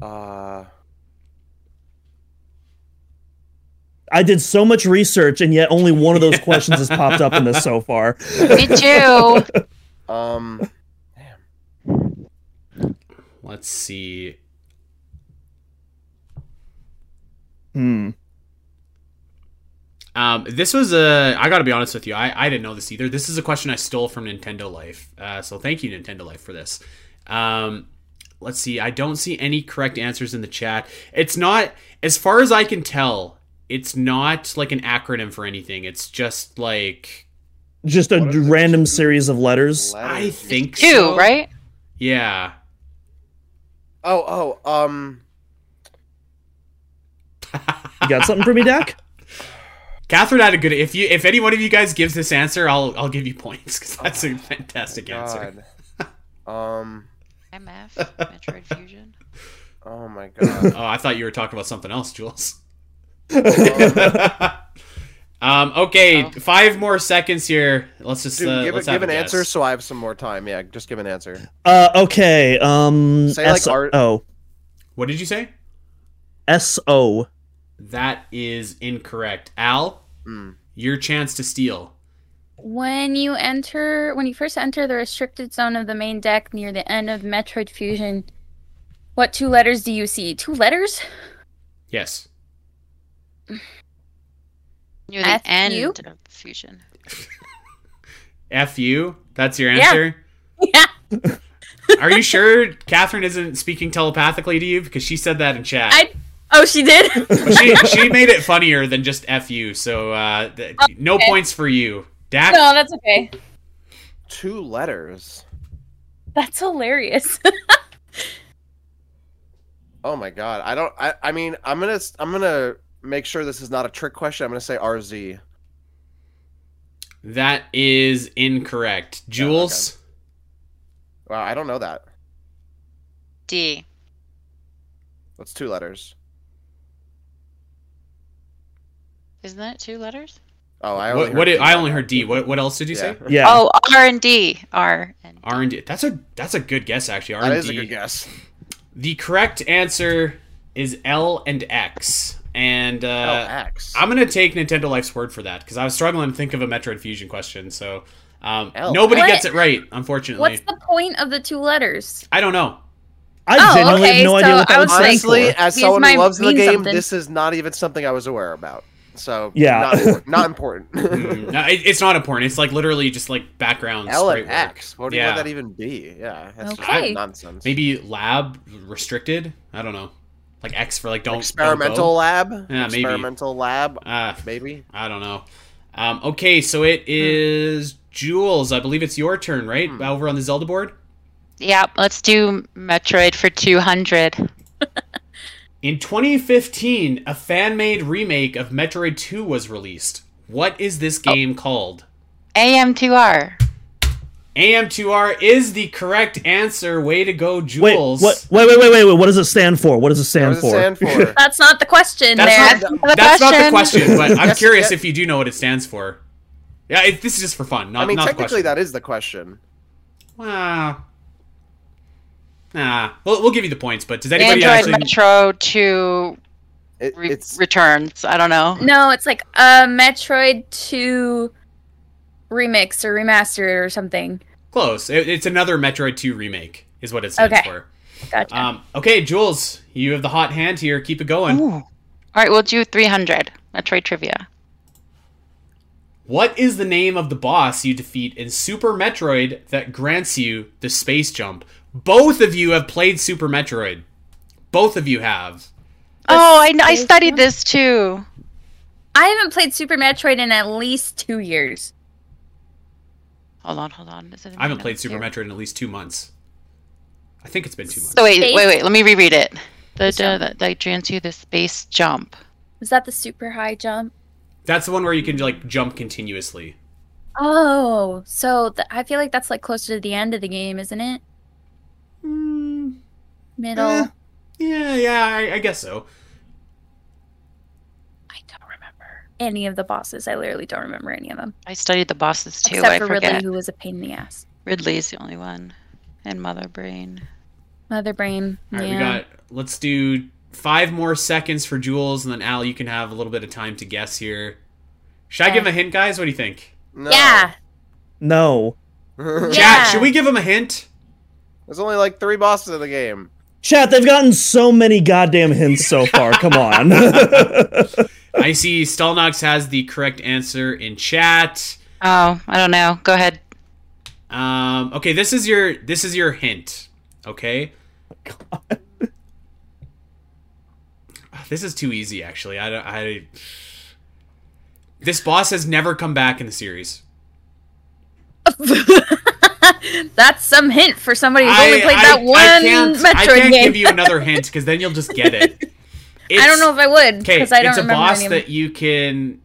Speaker 4: Uh,
Speaker 5: I did so much research, and yet only one
Speaker 4: *laughs*
Speaker 5: of those questions has popped up in this so far.
Speaker 6: Me too.
Speaker 4: um,
Speaker 1: Let's see.
Speaker 5: Hmm.
Speaker 1: Um, this was a. I gotta be honest with you. I, I didn't know this either. This is a question I stole from Nintendo Life. Uh, so thank you, Nintendo Life, for this. Um, let's see. I don't see any correct answers in the chat. It's not, as far as I can tell, it's not like an acronym for anything. It's just like
Speaker 5: Just a
Speaker 4: What are the
Speaker 5: random
Speaker 4: two
Speaker 5: series of letters.
Speaker 1: I
Speaker 4: letters.
Speaker 1: think
Speaker 6: Two,
Speaker 1: so.
Speaker 6: right?
Speaker 1: Yeah.
Speaker 4: Oh, oh, um,
Speaker 5: You got something for
Speaker 4: *laughs*
Speaker 5: me, Dak?
Speaker 1: Catherine had a good. If you, if any one of you guys gives this answer, I'll I'll give you points because that's a fantastic answer.
Speaker 4: God. um,
Speaker 6: MF, Metroid Fusion.
Speaker 4: oh my god.
Speaker 1: Oh, I thought you were talking about something else, Jules.
Speaker 4: Um,
Speaker 1: *laughs* um, okay,
Speaker 6: Oh.
Speaker 1: five more seconds here. Let's just
Speaker 4: Dude,
Speaker 1: uh,
Speaker 4: give,
Speaker 1: let's
Speaker 4: a,
Speaker 1: have
Speaker 4: give
Speaker 1: a
Speaker 4: an
Speaker 1: guess.
Speaker 4: answer so I have some more time. Yeah, just give
Speaker 1: *laughs*
Speaker 4: an answer.
Speaker 5: Uh, okay. Um,
Speaker 4: Say, like,
Speaker 5: S-
Speaker 4: art-
Speaker 5: oh,
Speaker 1: What did you say?
Speaker 5: S O.
Speaker 1: That is incorrect. Al,
Speaker 4: Mm.
Speaker 1: your chance to steal.
Speaker 2: When you enter, when you first enter the restricted zone of the main deck near the end of Metroid Fusion, what two letters do you see? Two letters?
Speaker 1: Yes.
Speaker 6: Near the
Speaker 2: F
Speaker 6: end
Speaker 2: you?
Speaker 6: of Fusion.
Speaker 1: F you. That's your
Speaker 2: *laughs* Yeah.
Speaker 1: answer.
Speaker 2: Yeah.
Speaker 1: *laughs* Are you sure Catherine isn't speaking telepathically to you? Because she said that in chat.
Speaker 2: I- Oh,
Speaker 1: *laughs*
Speaker 2: she did. *laughs*
Speaker 1: But she, she made it funnier than just F you, so uh, th- no
Speaker 2: Okay.
Speaker 1: points for you. Dak,
Speaker 2: no, that's okay.
Speaker 4: Two letters.
Speaker 2: That's hilarious. *laughs*
Speaker 4: Oh my god. I don't. I. I mean, I'm gonna. s- I'm gonna make sure this is not a trick question. I'm gonna say RZ.
Speaker 1: that is
Speaker 4: Oh
Speaker 1: incorrect. Jules,
Speaker 4: Wow, I don't know that.
Speaker 6: D.
Speaker 4: That's two letters.
Speaker 6: Isn't that two letters?
Speaker 4: Oh, I
Speaker 1: I
Speaker 4: only
Speaker 1: what, what
Speaker 4: heard
Speaker 1: did, I
Speaker 4: D.
Speaker 1: only heard D. What what else did you
Speaker 4: *laughs*
Speaker 1: say?
Speaker 4: Yeah.
Speaker 5: Yeah.
Speaker 6: Oh, R and D. R and
Speaker 1: R and D. That's a that's a good guess actually. R
Speaker 4: That
Speaker 1: and
Speaker 4: is a good
Speaker 1: D.
Speaker 4: guess.
Speaker 1: The correct answer is L and X, and uh,
Speaker 4: LX.
Speaker 1: I'm gonna take Nintendo Life's word for that because I was struggling to think of a Metroid Fusion question. So um,
Speaker 4: L.
Speaker 1: nobody
Speaker 2: What?
Speaker 1: gets it right, unfortunately.
Speaker 2: What's the point of the two letters?
Speaker 1: I don't
Speaker 4: *laughs*
Speaker 1: know.
Speaker 5: I
Speaker 2: Oh,
Speaker 5: genuinely
Speaker 2: okay,
Speaker 5: have no idea
Speaker 2: so
Speaker 5: what that
Speaker 2: I
Speaker 5: was
Speaker 2: was
Speaker 5: saying.
Speaker 4: Honestly,
Speaker 5: for.
Speaker 4: as
Speaker 2: These
Speaker 4: someone
Speaker 2: might
Speaker 4: who loves the
Speaker 2: mean
Speaker 4: game,
Speaker 2: something.
Speaker 4: this is not even something I was aware about. So
Speaker 5: Yeah.
Speaker 4: not, impor-
Speaker 1: *laughs*
Speaker 4: not important.
Speaker 1: Mm, no, it, it's not important. It's like literally just like background.
Speaker 4: L
Speaker 1: sprite
Speaker 4: and
Speaker 1: work.
Speaker 4: X. What do you
Speaker 1: Yeah.
Speaker 4: want that even be? Yeah, that's just
Speaker 2: Okay.
Speaker 4: nonsense.
Speaker 1: Maybe lab restricted. I don't know. Like X for like don't don't go.
Speaker 4: experimental lab.
Speaker 1: maybe.
Speaker 4: experimental lab.
Speaker 1: Uh,
Speaker 4: Maybe.
Speaker 1: I don't know. Um, okay, so it is Jules. I believe it's your turn, right?
Speaker 4: Hmm.
Speaker 1: Over on the Zelda board.
Speaker 6: Yeah, let's do Metroid for 200.
Speaker 1: In 2015, a fan-made remake of Metroid 2 was released. What is this
Speaker 4: Oh.
Speaker 1: game called?
Speaker 6: AM2R.
Speaker 1: AM2R is the correct answer. Way to go,
Speaker 5: Wait,
Speaker 1: Jules.
Speaker 5: what? Wait, wait, wait, wait, wait. What does it stand for? What does it
Speaker 4: What
Speaker 5: stand
Speaker 4: does it
Speaker 5: for?
Speaker 4: stand
Speaker 5: *laughs*
Speaker 4: for?
Speaker 2: That's not the question
Speaker 1: That's
Speaker 2: there.
Speaker 1: not
Speaker 6: That's not the
Speaker 1: That's not the
Speaker 6: question.
Speaker 1: question, but I'm
Speaker 4: *laughs* Yes,
Speaker 1: curious
Speaker 4: yeah.
Speaker 1: if you do know what it stands for. Yeah, it, this is just for fun. Not,
Speaker 4: I mean,
Speaker 1: not the question.
Speaker 4: technically, that is the question.
Speaker 1: Wow. Nah, we'll, we'll give you the points, but does anybody
Speaker 6: Android
Speaker 1: actually?
Speaker 6: Metro 2
Speaker 4: It,
Speaker 6: re-
Speaker 4: it's
Speaker 6: returns. I don't know.
Speaker 2: No, it's like a Metroid 2 remix or remaster or something.
Speaker 1: Close. It- it's another Metroid 2 remake, is what it stands
Speaker 2: Okay.
Speaker 1: for.
Speaker 2: Gotcha.
Speaker 1: Um, okay, Jules, you have the hot hand here. Keep it going.
Speaker 6: All right, we'll do 300. Metroid trivia.
Speaker 1: What is the name of the boss you defeat in Super Metroid that grants you the space jump? Both of you have played Super Metroid. Both of you have.
Speaker 6: Oh, I, I
Speaker 2: space
Speaker 6: studied
Speaker 2: jump?
Speaker 6: this too.
Speaker 2: I haven't played Super Metroid in at least two years.
Speaker 6: Hold on, hold on. Is it in
Speaker 1: I
Speaker 6: my
Speaker 1: haven't played
Speaker 6: notes
Speaker 1: Super
Speaker 6: here?
Speaker 1: Metroid in at least two months. I think it's been two months.
Speaker 6: So wait,
Speaker 2: Space-
Speaker 6: wait, wait. Let me reread it. The,
Speaker 2: Space jump.
Speaker 6: the, the, grants you the space jump.
Speaker 2: Was that the super high jump?
Speaker 1: That's the one where you can like jump continuously.
Speaker 2: Oh, so th- I feel like that's like closer to the end of the game, isn't it? Middle.
Speaker 1: Eh, yeah, yeah, I, I guess so.
Speaker 2: I don't remember any of the bosses. I literally don't remember any of them,
Speaker 6: I studied the bosses too.
Speaker 2: except
Speaker 6: I
Speaker 2: for
Speaker 6: forget.
Speaker 2: Ridley, who was a pain in the ass.
Speaker 6: Ridley's the only one. And Mother Brain.
Speaker 2: Mother brain.
Speaker 1: All right,
Speaker 2: yeah.
Speaker 1: we got. Let's do five more seconds for Jules, and then Al, you can have a little bit of time to guess here. Should I give him a hint, guys? What do you think?
Speaker 4: no.
Speaker 2: Yeah.
Speaker 5: No.
Speaker 4: *laughs* There's
Speaker 1: Chat,
Speaker 2: Yeah.
Speaker 1: should we give him a hint?
Speaker 4: only like three bosses in the game.
Speaker 5: Chat, they've gotten so many goddamn hints so far. Come on.
Speaker 2: *laughs*
Speaker 5: *laughs* Oh,
Speaker 1: I see Stalnox has the correct answer in chat.
Speaker 6: Oh, I don't know. Go ahead.
Speaker 1: Um, okay, this is your this is your hint. Okay.
Speaker 2: *laughs*
Speaker 1: This is too easy, actually. I, don't- I this boss has never come back in the series.
Speaker 2: *laughs* That's some hint for somebody who's only played
Speaker 1: I-
Speaker 2: that
Speaker 1: I-
Speaker 2: one
Speaker 1: I can't,
Speaker 2: Metroid
Speaker 1: I can't
Speaker 2: game.
Speaker 1: give you another hint because then you'll just get it.
Speaker 2: *laughs* I don't know if I would because I don't
Speaker 1: it's a
Speaker 2: remember
Speaker 1: boss
Speaker 2: any of them.
Speaker 1: that you can.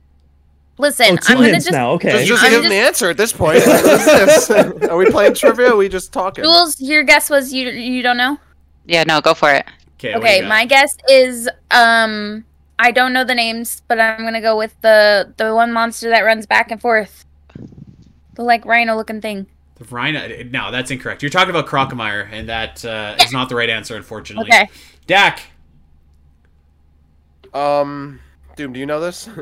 Speaker 2: Listen,
Speaker 5: oh, two
Speaker 2: I'm gonna
Speaker 5: hints
Speaker 2: just
Speaker 5: now. Okay.
Speaker 4: Just
Speaker 2: I'm
Speaker 4: give him the answer at this point. What
Speaker 5: *laughs*
Speaker 4: is this? *laughs* Are we playing trivia? Or are we just talking?
Speaker 2: Jules, your guess was you you don't know.
Speaker 6: Yeah, no, go for it.
Speaker 1: Okay, what do
Speaker 2: Okay,
Speaker 1: you got?
Speaker 2: my guess is um I don't know the names, but I'm gonna go with the the one monster that runs back and forth, the like rhino looking thing.
Speaker 1: The Rhino. No, that's incorrect. You're talking about Crocomire, and that uh, is not the right answer, unfortunately.
Speaker 2: Okay,
Speaker 1: Dak.
Speaker 4: Um, Doom, do you know this? *laughs*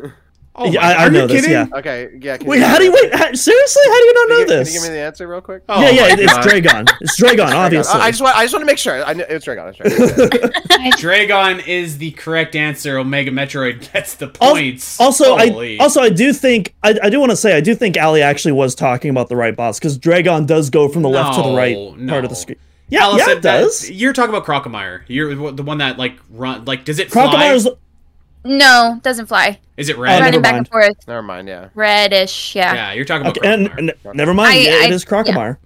Speaker 1: Oh
Speaker 5: Yeah,
Speaker 1: my-
Speaker 5: I- I
Speaker 1: are you
Speaker 5: know this,
Speaker 1: kidding?
Speaker 5: yeah.
Speaker 4: okay, yeah. Can
Speaker 5: wait, how do you wait? How, seriously? How do you not
Speaker 4: Can
Speaker 5: know
Speaker 4: you, gi-
Speaker 5: this?
Speaker 4: Can you give me the answer real quick?
Speaker 1: Oh
Speaker 5: yeah, yeah,
Speaker 1: my
Speaker 5: it- it's
Speaker 1: God.
Speaker 5: Dragon. It's Dragon, obviously.
Speaker 4: I just want. I just want to make sure. I know it's Dragon. It's
Speaker 5: *laughs*
Speaker 4: Dragon.
Speaker 1: Dragon is the correct answer. Omega Metroid gets the
Speaker 5: Al-
Speaker 1: points.
Speaker 5: also,
Speaker 1: Holy.
Speaker 5: I also I do think I, I do want to say I do think Ali actually was talking about the right boss because Dragon does go from the left to the right
Speaker 1: No,
Speaker 5: part of
Speaker 1: no.
Speaker 5: the screen. Yeah,
Speaker 1: Alice,
Speaker 5: yeah,
Speaker 1: that-
Speaker 5: it does.
Speaker 1: that- you're talking about Crocomire. You're the one that like run. Like, does it fly?
Speaker 5: Crocodile's
Speaker 2: No, doesn't fly.
Speaker 1: Is it
Speaker 5: Oh,
Speaker 1: red?
Speaker 5: never
Speaker 2: Running back and forth,
Speaker 4: Never mind. Yeah,
Speaker 2: reddish. Yeah.
Speaker 1: yeah, you're talking about
Speaker 5: okay, and,
Speaker 1: Crocomire.
Speaker 5: and never mind.
Speaker 2: I-
Speaker 5: yeah,
Speaker 2: I-
Speaker 5: it is Crocomire.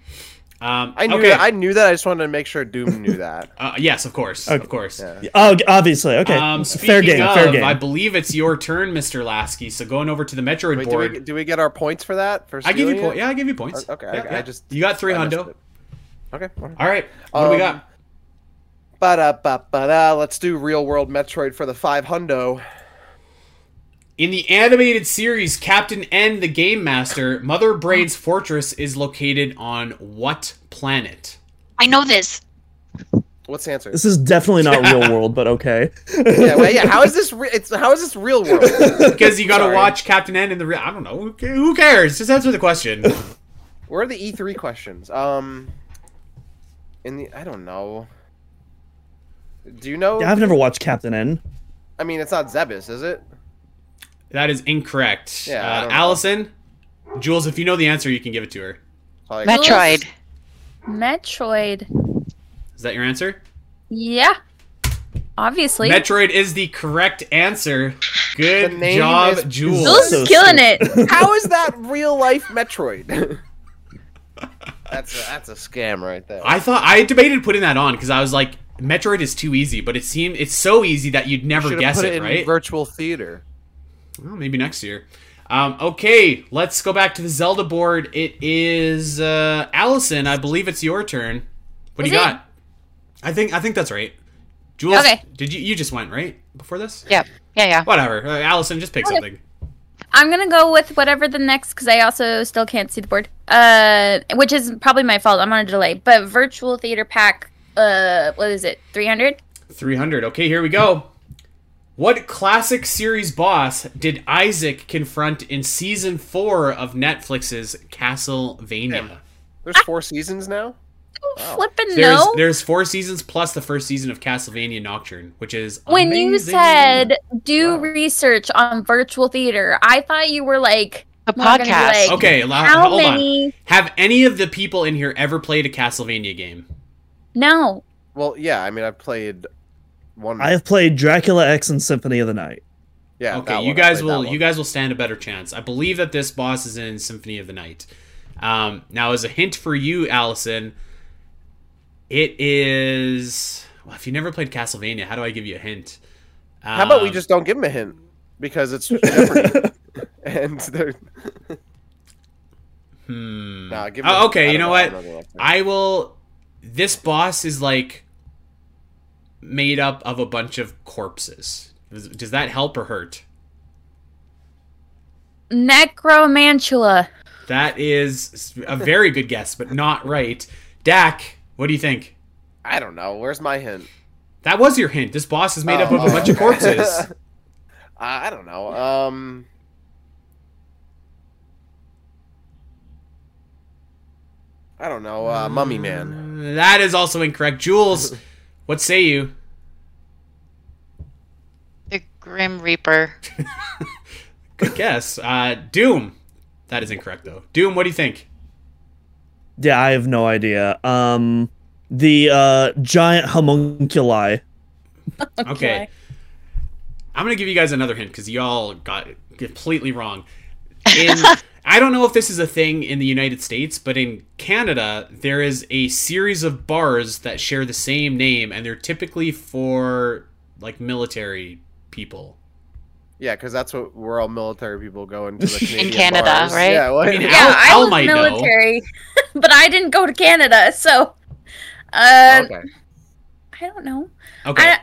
Speaker 1: um,
Speaker 4: I knew.
Speaker 1: okay.
Speaker 4: That, I knew that. I just wanted to make sure
Speaker 1: *laughs*
Speaker 4: Doom knew that.
Speaker 1: uh, yes, of course,
Speaker 5: Okay.
Speaker 1: of course.
Speaker 4: Yeah.
Speaker 5: Oh, obviously. Okay.
Speaker 1: Um,
Speaker 5: fair
Speaker 1: speaking
Speaker 5: game.
Speaker 1: of,
Speaker 5: fair game.
Speaker 1: I believe it's your turn, Mr. Lasky. So going over to the Metroid
Speaker 4: Wait, do
Speaker 1: board.
Speaker 4: we, do we get our points for that? For
Speaker 1: I give you
Speaker 4: stealing
Speaker 1: points.
Speaker 4: it?
Speaker 1: Yeah, I give you points.
Speaker 4: Uh, Okay,
Speaker 1: Yeah,
Speaker 4: I,
Speaker 1: yeah.
Speaker 4: I just
Speaker 1: you got three
Speaker 4: I missed
Speaker 1: hundo.
Speaker 4: it. Okay. okay.
Speaker 1: All right, what do we
Speaker 4: Um,
Speaker 1: got?
Speaker 4: Ba-da, ba-ba-da. Let's do real world Metroid for the five hundo.
Speaker 1: In the animated series Captain N the Game Master, Mother
Speaker 4: *laughs*
Speaker 1: Brain's fortress is located on what
Speaker 4: *laughs*
Speaker 1: planet?
Speaker 6: I know this.
Speaker 4: What's the answer?
Speaker 5: This is definitely
Speaker 1: *laughs*
Speaker 5: not real world, but okay.
Speaker 4: yeah, well, yeah. How is this? Re- it's how is this real world?
Speaker 1: Because you got to
Speaker 4: Sorry.
Speaker 1: watch Captain N in the real. I don't know. Who ca- Who cares? Just answer the
Speaker 4: *laughs*
Speaker 1: question.
Speaker 4: Where are the E three questions? Um, in the I don't know. Do you know?
Speaker 5: I've never watched Captain N.
Speaker 4: I mean, it's not Zebus, is it?
Speaker 1: that is incorrect.
Speaker 4: Yeah, I
Speaker 1: uh,
Speaker 4: don't know.
Speaker 1: Allison, Jules, if you know the answer, you can give it to her.
Speaker 4: Probably-
Speaker 2: Met-
Speaker 6: Metroid.
Speaker 2: Metroid.
Speaker 1: Is that your answer?
Speaker 2: Yeah. Obviously.
Speaker 1: Metroid is the correct answer.
Speaker 4: The
Speaker 1: Good
Speaker 4: name
Speaker 1: job,
Speaker 4: is-
Speaker 1: Jules.
Speaker 2: Jules
Speaker 5: So
Speaker 2: is killing it.
Speaker 4: *laughs* how is that real life Metroid? *laughs* that's a, that's a scam right there.
Speaker 1: I thought I debated putting that on because I was like, Metroid is too easy, but it seemed it's so easy that you'd never
Speaker 4: Should've
Speaker 1: guess
Speaker 4: put
Speaker 1: it,
Speaker 4: in
Speaker 1: right?
Speaker 4: Virtual theater.
Speaker 1: Well, maybe next year. Um, okay, let's go back to the Zelda board. It is uh, Allison. I believe it's your turn. What
Speaker 2: Is
Speaker 1: do you
Speaker 2: it?
Speaker 1: got? I think I think that's right. Jules,
Speaker 2: Okay.
Speaker 1: did you you just went right before this?
Speaker 6: Yeah. Yeah, yeah.
Speaker 1: Whatever, uh, Allison, just pick
Speaker 2: Okay.
Speaker 1: something.
Speaker 2: I'm gonna go with whatever the next because I also still can't see the board. Uh, which is probably my fault. I'm on a delay. But virtual theater pack. Uh, what is it? 300.
Speaker 1: Three hundred. Okay, here we go. What classic series boss did Isaac confront in season four of Netflix's Castlevania?
Speaker 4: There's four seasons now. Wow.
Speaker 2: Flipping
Speaker 1: There's
Speaker 2: no.
Speaker 1: there's four seasons plus the first season of Castlevania Nocturne, which is
Speaker 2: when you
Speaker 1: amazing.
Speaker 2: said do
Speaker 4: Wow.
Speaker 2: research on virtual theater, I thought you were like,
Speaker 6: A
Speaker 2: We're gonna be
Speaker 6: podcast.
Speaker 2: like-
Speaker 1: okay, la-
Speaker 2: how
Speaker 1: Uh, hold on.
Speaker 2: many?
Speaker 1: Have any of the people in here ever played a Castlevania game?
Speaker 2: No.
Speaker 4: Well, yeah. I mean, I played one.
Speaker 5: I have played Dracula X and Symphony of the Night.
Speaker 4: yeah. that
Speaker 1: okay,
Speaker 4: one,
Speaker 1: you
Speaker 4: I
Speaker 1: guys
Speaker 4: played that
Speaker 1: will
Speaker 4: one.
Speaker 1: you guys will stand a better chance. I believe that this boss is in Symphony of the Night. Um, now, as a hint for you, Allison, it is. Well, if you never played Castlevania, how do I give you a hint?
Speaker 4: How about we
Speaker 1: Um,
Speaker 4: just don't give him a hint because it's Jeopardy. and they're
Speaker 1: Hmm.
Speaker 4: nah, give him
Speaker 1: Oh,
Speaker 4: a-
Speaker 1: okay,
Speaker 4: I
Speaker 1: you
Speaker 4: don't
Speaker 1: know
Speaker 4: I
Speaker 1: what?
Speaker 4: don't know what
Speaker 1: I will. This boss is like made up of a bunch of corpses. Does, does that help or hurt?
Speaker 2: Necromantula.
Speaker 1: That is
Speaker 4: *laughs*
Speaker 1: a very good guess, but not right. Dak, what do you think?
Speaker 4: I don't know. Where's my hint?
Speaker 1: That was your hint. This boss is made up
Speaker 4: Oh,
Speaker 1: of a bunch of
Speaker 4: okay.
Speaker 1: corpses.
Speaker 4: *laughs* I I don't know. Um I don't know. Uh, Mummy Man.
Speaker 1: That is also incorrect. Jules, what say you?
Speaker 6: The Grim Reaper.
Speaker 1: Good guess. Uh, Doom. That is incorrect though. Doom, what do you think?
Speaker 5: Yeah, I have no idea. Um, the uh, giant homunculi.
Speaker 1: Okay. I'm gonna give you guys another hint because y'all got it completely wrong. In, I don't know if this is a thing in the United States, but in Canada, there is a series of bars that share the same name, and they're typically for like military people.
Speaker 4: Yeah, because that's what we're all military people going
Speaker 6: *laughs*
Speaker 4: to the Canadian
Speaker 6: Canada,
Speaker 4: bars.
Speaker 6: right?
Speaker 4: Yeah, what-
Speaker 1: I mean,
Speaker 2: Yeah, I
Speaker 1: Al, Al
Speaker 2: was
Speaker 1: might know.
Speaker 2: military, *laughs* but I didn't go to Canada, so. Uh,
Speaker 4: okay.
Speaker 2: I don't know.
Speaker 1: Okay.
Speaker 2: I,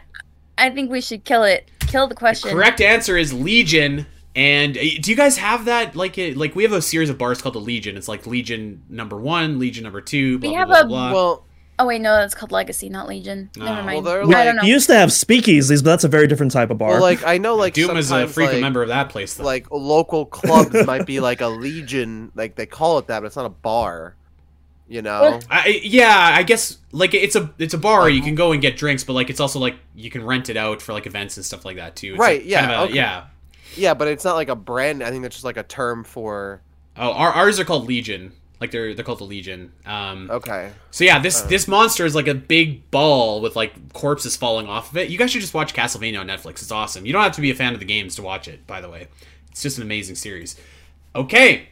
Speaker 2: I think we should kill it. Kill the question.
Speaker 1: Correct answer is Legion. And uh, do you guys have that? Like, it, like we have a series of bars called the Legion. It's like Legion number one, Legion number two. Blah,
Speaker 2: We
Speaker 1: blah,
Speaker 2: have
Speaker 1: blah,
Speaker 2: a-
Speaker 1: blah.
Speaker 4: Well,
Speaker 2: Oh wait, no, that's called Legacy, not Legion.
Speaker 1: No.
Speaker 2: Never mind.
Speaker 4: Well, they're
Speaker 2: I
Speaker 4: like-
Speaker 2: don't know.
Speaker 5: You used to have speakeasies, but that's a very different type of bar.
Speaker 4: well, like I know, like
Speaker 1: Doom is a
Speaker 4: sometimes,
Speaker 1: frequent
Speaker 4: like,
Speaker 1: member of that place, though.
Speaker 4: like local clubs might be like a legion, like they call it that, but it's not a bar. You know?
Speaker 2: Well-
Speaker 1: I, yeah, I guess like it's a it's a bar you can go and get drinks, but like it's also like you can rent it out for like events and stuff like that too. It's,
Speaker 4: Right,
Speaker 1: like,
Speaker 4: yeah,
Speaker 1: kind of a-
Speaker 4: okay.
Speaker 1: yeah.
Speaker 4: yeah, but it's not like a brand. I think that's just like a term for.
Speaker 1: Oh, our, ours are called Legion. Like they're they're called the Legion. Um,
Speaker 4: Okay.
Speaker 1: So yeah, this
Speaker 4: Uh.
Speaker 1: this monster is like a big ball with like corpses falling off of it. You guys should just watch Castlevania on Netflix. It's awesome. You don't have to be a fan of the games to watch it, by the way. It's just an amazing series. Okay.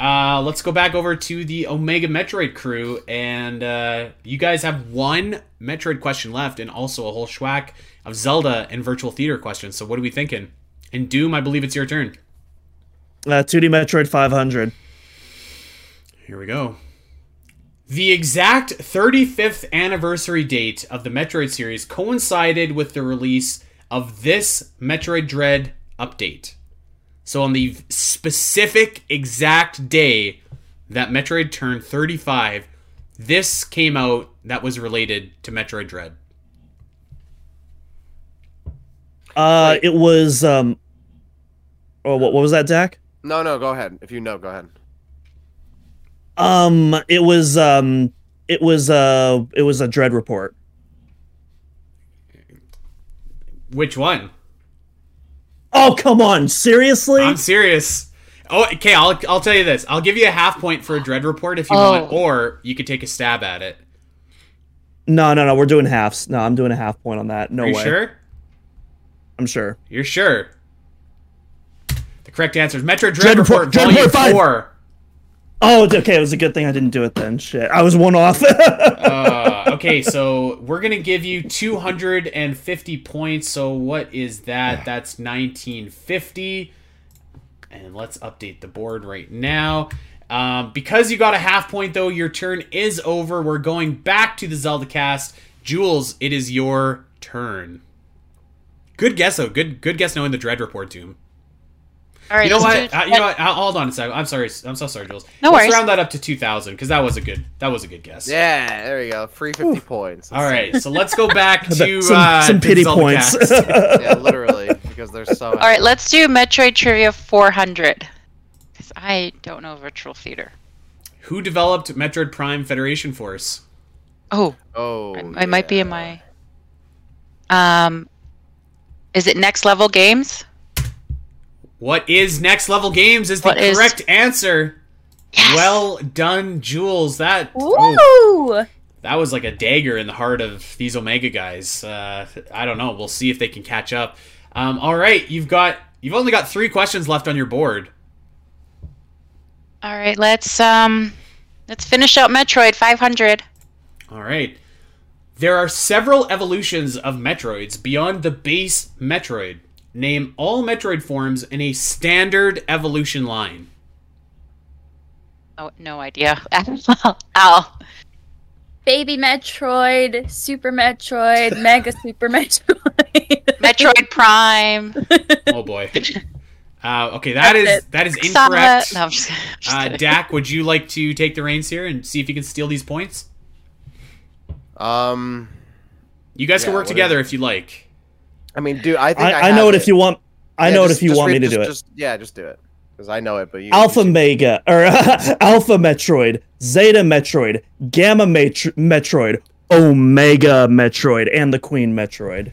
Speaker 1: Uh, let's go back over to the Omega Metroid crew, and uh, you guys have one Metroid question left, and also a whole schwack of Zelda and virtual theater questions. So, what are we thinking? And Doom, I believe it's your turn.
Speaker 5: Uh, 2D Metroid 500.
Speaker 1: Here we go. The exact 35th anniversary date of the Metroid series coincided with the release of this Metroid Dread update. So, on the specific exact day that Metroid turned 35, this came out that was related to Metroid Dread.
Speaker 5: Uh, it was um. Oh, what, what was that, Dak?
Speaker 4: No, no, go ahead. If you know, go ahead.
Speaker 5: Um, it was um, it was uh, it was a dread report.
Speaker 1: Which one?
Speaker 5: Oh come on, seriously?
Speaker 1: I'm serious. Oh, okay. I'll I'll tell you this. I'll give you a half point for a dread report if you want,
Speaker 6: Oh.
Speaker 1: or you could take a stab at it.
Speaker 5: No, no, no. We're doing halves. No, I'm doing a half point on that. No
Speaker 1: Are you
Speaker 5: way.
Speaker 1: sure?
Speaker 5: I'm sure.
Speaker 1: You're sure? The correct answer is Metro Dread,
Speaker 5: Dread
Speaker 1: Report,
Speaker 5: Report, Dread
Speaker 1: Volume
Speaker 5: Report five.
Speaker 1: Four.
Speaker 5: Oh, it's okay. It was a good thing I didn't do it then. Shit, I was one off. *laughs*
Speaker 1: Uh, okay, so *laughs* we're gonna give you 250 points. So what is that? That's 1950. And let's update the board right now. Um, because you got a half point, though, your turn is over. We're going back to the Zelda cast. Jules, it is your turn. Good guess, though. Good, good guess. Knowing the Dread Report, Doom.
Speaker 6: All right.
Speaker 1: you know what?
Speaker 6: let's do-
Speaker 1: Uh, you know what? Uh, hold on a second. I'm sorry. I'm so sorry, Jules.
Speaker 6: No
Speaker 1: Let's
Speaker 6: worries.
Speaker 1: round that up to two thousand because that was a good. That was a good guess.
Speaker 4: Yeah, there you go. Free 50 points.
Speaker 1: All right. So let's go
Speaker 5: *laughs*
Speaker 1: back to
Speaker 5: some,
Speaker 1: uh,
Speaker 5: some
Speaker 1: the
Speaker 5: pity
Speaker 1: Zelda
Speaker 5: points.
Speaker 1: cast.
Speaker 5: *laughs*
Speaker 4: Yeah, literally, because they're so.
Speaker 6: All right, let's do Metroid Trivia 400. Because I don't know virtual theater.
Speaker 1: Who developed Metroid Prime Federation Force?
Speaker 6: Oh,
Speaker 4: Oh,
Speaker 6: I I might be in
Speaker 4: yeah.
Speaker 6: my. Um, is it Next Level Games?
Speaker 1: What is Next Level Games? Is the
Speaker 6: What is-
Speaker 1: correct answer.
Speaker 6: Yes!
Speaker 1: Well done, Jules. That oh,
Speaker 2: Woo!
Speaker 1: that was like a dagger in the heart of these Omega guys. Uh, I don't know. We'll see if they can catch up. Um, all right, you've got you've only got three questions left on your board.
Speaker 6: All right, let's um, let's finish out Metroid 500.
Speaker 1: All right. There are several evolutions of Metroids beyond the base Metroid. Name all Metroid forms in a standard evolution line.
Speaker 6: Oh, no idea. *laughs* Ow.
Speaker 2: Baby Metroid,
Speaker 1: *laughs*
Speaker 2: Super Metroid, Mega Super Metroid.
Speaker 6: Metroid Prime.
Speaker 1: Oh boy. Uh, okay, that is
Speaker 2: That's
Speaker 1: that is
Speaker 6: Saga-
Speaker 1: incorrect.
Speaker 6: No, I'm just, I'm just
Speaker 1: Uh,
Speaker 6: kidding.
Speaker 1: Dak, would you like to take the reins here and see if you can steal these points?
Speaker 4: Um,
Speaker 1: You guys can
Speaker 4: Yeah,
Speaker 1: work
Speaker 4: what
Speaker 1: together if you like.
Speaker 4: I mean, dude, I think
Speaker 5: I,
Speaker 4: I,
Speaker 5: I know it if you want. I know it if you want me to do it.
Speaker 4: yeah, just do it because I know it. But you,
Speaker 5: Alpha Mega or *laughs* Alpha Metroid, Zeta Metroid, Gamma Metro- Metroid, Omega Metroid, and the Queen Metroid.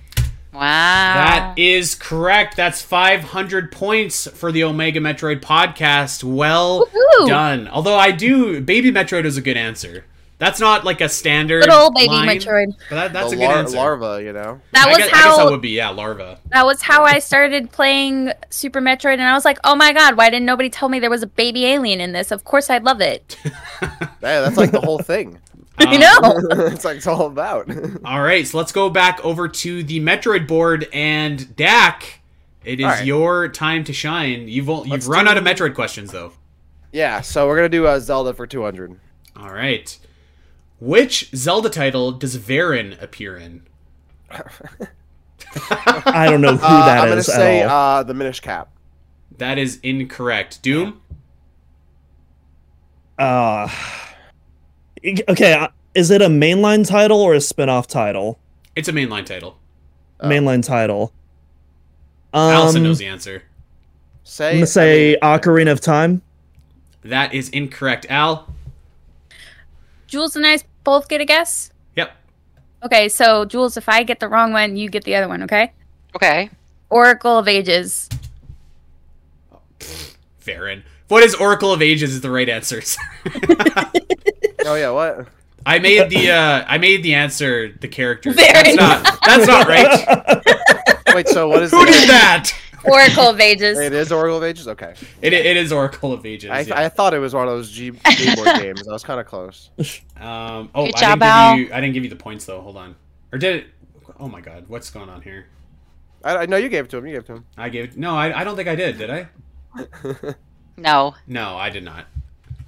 Speaker 6: wow.
Speaker 2: Ah.
Speaker 1: That is correct. That's 500 points for the Omega Metroid podcast. Well
Speaker 2: Woohoo!
Speaker 1: done. Although I do, Baby Metroid is a good answer. That's not like a standard.
Speaker 2: Good old baby
Speaker 1: line,
Speaker 2: Metroid.
Speaker 1: But that, that's
Speaker 4: the
Speaker 1: a good
Speaker 4: lar-
Speaker 1: answer.
Speaker 4: larva, you know.
Speaker 2: That
Speaker 1: I
Speaker 2: was
Speaker 1: guess, I guess
Speaker 2: how
Speaker 1: that would be yeah, larva.
Speaker 2: that was how I started playing Super Metroid, and I was like, "Oh my god, why didn't nobody tell me there was a baby alien in this? Of course, I'd love it." *laughs*
Speaker 4: Yeah, that's like the whole
Speaker 5: *laughs*
Speaker 4: thing. *laughs*
Speaker 2: I
Speaker 1: Um,
Speaker 2: know.
Speaker 4: it's like it's all about. *laughs*
Speaker 1: All right, so let's go back over to the Metroid board and Dak. It is
Speaker 4: All right.
Speaker 1: your time to shine. You've o- you've
Speaker 4: Let's
Speaker 1: run
Speaker 4: do-
Speaker 1: out of Metroid questions though.
Speaker 4: yeah, so we're gonna do uh, Zelda for 200.
Speaker 1: All right. Which Zelda title does Varen appear in?
Speaker 5: I
Speaker 4: *laughs*
Speaker 5: don't know who
Speaker 4: Uh,
Speaker 5: that
Speaker 4: I'm gonna
Speaker 5: is
Speaker 4: say
Speaker 5: at all.
Speaker 4: uh, the Minish Cap.
Speaker 1: That is incorrect. Doom?
Speaker 5: Uh, okay, uh, is it a mainline title or a spin-off title?
Speaker 1: It's a mainline title.
Speaker 4: Oh.
Speaker 5: Mainline title. Um,
Speaker 1: Allison knows the answer.
Speaker 4: Say,
Speaker 5: I'm gonna say Ocarina of Time.
Speaker 1: That is incorrect. Al?
Speaker 2: Jules and I both get a guess.
Speaker 1: Yep.
Speaker 2: Okay, so Jules, if I get the wrong one, you get the other one. Okay.
Speaker 6: okay.
Speaker 1: *laughs*
Speaker 2: Oracle of Ages.
Speaker 1: Varen. What is Oracle of Ages is the right answer. *laughs*
Speaker 4: Oh yeah, what?
Speaker 5: *laughs*
Speaker 1: I made the uh, I made the answer the character. that's
Speaker 2: Very
Speaker 1: not that's not right.
Speaker 6: *laughs*
Speaker 4: Wait, so what is
Speaker 1: Who
Speaker 4: the-
Speaker 1: did that?
Speaker 2: Oracle of Ages.
Speaker 4: It is Oracle of Ages. Okay,
Speaker 1: It, it is Oracle of Ages.
Speaker 4: I,
Speaker 1: yeah.
Speaker 4: I thought it was one of those G- Game Boy
Speaker 5: *laughs*
Speaker 4: games. I was kind of close.
Speaker 1: Um, oh,
Speaker 6: Good
Speaker 1: I
Speaker 6: job,
Speaker 1: didn't
Speaker 6: Al.
Speaker 1: give you. I didn't give you the points though. Hold on. Or did it? Oh my God, what's going on here?
Speaker 4: I, I know you gave it to him. You gave it to him.
Speaker 1: I gave. No, I, I don't think I did. Did I?
Speaker 6: No.
Speaker 1: No, I did not.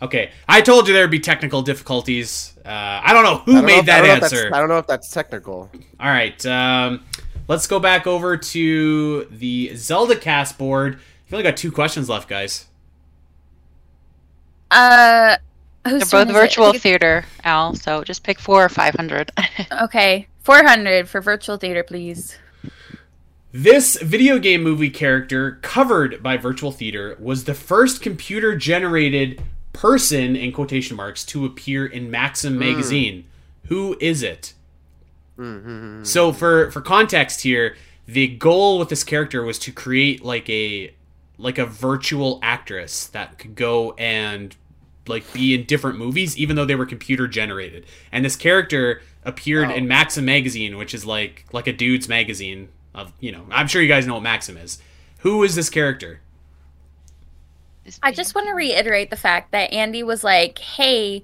Speaker 1: Okay, I told you there'd be technical difficulties. Uh, I don't know who
Speaker 4: I don't know
Speaker 1: made
Speaker 4: if- I
Speaker 1: that
Speaker 4: don't know if that's-
Speaker 1: answer.
Speaker 4: I don't know if that's technical.
Speaker 1: All right, um, let's go back over to the Zelda cast board. You've only got two questions left, guys.
Speaker 2: Uh, who's
Speaker 6: They're
Speaker 2: turn
Speaker 6: both
Speaker 2: is it? I
Speaker 6: virtual
Speaker 2: think
Speaker 6: theater, Al. So just pick four or five hundred. *laughs*
Speaker 2: it's- okay, four hundred for virtual theater, please.
Speaker 1: This video game movie character covered by Virtual Theater was the first computer generated person in quotation marks to appear in Maxim magazine. Who is it?
Speaker 4: Mm-hmm.
Speaker 1: So for for context here, the goal with this character was to create like a like a virtual actress that could go and like be in different movies even though they were computer generated. And this character appeared in Maxim magazine, which is like like a dude's magazine of, you know, I'm sure you guys know what Maxim is. Who is this character?
Speaker 2: I just want to reiterate the fact that Andy was like, "Hey,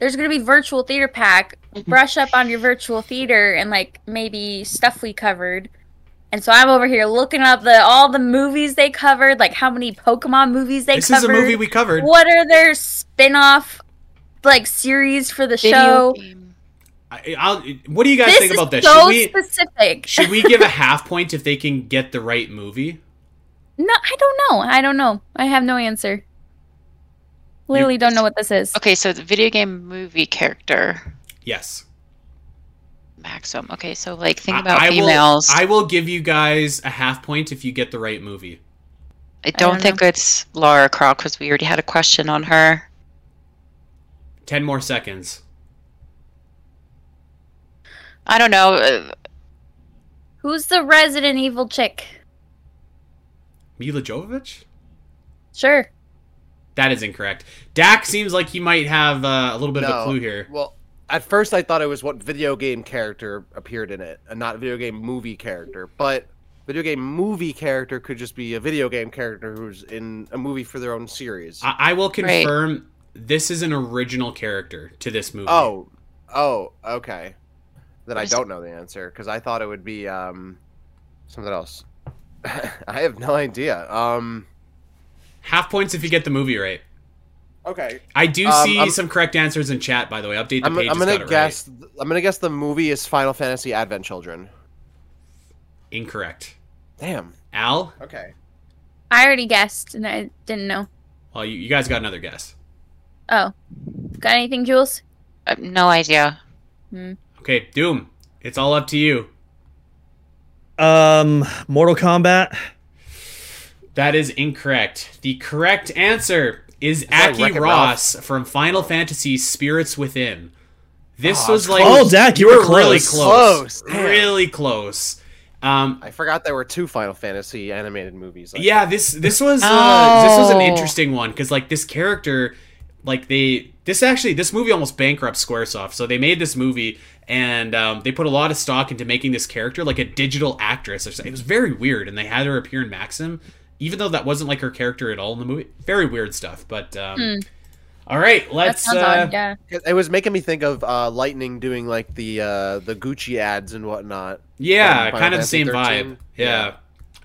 Speaker 2: there's going to be virtual theater pack.
Speaker 1: Mm-hmm.
Speaker 2: Brush up on your virtual theater and like maybe stuff we covered." And so I'm over here looking up the all the movies they covered, like how many Pokemon movies they
Speaker 1: this
Speaker 2: covered.
Speaker 1: is a movie we covered.
Speaker 2: What are their spin-off like series for the show?
Speaker 6: game.
Speaker 1: I, I'll, what do you guys
Speaker 2: This
Speaker 1: think
Speaker 2: is
Speaker 1: about this?
Speaker 2: so
Speaker 1: should we
Speaker 2: specific.
Speaker 1: should we
Speaker 2: *laughs*
Speaker 1: give a half point if they can get the right movie?
Speaker 2: No, I don't know. I don't know. I have no answer. Literally don't know what this is.
Speaker 6: Okay, so the video game movie character
Speaker 1: Yes.
Speaker 6: Maxim. Okay, so like think
Speaker 1: I-
Speaker 6: about
Speaker 1: I,
Speaker 6: females.
Speaker 1: Will,
Speaker 6: I,
Speaker 1: I will give you guys a half point if you get the right movie.
Speaker 6: don't,
Speaker 2: don't
Speaker 6: think it's Laura Croft because we already had a question on her.
Speaker 1: Ten more seconds.
Speaker 6: I don't know. uh,
Speaker 2: Who's the Resident Evil chick?
Speaker 1: Mila Jovovich?
Speaker 2: Sure.
Speaker 1: That is incorrect. Dak seems like he might have uh, a little bit of a
Speaker 4: No.
Speaker 1: clue here.
Speaker 4: Well, at first I thought it was what video game character appeared in it, and not video game movie character. But video game movie character could just be a video game character who's in a movie for their own series.
Speaker 1: I, I will
Speaker 6: Right.
Speaker 1: confirm this is an original character to this movie.
Speaker 4: oh, oh, okay. Then I
Speaker 6: Just-
Speaker 4: don't know the answer because I thought it would be um something else. *laughs* I have no idea. Um.
Speaker 1: Half points if you get the movie right.
Speaker 4: Okay.
Speaker 1: I do
Speaker 4: Um,
Speaker 1: see
Speaker 4: I'm-
Speaker 1: some correct answers in chat, by the way. Update the
Speaker 4: I'm,
Speaker 1: page.
Speaker 4: I'm
Speaker 1: it's got
Speaker 4: gonna
Speaker 1: it
Speaker 4: guess. I'm gonna guess the movie is Final Fantasy Advent Children.
Speaker 1: Right. Incorrect.
Speaker 4: Damn.
Speaker 1: Al?
Speaker 4: Okay.
Speaker 2: I already guessed and I didn't know.
Speaker 1: Well, you, you guys got another guess.
Speaker 2: Oh. Got anything, Jules?
Speaker 6: I have uh, no idea.
Speaker 1: Okay, Doom. It's all up to you.
Speaker 5: Um, Mortal Kombat.
Speaker 1: That is incorrect. The correct answer is
Speaker 4: that
Speaker 1: Aki
Speaker 4: Wreck-It
Speaker 1: Ross from Final Fantasy Spirits Within. This
Speaker 4: Oh,
Speaker 1: was like
Speaker 5: Oh, Dak, you
Speaker 1: were
Speaker 5: were close.
Speaker 1: really close,
Speaker 4: Close, damn.
Speaker 1: really close. Um,
Speaker 4: I forgot there were two Final Fantasy animated movies. like
Speaker 1: yeah, this this was uh, this was an
Speaker 6: Oh.
Speaker 1: interesting one because like this character, like they this actually this movie almost bankrupts SquareSoft, so they made this movie and um, they put a lot of stock into making this character like a digital actress. Or something. It was very weird, and they had her appear in Maxim, even though that wasn't like her character at all in the movie. Very weird stuff, but. Um,
Speaker 2: Hmm.
Speaker 1: All right,
Speaker 2: That
Speaker 1: let's.
Speaker 2: sounds
Speaker 1: uh,
Speaker 2: odd, yeah.
Speaker 4: It- It was making me think of uh, Lightning doing like the uh, the Gucci ads and whatnot.
Speaker 1: Yeah,
Speaker 4: Final
Speaker 1: kind of the
Speaker 4: Fantasy
Speaker 1: same vibe.
Speaker 4: 13.
Speaker 1: Yeah.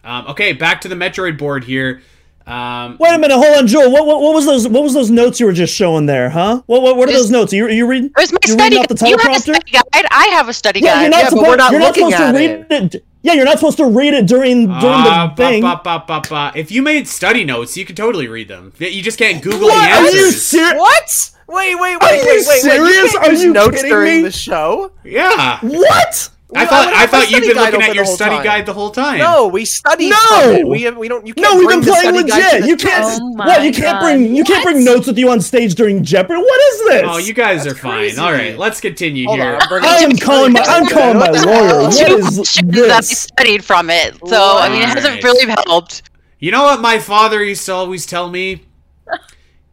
Speaker 1: Um, okay, back to the Metroid board here. Um,
Speaker 5: Wait a minute, hold on, Joel. What, what what was those what was those notes you were just showing there, huh? What what, what are
Speaker 6: Just-
Speaker 5: those notes? Are you, are you reading?
Speaker 6: It was my
Speaker 5: You're
Speaker 6: study.
Speaker 5: reading off the
Speaker 6: guide. You have a
Speaker 5: teleprompter?
Speaker 6: study guide. I have a study
Speaker 5: Yeah,
Speaker 6: guide.
Speaker 5: you're not,
Speaker 4: yeah, but
Speaker 5: supposed,
Speaker 4: we're not
Speaker 5: you're not
Speaker 4: looking
Speaker 5: supposed to read
Speaker 4: at
Speaker 5: it. Yeah, you're not supposed to read it during during
Speaker 1: ah,
Speaker 5: the thing.
Speaker 1: ba, ba, ba, ba, ba. If you made study notes, you could totally read them. Yeah, You just can't Google
Speaker 5: What?
Speaker 1: the
Speaker 5: Are you
Speaker 1: answers.
Speaker 5: serious?
Speaker 4: What? Wait, wait, wait,
Speaker 5: Are
Speaker 4: wait,
Speaker 5: you
Speaker 4: wait, wait!
Speaker 5: serious?
Speaker 4: can't
Speaker 5: Are
Speaker 4: use
Speaker 5: you
Speaker 4: notes
Speaker 5: kidding
Speaker 4: during
Speaker 5: me?
Speaker 4: the show?
Speaker 1: yeah.
Speaker 5: What?
Speaker 1: I
Speaker 4: Well,
Speaker 1: thought
Speaker 4: would
Speaker 1: I,
Speaker 4: have my
Speaker 1: thought you'd
Speaker 4: study
Speaker 1: been
Speaker 4: guide
Speaker 1: looking
Speaker 4: open
Speaker 1: at your
Speaker 4: the whole
Speaker 1: study
Speaker 4: time.
Speaker 1: guide the whole time.
Speaker 4: No, we studied.
Speaker 5: No!
Speaker 4: from it. we have, we don't. You can't
Speaker 5: No, we've
Speaker 4: bring
Speaker 5: been
Speaker 4: the
Speaker 5: playing
Speaker 4: study guide to
Speaker 5: legit.
Speaker 4: the
Speaker 5: You
Speaker 4: show.
Speaker 5: can't.
Speaker 2: Oh my
Speaker 5: what? You can't
Speaker 2: God.
Speaker 5: bring. You can't bring notes with you on stage during Jeopardy. What is this?
Speaker 1: Oh, you guys are fine.
Speaker 4: crazy.
Speaker 1: All right, let's continue
Speaker 4: Hold
Speaker 1: here.
Speaker 4: on, I'm bringing
Speaker 5: I am
Speaker 4: it.
Speaker 5: calling my. I'm calling my
Speaker 4: What the
Speaker 5: lawyer.
Speaker 4: hell?
Speaker 5: What
Speaker 6: Two
Speaker 5: is
Speaker 6: options that I
Speaker 5: this?
Speaker 6: studied from it. So I mean, it
Speaker 1: Right.
Speaker 6: hasn't really helped.
Speaker 1: You know what my father used to always tell me?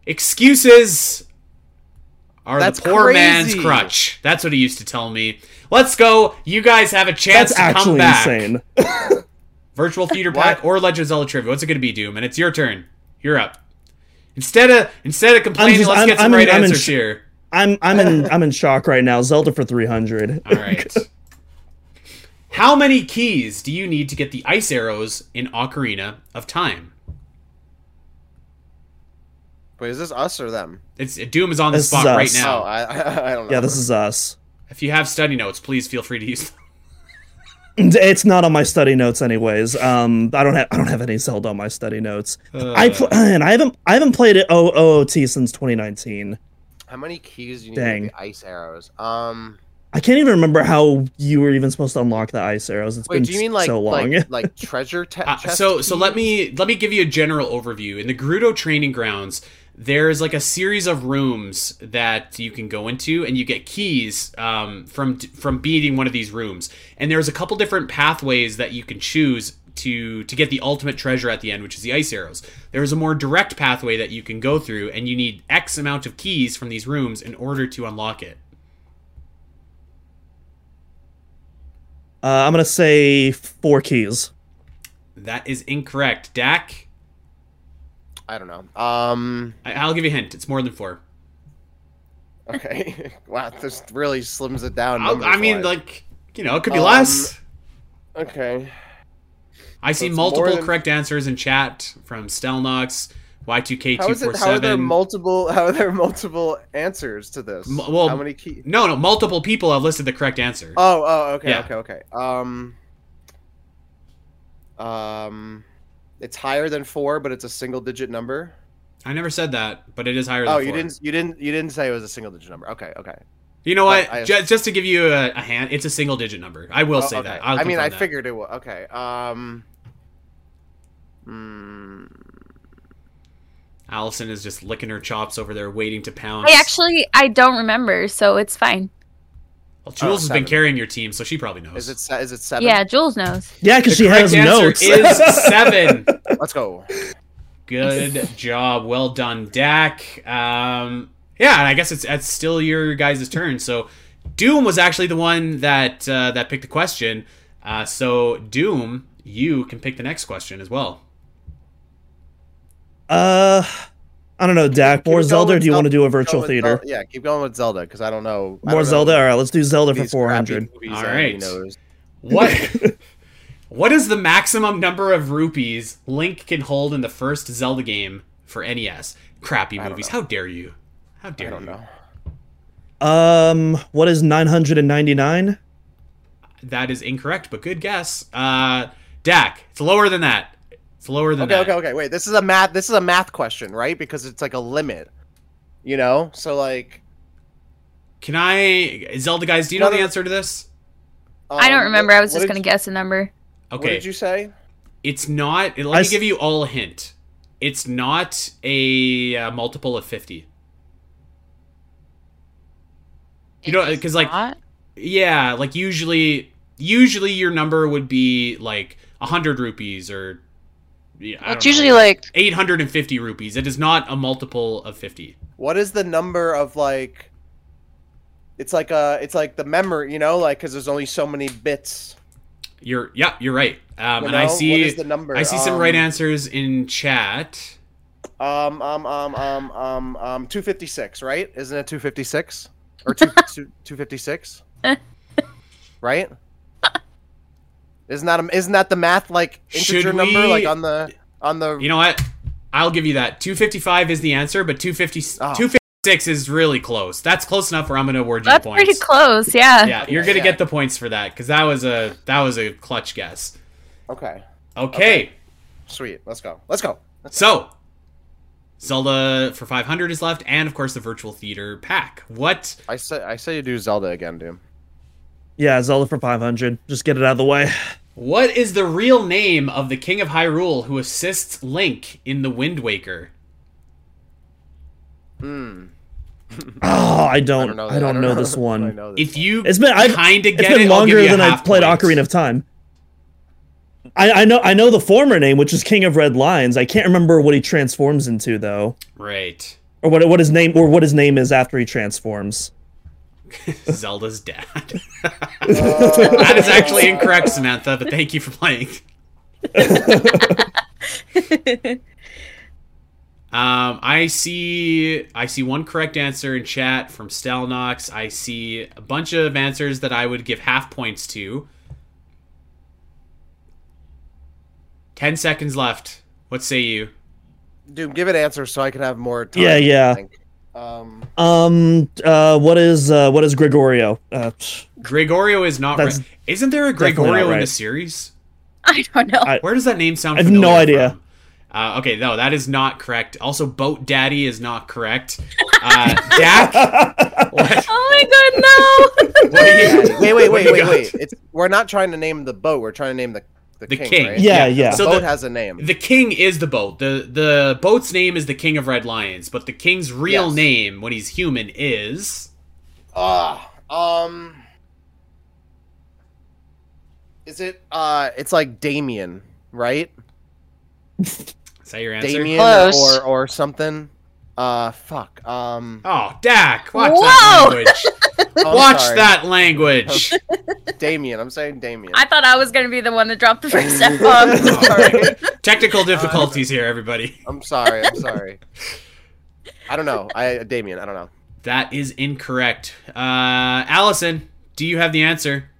Speaker 1: Excuses are
Speaker 4: That's
Speaker 1: the poor man's
Speaker 4: crazy.
Speaker 1: crutch. That's what he used to tell me. Let's go. You guys have a chance
Speaker 5: That's
Speaker 1: to come
Speaker 5: actually
Speaker 1: back.
Speaker 5: insane.
Speaker 1: Virtual theater
Speaker 4: *laughs* What?
Speaker 1: pack or Legend of Zelda trivia. What's it going to be, Doom? And it's your turn. You're up. Instead of instead of complaining,
Speaker 5: just-
Speaker 1: let's
Speaker 5: I'm-
Speaker 1: get some
Speaker 5: I'm in-
Speaker 1: right
Speaker 5: I'm in
Speaker 1: answers
Speaker 5: sh- *laughs*
Speaker 1: here.
Speaker 5: I'm I'm in I'm in shock right now. Zelda
Speaker 4: *laughs*
Speaker 5: for 300.
Speaker 1: All right. How many keys do you need to get the ice arrows in Ocarina of Time?
Speaker 4: Wait, is this us or them?
Speaker 1: It's Doom is on the
Speaker 5: This
Speaker 1: spot
Speaker 5: is us.
Speaker 1: right
Speaker 4: Oh,
Speaker 1: now.
Speaker 4: I, I, *laughs* I don't know.
Speaker 5: Yeah, this is us.
Speaker 1: If you have study notes, please feel free to use them.
Speaker 5: It's not on my study notes anyways. Um I don't have I don't have any Zelda on my study notes. I
Speaker 4: Uh.
Speaker 1: Uh,
Speaker 5: pl- and I haven't I haven't played it OOT since 2019.
Speaker 4: How many keys do you
Speaker 5: Dang.
Speaker 4: need to get the ice arrows? Um,
Speaker 5: I can't even remember how you were even supposed to unlock the ice arrows. It's
Speaker 4: wait,
Speaker 5: been
Speaker 4: do you mean like
Speaker 5: so long. *laughs*
Speaker 4: like, like treasure te-
Speaker 1: Uh,
Speaker 4: chest
Speaker 1: so so let
Speaker 4: keys?
Speaker 1: me let me give you a general overview in the Gerudo training grounds there's like a series of rooms that you can go into and you get keys um, from from beating one of these rooms and there's a couple different pathways that you can choose to to get the ultimate treasure at the end which is the ice arrows there's a more direct pathway that you can go through and you need x amount of keys from these rooms in order to unlock it
Speaker 5: Uh, I'm going to say four keys.
Speaker 1: that is incorrect dak
Speaker 4: I don't know. Um,
Speaker 1: I, i'll give you a hint it's more than four
Speaker 4: okay. *laughs* wow, this really slims it down.
Speaker 1: I'll- i
Speaker 4: numbers-wise.
Speaker 1: mean like you know it could be
Speaker 4: Um,
Speaker 1: less
Speaker 4: okay.
Speaker 1: I see
Speaker 4: That's
Speaker 1: multiple
Speaker 4: more than-
Speaker 1: correct answers in chat from Stelnox,
Speaker 4: How is it? How are there
Speaker 1: Y2K247.
Speaker 4: multiple? How are there multiple answers to this?
Speaker 1: Mu- well,
Speaker 4: how many keys?
Speaker 1: no, no, multiple people have listed the correct answer.
Speaker 4: Oh, oh, okay,
Speaker 1: Yeah.
Speaker 4: okay, okay. Um, um, it's higher than four, but it's a single-digit number.
Speaker 1: I never said that, but it is higher than
Speaker 4: Oh,
Speaker 1: four.
Speaker 4: you didn't, you didn't, you didn't say it was a single-digit number. Okay, okay.
Speaker 1: You know what?
Speaker 4: Oh, I- I-
Speaker 1: Ju- just to give you a, a hand, it's a single digit number. I will
Speaker 4: Oh,
Speaker 1: say
Speaker 4: okay.
Speaker 1: that. I'll
Speaker 4: I mean,
Speaker 1: confirm
Speaker 4: I
Speaker 1: that.
Speaker 4: figured it was okay. Um, mm,
Speaker 1: Allison is just licking her chops over there, waiting to pound.
Speaker 2: I actually I don't remember, so it's fine.
Speaker 1: well, Jules has been
Speaker 4: Oh, seven.
Speaker 1: carrying your team, so she probably knows.
Speaker 4: is it se- is it seven?
Speaker 2: Yeah, Jules knows.
Speaker 5: Yeah, because
Speaker 1: The
Speaker 5: she
Speaker 1: correct
Speaker 5: has
Speaker 1: answer
Speaker 5: notes.
Speaker 1: is *laughs*
Speaker 4: *laughs*
Speaker 1: seven.
Speaker 4: Let's go.
Speaker 1: Good
Speaker 4: *laughs*
Speaker 1: job, well done, Dak. Um, yeah, and I guess it's it's still your guys' turn. So, Doom was actually the one that uh, that picked the question. Uh, so, Doom, you can pick the next question as well.
Speaker 5: *laughs* uh, I don't know, Dak.
Speaker 4: Keep
Speaker 5: More
Speaker 4: going
Speaker 5: Zelda? Or
Speaker 4: with
Speaker 5: do you want
Speaker 4: Zelda,
Speaker 5: to do a
Speaker 4: keep going
Speaker 5: virtual
Speaker 4: with
Speaker 5: theater?
Speaker 4: Zel- yeah, keep going with Zelda because I don't know. I
Speaker 5: More
Speaker 4: don't know
Speaker 5: Zelda. All right, let's do Zelda for
Speaker 4: these crappy
Speaker 5: 400.
Speaker 4: movies
Speaker 1: All
Speaker 4: that he
Speaker 1: right.
Speaker 4: knows.
Speaker 1: What
Speaker 4: *laughs*
Speaker 1: what is the maximum number of rupees Link can hold in the first Zelda game for NES? Crappy
Speaker 4: I don't
Speaker 1: movies. How
Speaker 4: know.
Speaker 1: dare you? How
Speaker 4: I
Speaker 1: dare
Speaker 4: don't
Speaker 1: you?
Speaker 4: know.
Speaker 5: Um, what is 999?
Speaker 1: That is incorrect, but good guess. Uh, Dak, it's lower than that. It's lower than
Speaker 4: Okay,
Speaker 1: that.
Speaker 4: okay, okay. Wait, this is a math. This is a math question, right? Because it's like a limit. You know, so like.
Speaker 1: Can I, Zelda guys? Do you know
Speaker 4: None
Speaker 1: the
Speaker 4: of-
Speaker 1: answer to this?
Speaker 2: I
Speaker 4: um,
Speaker 2: don't remember. I was
Speaker 4: what
Speaker 2: just
Speaker 4: did
Speaker 2: gonna
Speaker 4: you-
Speaker 2: guess a number.
Speaker 4: What
Speaker 1: Okay,
Speaker 4: did you say?
Speaker 1: it's not. Let
Speaker 5: I
Speaker 1: me
Speaker 5: s-
Speaker 1: give you all a hint. It's not a uh, multiple of fifty. You know,
Speaker 6: It's
Speaker 1: 'cause, like,
Speaker 6: not?
Speaker 1: Yeah, like usually, usually your number would be like hundred rupees or. yeah, I
Speaker 6: Well,
Speaker 1: don't
Speaker 6: it's
Speaker 1: know,
Speaker 6: usually like
Speaker 1: eight hundred and fifty rupees. It is not a multiple of fifty.
Speaker 4: What is the number of like? It's like uh it's like the memory, you know, like because there's only so many bits.
Speaker 1: You're yeah, you're right. Um,
Speaker 4: you
Speaker 1: and I
Speaker 4: know? what is
Speaker 1: see,
Speaker 4: the number.
Speaker 1: I see some right
Speaker 4: Um,
Speaker 1: answers in chat.
Speaker 4: Um, um, um, um, um, um, two fifty six, right? Isn't it two fifty six or
Speaker 5: *laughs*
Speaker 4: two two fifty six? Right? Isn't that a, isn't that the math like
Speaker 1: Should
Speaker 4: integer number like
Speaker 1: we-
Speaker 4: on the on the
Speaker 1: You know what? I'll give you that. 255 is the answer, but 250,
Speaker 4: Oh.
Speaker 1: 256 is really close. That's close enough where I'm going to award you
Speaker 2: That's
Speaker 1: the
Speaker 2: pretty
Speaker 1: points.
Speaker 2: close, yeah.
Speaker 1: Yeah, you're going to
Speaker 4: Yeah.
Speaker 1: get the points for that cuz that was a that was a clutch guess.
Speaker 4: okay
Speaker 1: Okay.
Speaker 4: sweet let's go let's go
Speaker 1: So, Zelda for 500 is left and of course the virtual theater pack. What
Speaker 4: I say I say you do Zelda again, Doom.
Speaker 5: Yeah, Zelda for 500. Just get it out of the way.
Speaker 1: what is the real name of the King of Hyrule who assists Link in The Wind Waker?
Speaker 4: Mm.
Speaker 5: Oh, I don't, I
Speaker 4: don't
Speaker 5: don't,
Speaker 4: know.
Speaker 5: know,
Speaker 4: that. I don't know *laughs*
Speaker 5: this
Speaker 4: that I
Speaker 5: one.
Speaker 4: know this
Speaker 1: If you
Speaker 5: It's been, I've,
Speaker 1: kind of get
Speaker 5: it's been
Speaker 1: it, I'll give
Speaker 5: longer
Speaker 1: you a
Speaker 5: than I've
Speaker 1: half
Speaker 5: played
Speaker 1: point.
Speaker 5: Ocarina of Time. I, I know, I know the former name, which is King of Red Lions. I can't remember what he transforms into though.
Speaker 1: Right.
Speaker 5: or what what his name or what his name is after he transforms.
Speaker 1: *laughs* Zelda's dad. *laughs* that is actually incorrect, Samantha, but thank you for playing. Um, I see I see one correct answer in chat from Stalnox. I see a bunch of answers that I would give half points to. Ten seconds left. What say you?
Speaker 4: Dude, give an answer so I can have more time.
Speaker 5: Yeah,
Speaker 4: I
Speaker 5: yeah.
Speaker 4: think. Um,
Speaker 5: Um. Uh. What is uh. What is Gregorio? Uh. *laughs* psh,
Speaker 1: Gregorio is not right.
Speaker 5: That's
Speaker 1: Isn't there a
Speaker 5: definitely not
Speaker 1: Gregorio in the
Speaker 5: right.
Speaker 1: series?
Speaker 2: *laughs* I don't *laughs* know.
Speaker 5: I-
Speaker 1: Where does that name sound
Speaker 5: I have no
Speaker 1: familiar
Speaker 5: idea.
Speaker 1: from? Uh, okay, no, that is not correct. Also, Boat Daddy is not
Speaker 4: *laughs*
Speaker 1: correct. Uh, Dak, what,
Speaker 2: oh my god, no! *laughs*
Speaker 1: what do you-
Speaker 4: *laughs* wait,
Speaker 1: what
Speaker 4: wait,
Speaker 1: do
Speaker 4: wait,
Speaker 1: you
Speaker 4: wait,
Speaker 1: got?
Speaker 4: wait. It's, we're not trying to name the boat. We're trying to name the the,
Speaker 1: The
Speaker 4: king.
Speaker 1: king.
Speaker 4: right?
Speaker 5: yeah.
Speaker 1: Yeah.
Speaker 5: Yeah.
Speaker 1: So
Speaker 4: the boat
Speaker 1: the-
Speaker 4: has a name.
Speaker 1: The king is the boat. The the boat's name is the King of Red Lions, but the king's real
Speaker 4: Yes.
Speaker 1: name when he's human is
Speaker 4: Ah, um, is it? Uh, it's like Damien, right?
Speaker 1: Is that your answer?
Speaker 4: Damien
Speaker 6: Close.
Speaker 4: or or something. Uh, fuck. Um,
Speaker 1: Oh, Dak, watch that
Speaker 2: Whoa!
Speaker 1: language.
Speaker 4: *laughs* I'm
Speaker 1: watch
Speaker 4: sorry.
Speaker 1: that language.
Speaker 4: *laughs* Damien. I'm saying Damien.
Speaker 2: I thought I was gonna be the one that dropped the first Um, F bomb.
Speaker 4: *laughs* sorry.
Speaker 1: Oh,
Speaker 4: Um,
Speaker 1: Technical difficulties here, everybody.
Speaker 4: I'm sorry. I'm sorry. I don't know. I Damien. I don't know.
Speaker 1: That is incorrect. Uh, Allison, do you have the answer?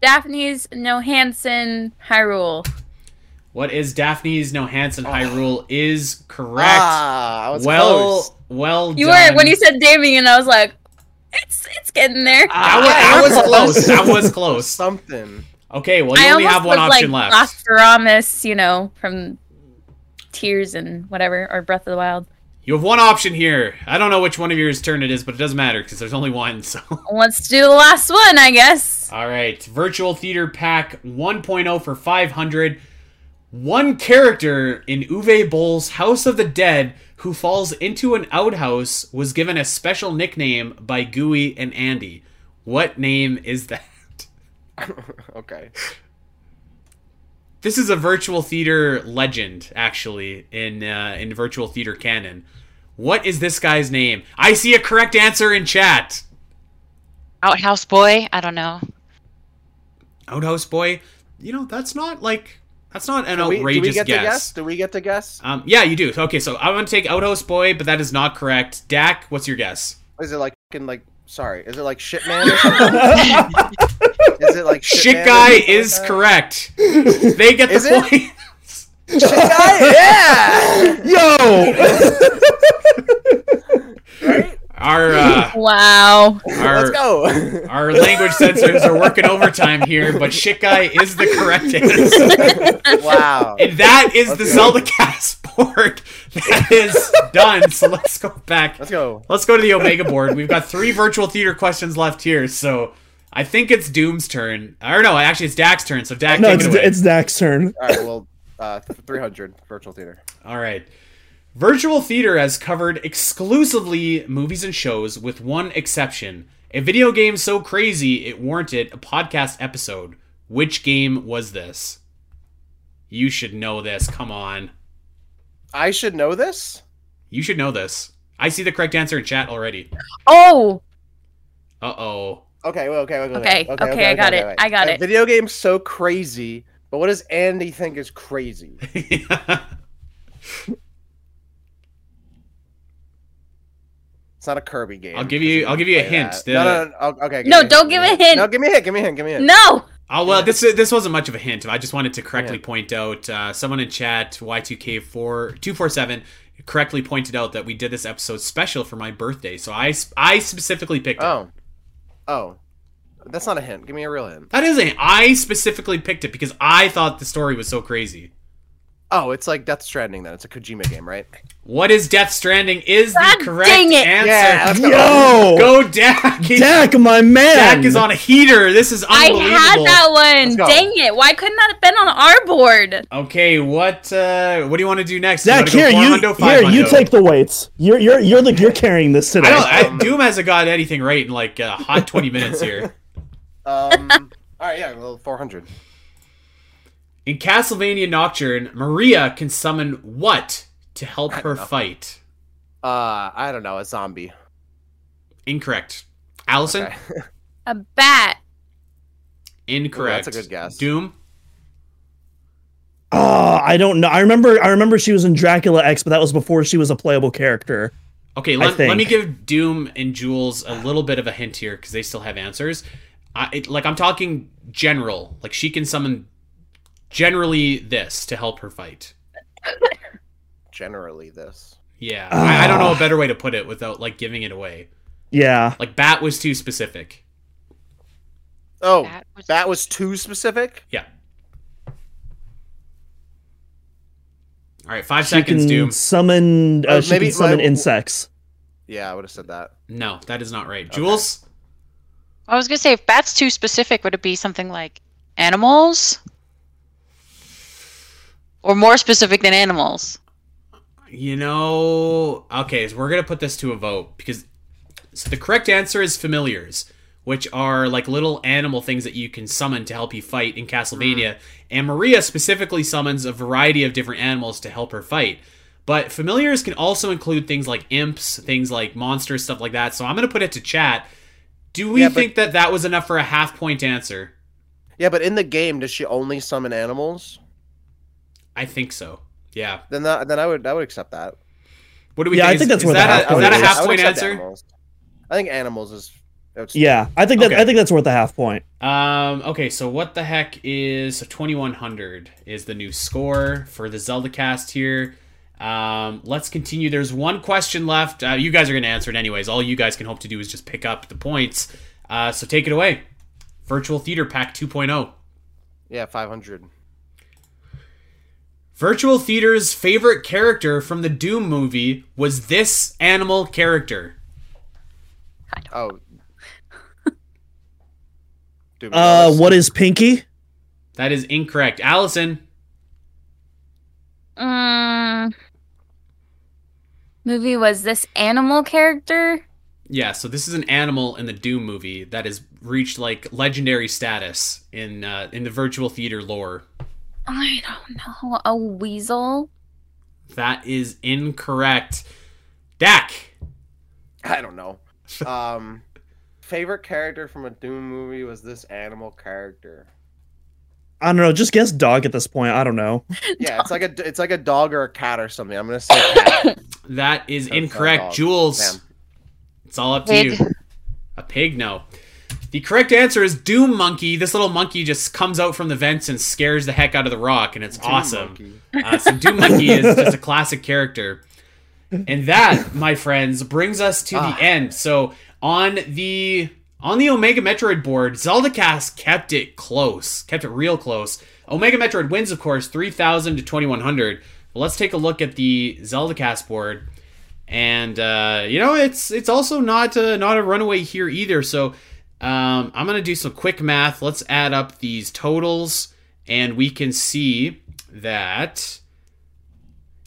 Speaker 2: Daphne's no Hansen Hyrule.
Speaker 1: What is Daphne's No Hansen Hyrule is correct.
Speaker 4: Ah, I was
Speaker 1: well,
Speaker 4: close.
Speaker 1: well
Speaker 2: You
Speaker 1: done.
Speaker 2: were when you said Damien, I was like, it's it's getting there.
Speaker 1: Ah, that was, that was close. That was *laughs* close.
Speaker 4: Something.
Speaker 1: Okay, well, you
Speaker 2: I
Speaker 1: only
Speaker 2: almost
Speaker 1: have one
Speaker 2: was
Speaker 1: option
Speaker 2: like
Speaker 1: left.
Speaker 2: Nostradamus, you know, from Tears and whatever, or Breath of the Wild.
Speaker 1: You have one option here. I don't know which one of yours turn it is, but it doesn't matter because there's only one. So,
Speaker 2: Let's do the last one, I guess.
Speaker 1: all right, virtual theater pack 1.0 for 500. One character in Uwe Boll's House of the Dead who falls into an outhouse was given a special nickname by Gooey and Andy. What name is that? *laughs*
Speaker 4: Okay.
Speaker 1: This is a virtual theater legend, actually, in uh, in virtual theater canon. What is this guy's name? I see a correct answer in chat.
Speaker 6: Outhouse boy? I don't know.
Speaker 1: Outhouse Boy, you know, that's not like that's not an
Speaker 4: Do we,
Speaker 1: outrageous
Speaker 4: do we get
Speaker 1: guess.
Speaker 4: to guess? Do we get to guess?
Speaker 1: Um, yeah, you do. Okay, so I'm gonna take Outhouse Boy, but that is not correct. Dak, what's your guess?
Speaker 4: Is it like fucking like sorry? Is it like shit man? Or something? is it like shit,
Speaker 1: Shit
Speaker 4: man or
Speaker 1: guy
Speaker 4: something like
Speaker 1: is
Speaker 4: that? *laughs*
Speaker 1: correct. They get
Speaker 4: Is
Speaker 1: the
Speaker 4: it?
Speaker 1: point. *laughs*
Speaker 4: Shit guy, yeah.
Speaker 5: Yo.
Speaker 1: Our uh,
Speaker 2: Wow.
Speaker 1: our
Speaker 4: *laughs* Let's go.
Speaker 1: our language sensors are working overtime here, but shit guy is the correct answer, *laughs*
Speaker 4: wow.
Speaker 1: and that is
Speaker 4: Let's
Speaker 1: the
Speaker 4: go.
Speaker 1: Zelda cast board. *laughs* That is done. So let's go back.
Speaker 4: Let's go.
Speaker 1: Let's go to the Omega board. We've got three virtual theater questions left here, so I think it's Doom's turn. Or no, actually it's Dak's turn. So Dak,
Speaker 5: No,
Speaker 1: take
Speaker 5: it's
Speaker 1: it away.
Speaker 5: it's Dak's turn.
Speaker 4: All right. Well, uh, three hundred virtual theater.
Speaker 1: All right. Virtual theater has covered exclusively movies and shows, with one exception: a video game so crazy it warranted a podcast episode. Which game was this? You should know this. Come on,
Speaker 4: I should know this.
Speaker 1: you should know this. I see the correct answer in chat already.
Speaker 2: Oh,
Speaker 1: Uh oh.
Speaker 4: Okay. Well, okay. Okay.
Speaker 2: Okay, okay, I got it. I got
Speaker 4: A
Speaker 2: it.
Speaker 4: Video game's so crazy, but what does Andy think is crazy? It's not a Kirby
Speaker 1: *laughs*
Speaker 4: game.
Speaker 1: I'll give you- I'll give you a
Speaker 4: Play
Speaker 1: hint.
Speaker 4: that.
Speaker 1: The-
Speaker 4: No, no, no, no. Okay.
Speaker 2: No,
Speaker 4: me a
Speaker 2: don't give a hint.
Speaker 4: No, give me a hint. Give me a hint. Give me a hint.
Speaker 2: no.
Speaker 1: Oh well, this this wasn't much of a hint. I just wanted to correctly
Speaker 4: Yeah.
Speaker 1: point out uh, someone in chat Y two K four two four seven correctly pointed out that we did this episode special for my birthday. So I s- I specifically picked it.
Speaker 4: Oh. Oh. That's not a hint. Give me a real hint.
Speaker 1: That is a I specifically picked it because I thought the story was so crazy.
Speaker 4: Oh, it's like Death Stranding then. It's a Kojima game, right?
Speaker 1: What is Death Stranding? Is
Speaker 2: God
Speaker 1: the correct
Speaker 2: dang it.
Speaker 1: answer?
Speaker 4: Yeah.
Speaker 5: Yo.
Speaker 1: Go Dak.
Speaker 5: *laughs* Dak, my man.
Speaker 1: Dak is on a heater. This is
Speaker 2: I
Speaker 1: unbelievable.
Speaker 2: had that one.
Speaker 4: Let's go.
Speaker 2: Dang it. Why couldn't that have been on our board?
Speaker 1: Okay, what uh, what do you want to do next? You
Speaker 5: Zach,
Speaker 1: wanna go
Speaker 5: here you
Speaker 1: 400,
Speaker 5: here you
Speaker 1: 500?
Speaker 5: take the weights. You're you're you're the you're carrying this today.
Speaker 1: I don't. I, Doom hasn't got anything right in like a hot twenty minutes
Speaker 4: *laughs*
Speaker 1: here.
Speaker 4: Um, all right, yeah, well, 400.
Speaker 1: In Castlevania Nocturne, Maria can summon what to help her fight?
Speaker 4: Uh, I don't know, a zombie.
Speaker 1: Incorrect. Allison?
Speaker 4: Okay.
Speaker 2: A bat.
Speaker 1: Incorrect.
Speaker 4: Ooh, that's a good guess.
Speaker 1: Doom?
Speaker 5: Oh, I don't know. I remember. I remember she was in Dracula X, but that was before she was a playable character.
Speaker 1: Okay,
Speaker 5: I
Speaker 1: let, let me
Speaker 5: think.
Speaker 1: give Doom and Jules a little bit of a hint here because they still have answers. I, it, like, I'm talking general. Like, she can summon generally this to help her fight.
Speaker 4: Generally, this.
Speaker 1: Yeah. I, I don't
Speaker 5: Ah.
Speaker 1: know a better way to put it without, like, giving it away.
Speaker 5: Yeah.
Speaker 1: Like, Bat was too specific.
Speaker 4: Oh, that
Speaker 6: Bat
Speaker 4: was,
Speaker 6: was-
Speaker 4: too specific.
Speaker 1: Yeah. All right, five
Speaker 5: She
Speaker 1: seconds,
Speaker 5: can
Speaker 1: Doom.
Speaker 5: summon. Uh,
Speaker 4: Oh,
Speaker 5: she
Speaker 4: maybe
Speaker 5: can summon
Speaker 4: my-
Speaker 5: insects.
Speaker 4: Yeah, I would have said that.
Speaker 1: No, that is not right. Jules?
Speaker 6: I was gonna say if that's too specific, would it be something like animals? Or more specific
Speaker 1: *laughs*
Speaker 6: than animals?
Speaker 1: You know, okay, so we're gonna put this to a vote because so the correct answer is familiars, which are like little animal things that you can summon to help you fight in Castlevania.
Speaker 5: Hmm.
Speaker 1: And Maria specifically summons a variety of different animals to help her fight. But familiars can also include things like imps, things like monsters, stuff like that. So I'm gonna put it to chat. Do we
Speaker 4: Yeah, but-
Speaker 1: think that that was enough for a half point answer?
Speaker 4: Yeah, but in the game, does she only summon animals?
Speaker 1: I think so. Yeah.
Speaker 4: Then that, then I would I would accept that.
Speaker 1: What do we
Speaker 5: Yeah, I
Speaker 1: think? Is-
Speaker 5: think that's
Speaker 1: is
Speaker 5: where the
Speaker 1: that a-
Speaker 5: half
Speaker 1: is
Speaker 5: point
Speaker 1: that a
Speaker 5: is.
Speaker 1: half
Speaker 4: I would
Speaker 1: point
Speaker 4: accept
Speaker 1: answer?
Speaker 4: Animals. I think animals is. it's-
Speaker 5: Yeah, I think that.
Speaker 1: Okay.
Speaker 5: I think that's worth a half point.
Speaker 1: Um, okay, so what the heck is so 2100 is the new score for the Zelda cast here. Um, let's continue. There's one question left. Uh, you guys are going to answer it anyways. All you guys can hope to do is just pick up the points. Uh, so take it away. Virtual Theater Pack oh. 2.0.
Speaker 4: Yeah, five hundred.
Speaker 1: Virtual Theater's favorite character from the Doom movie was this animal character.
Speaker 5: *laughs*
Speaker 4: Oh. Dude, we know
Speaker 5: Uh,
Speaker 4: this.
Speaker 5: what is Pinky?
Speaker 1: That is incorrect. Allison,
Speaker 2: Mm. Movie was this animal character?
Speaker 1: Yeah, so this is an animal in the Doom movie that has reached like legendary status in uh, in the virtual theater lore.
Speaker 2: I don't know. A weasel?
Speaker 1: That is incorrect. Dak.
Speaker 4: I don't know. Um, favorite character from a Doom movie was this animal character.
Speaker 5: I don't know. Just guess dog at this point. I
Speaker 2: *laughs*
Speaker 5: don't know.
Speaker 4: Yeah, it's like a it's like a dog or a cat or something. I'm gonna say cat.
Speaker 1: That is
Speaker 4: That's not
Speaker 1: incorrect.
Speaker 4: dog.
Speaker 1: Jules.
Speaker 4: Damn.
Speaker 1: It's all up to
Speaker 6: Pig.
Speaker 1: you. A pig, no. The correct answer is Doom Monkey. This little monkey just comes out from the vents and scares the heck out of the rock, and it's awesome.
Speaker 4: Monkey.
Speaker 1: Uh, so Doom Monkey is just a classic character. And that, my friends, brings us to
Speaker 4: Ah.
Speaker 1: the end. So on the on the Omega Metroid board, Zeldacast kept it close, kept it real close. Omega Metroid wins, of course, three thousand to twenty one hundred. But let's take a look at the Zeldacast board, and uh, you know it's it's also not uh, not a runaway here either. So um, I'm gonna do some quick math. Let's add up these totals, and we can see that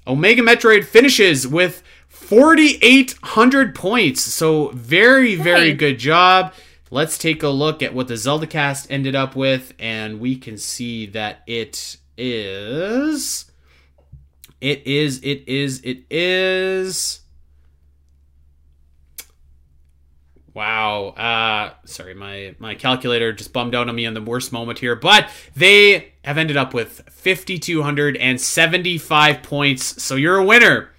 Speaker 1: Omega Metroid finishes with 4,800 points. So, very, very
Speaker 2: Nice.
Speaker 1: good job. Let's take a look at what the Zelda cast ended up with, and we can see that it is. It is, it is, it is. Wow. Uh, sorry, my my calculator just bummed out on me on the worst moment here, but they have ended up with 5,275 points. So you're a winner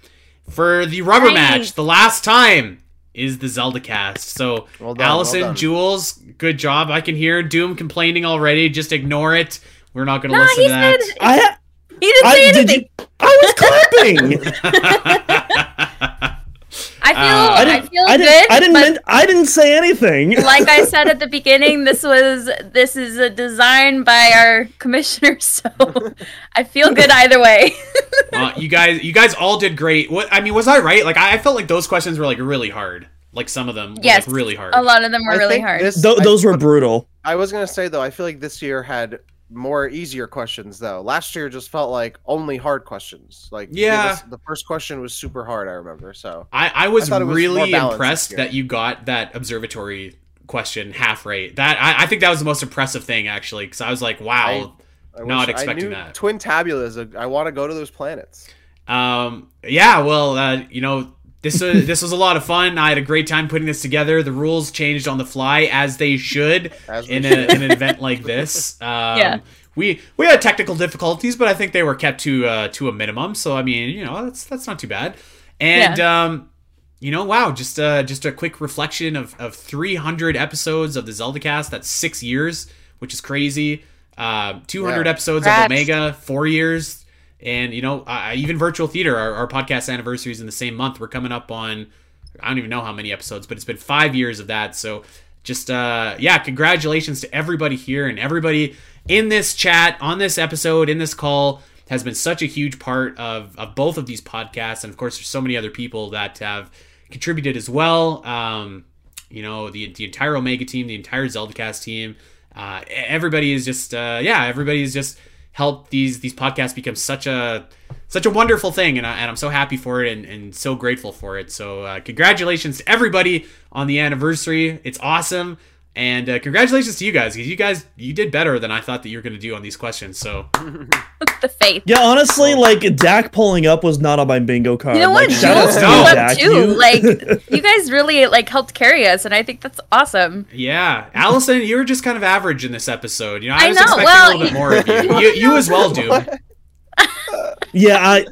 Speaker 1: for the rubber
Speaker 2: Nice.
Speaker 1: match. The last time is the Zelda cast. So
Speaker 4: Well done, well
Speaker 1: Allison,
Speaker 4: done.
Speaker 1: Jules, good job. I can hear Doom complaining already. Just ignore it. We're not going to
Speaker 2: No,
Speaker 1: listen
Speaker 2: he
Speaker 1: to that.
Speaker 2: said
Speaker 5: I ha-
Speaker 2: he didn't say
Speaker 5: I
Speaker 2: anything.
Speaker 5: did you. I
Speaker 2: *laughs*
Speaker 5: was clapping.
Speaker 2: I feel
Speaker 1: Uh,
Speaker 5: I
Speaker 2: I,
Speaker 5: didn't.
Speaker 2: feel
Speaker 5: I didn't.
Speaker 2: good.
Speaker 5: I didn't.
Speaker 2: but
Speaker 5: meant- I didn't say anything.
Speaker 2: *laughs* like I said at the beginning, this was this is a design by our commissioner, *laughs* so I feel good either way.
Speaker 1: *laughs* well, you guys, you guys all did great. What I mean, was I right? Like, I, I felt like those questions were like really hard. Like some of them, were,
Speaker 2: Yes,
Speaker 1: like, really hard.
Speaker 2: A lot of them were
Speaker 4: I
Speaker 2: really
Speaker 4: think
Speaker 2: hard.
Speaker 4: this-
Speaker 5: Th-
Speaker 4: I-
Speaker 5: those were brutal.
Speaker 4: I was gonna say though, I feel like this year had more easier questions though. Last year just felt like only hard questions. Like you gave
Speaker 1: Yeah.
Speaker 4: us- the first question was super hard. I remember so.
Speaker 1: I, I was
Speaker 4: I thought it was more
Speaker 1: really
Speaker 4: balanced this
Speaker 1: impressed
Speaker 4: year.
Speaker 1: that you got that observatory question half right. That I, I think that was the most impressive thing actually, because I was like, wow.
Speaker 4: I
Speaker 1: Not
Speaker 4: wish- I
Speaker 1: expecting
Speaker 4: knew uh,
Speaker 1: that.
Speaker 4: Twin tabulas. I want to go to those planets.
Speaker 1: Um, yeah, well, uh, you know, This uh, this was a lot of fun. I had a great time putting this together. The rules changed on the fly as they should
Speaker 4: As we
Speaker 1: in, a,
Speaker 4: should.
Speaker 1: in an event like this. Um,
Speaker 2: Yeah.
Speaker 1: We we had technical difficulties, but I think they were kept to uh, to a minimum. So I mean, you know, that's that's not too bad. And um, you know, wow, just uh, just a quick reflection of of 300 episodes of the Zelda cast. That's six years, which is crazy. Uh, 200
Speaker 4: Yeah.
Speaker 1: episodes
Speaker 6: Congrats.
Speaker 1: of Omega, four years, and you know, uh, even Virtual Theater, our, our podcast anniversary is in the same month. We're coming up on I don't even know how many episodes, but it's been five years of that. So just uh yeah, congratulations to everybody here and everybody in this chat, on this episode, in this call has been such a huge part of, of both of these podcasts. And of course there's so many other people that have contributed as well. Um, you know, the the entire Omega team, the entire Zeldacast team. Uh, e- everybody is just uh yeah, everybody is just helped these these podcasts become such a such a wonderful thing and, I, and i'm so happy for it and, and so grateful for it so uh, congratulations to everybody on the anniversary it's awesome and uh, congratulations to you guys because you guys you did better than i thought that you were going to do on these questions so
Speaker 2: the faith.
Speaker 5: Yeah, honestly, like Dak pulling up was not on my bingo card.
Speaker 2: You know what?
Speaker 5: Like,
Speaker 2: Jules
Speaker 5: shout outs to
Speaker 1: No.
Speaker 5: you,
Speaker 2: blew up
Speaker 5: Dak.
Speaker 2: too.
Speaker 5: You-
Speaker 2: Like
Speaker 4: *laughs*
Speaker 2: you guys really like helped carry us, and I think that's awesome.
Speaker 1: yeah allison you were just kind of average in this episode you know i,
Speaker 2: I
Speaker 1: was
Speaker 2: know,
Speaker 1: expecting a
Speaker 2: well,
Speaker 1: little bit more of you
Speaker 2: *laughs*
Speaker 1: you, you *laughs* as well
Speaker 4: *laughs*
Speaker 1: doom
Speaker 5: Yeah, I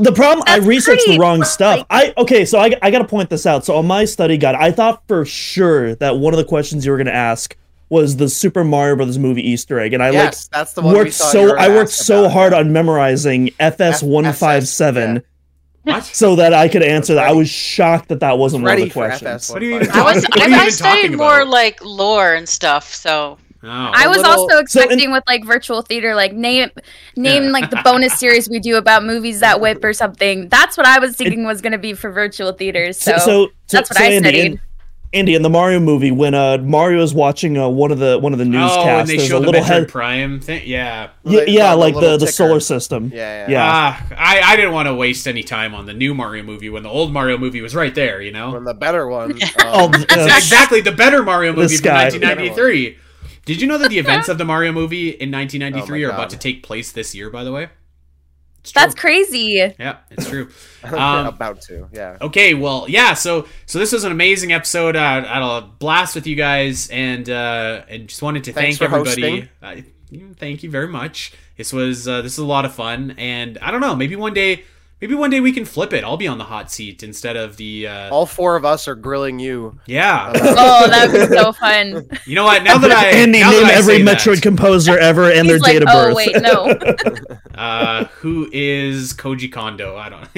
Speaker 5: the problem I
Speaker 2: That's
Speaker 5: researched
Speaker 2: great.
Speaker 5: the wrong
Speaker 2: Like-
Speaker 5: stuff. I okay, so I I got to point this out. So on my study guide, I thought for sure that one of the questions you were going to ask was the Super Mario Brothers movie Easter egg, and I like
Speaker 4: yes, that's the one we
Speaker 5: worked
Speaker 4: thought
Speaker 5: so
Speaker 4: you were
Speaker 5: I worked
Speaker 4: asked
Speaker 5: so
Speaker 4: about.
Speaker 5: hard on memorizing FS one five
Speaker 4: yeah.
Speaker 5: seven
Speaker 1: what
Speaker 5: so that I could answer that. I
Speaker 4: Ready.
Speaker 5: was shocked that that wasn't one
Speaker 4: Ready
Speaker 5: of the
Speaker 4: for
Speaker 5: questions.
Speaker 4: FS1.
Speaker 1: what are you even
Speaker 6: I was
Speaker 1: talking- what are
Speaker 6: I,
Speaker 1: you
Speaker 6: I
Speaker 1: even
Speaker 6: studied
Speaker 1: talking
Speaker 6: more
Speaker 1: about?
Speaker 6: like lore and stuff. So
Speaker 1: Oh.
Speaker 2: I was
Speaker 4: little-
Speaker 2: also
Speaker 5: So in-
Speaker 2: expecting with like virtual theater, like name name
Speaker 1: Yeah.
Speaker 2: like the bonus series we do about movies that whip or something. That's what I was thinking was going to be for virtual theater. So, that's what I
Speaker 5: Andy,
Speaker 2: studied.
Speaker 5: in, Andy in the Mario movie when uh Mario is watching uh, one of the one of the newscasts,
Speaker 1: oh, and they
Speaker 5: there's a
Speaker 1: showed the
Speaker 5: little
Speaker 1: Metroid
Speaker 5: head,
Speaker 1: Prime thing. Yeah,
Speaker 5: yeah,
Speaker 4: They
Speaker 5: yeah,
Speaker 4: found a
Speaker 5: like the
Speaker 4: little
Speaker 5: the
Speaker 4: ticker.
Speaker 5: solar system.
Speaker 4: Yeah, yeah.
Speaker 5: Yeah.
Speaker 1: Ah, I, I didn't want to waste any time on the new Mario movie when the old Mario movie was right there, you know?
Speaker 4: One of the better
Speaker 2: *laughs*
Speaker 4: ones.
Speaker 5: Oh,
Speaker 4: Um,
Speaker 5: uh,
Speaker 1: That's exactly the better Mario movie
Speaker 5: This
Speaker 1: from
Speaker 5: guy.
Speaker 1: 1993. Did you know
Speaker 6: *laughs*
Speaker 1: that the events of the Mario movie in 1993
Speaker 4: Oh
Speaker 1: are
Speaker 4: my
Speaker 1: about
Speaker 4: God.
Speaker 1: to take place this year, by the way? It's true.
Speaker 2: That's crazy.
Speaker 1: yeah, it's true.
Speaker 4: *laughs*
Speaker 1: Um,
Speaker 4: about to. Yeah.
Speaker 1: Okay, well, yeah. So, so this was an amazing episode. Uh, I had a blast with you guys, and uh, and just wanted to
Speaker 4: Thanks
Speaker 1: thank
Speaker 4: for
Speaker 1: everybody. I, thank you very much. This was uh, this is a lot of fun, and I don't know. Maybe one day, maybe one day we can flip it. I'll be on the hot seat instead of the. Uh,
Speaker 4: All four of us are grilling you. Um,
Speaker 1: yeah,
Speaker 2: Oh, that would be so fun.
Speaker 1: you know what? Now that I
Speaker 5: *laughs* Andy
Speaker 1: now that
Speaker 5: name
Speaker 1: I
Speaker 5: every
Speaker 1: say that,
Speaker 5: Metroid composer ever and their
Speaker 2: He's like,
Speaker 5: date of
Speaker 2: oh
Speaker 5: birth.
Speaker 2: wait, no.
Speaker 1: uh, who is Koji Kondo? I don't.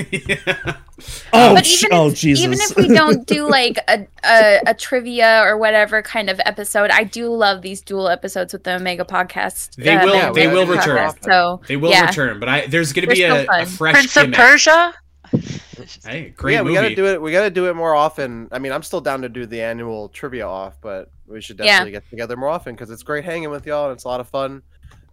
Speaker 5: *laughs*
Speaker 1: *laughs*
Speaker 5: oh,
Speaker 2: but
Speaker 5: sh-
Speaker 2: even
Speaker 5: oh
Speaker 2: if,
Speaker 5: Jesus!
Speaker 2: even if we don't do like a, a a trivia or whatever kind of episode, I do love these dual episodes with the Omega podcast.
Speaker 1: They will-
Speaker 2: Metroid
Speaker 4: they will
Speaker 2: podcast,
Speaker 1: return.
Speaker 2: So
Speaker 1: they will
Speaker 2: Yeah.
Speaker 1: return, but I there's going to
Speaker 2: They're
Speaker 1: be a,
Speaker 2: still
Speaker 1: a
Speaker 2: fun.
Speaker 1: fresh
Speaker 6: Prince of
Speaker 1: gimmick.
Speaker 6: Persia.
Speaker 1: Hey, *laughs* great
Speaker 4: yeah,
Speaker 1: movie.
Speaker 4: we gotta do it. We gotta do it more often. I mean, I'm still down to do the annual trivia off, but we should
Speaker 2: Yeah.
Speaker 4: definitely get together more often because it's great hanging with y'all and it's a lot of fun.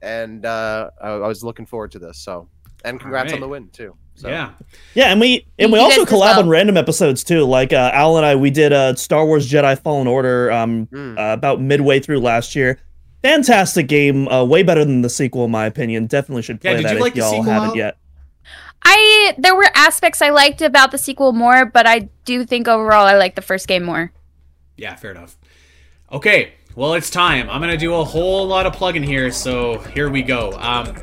Speaker 4: And uh, I, I was looking forward to this. So, and congrats
Speaker 1: right.
Speaker 4: on the win too. So.
Speaker 1: Yeah,
Speaker 5: yeah, and we and we
Speaker 2: You
Speaker 5: also
Speaker 2: guys as
Speaker 5: collab
Speaker 2: well.
Speaker 5: on random episodes too. Like uh, Al and I, we did uh, Star Wars Jedi Fallen Order um,
Speaker 4: Mm.
Speaker 5: uh, about midway through last year. Fantastic game, uh, way better than the sequel in my opinion. Definitely should
Speaker 1: Yeah,
Speaker 5: play
Speaker 1: did
Speaker 5: that
Speaker 1: you
Speaker 5: if
Speaker 1: like the
Speaker 5: y'all
Speaker 1: sequel,
Speaker 5: haven't
Speaker 1: Al?
Speaker 5: yet.
Speaker 2: I there were aspects I liked about the sequel more, but I do think overall I like the first game more.
Speaker 1: Yeah, fair enough. Okay, well, it's time. I'm going to do a whole lot of plugging here, so here we go. Um,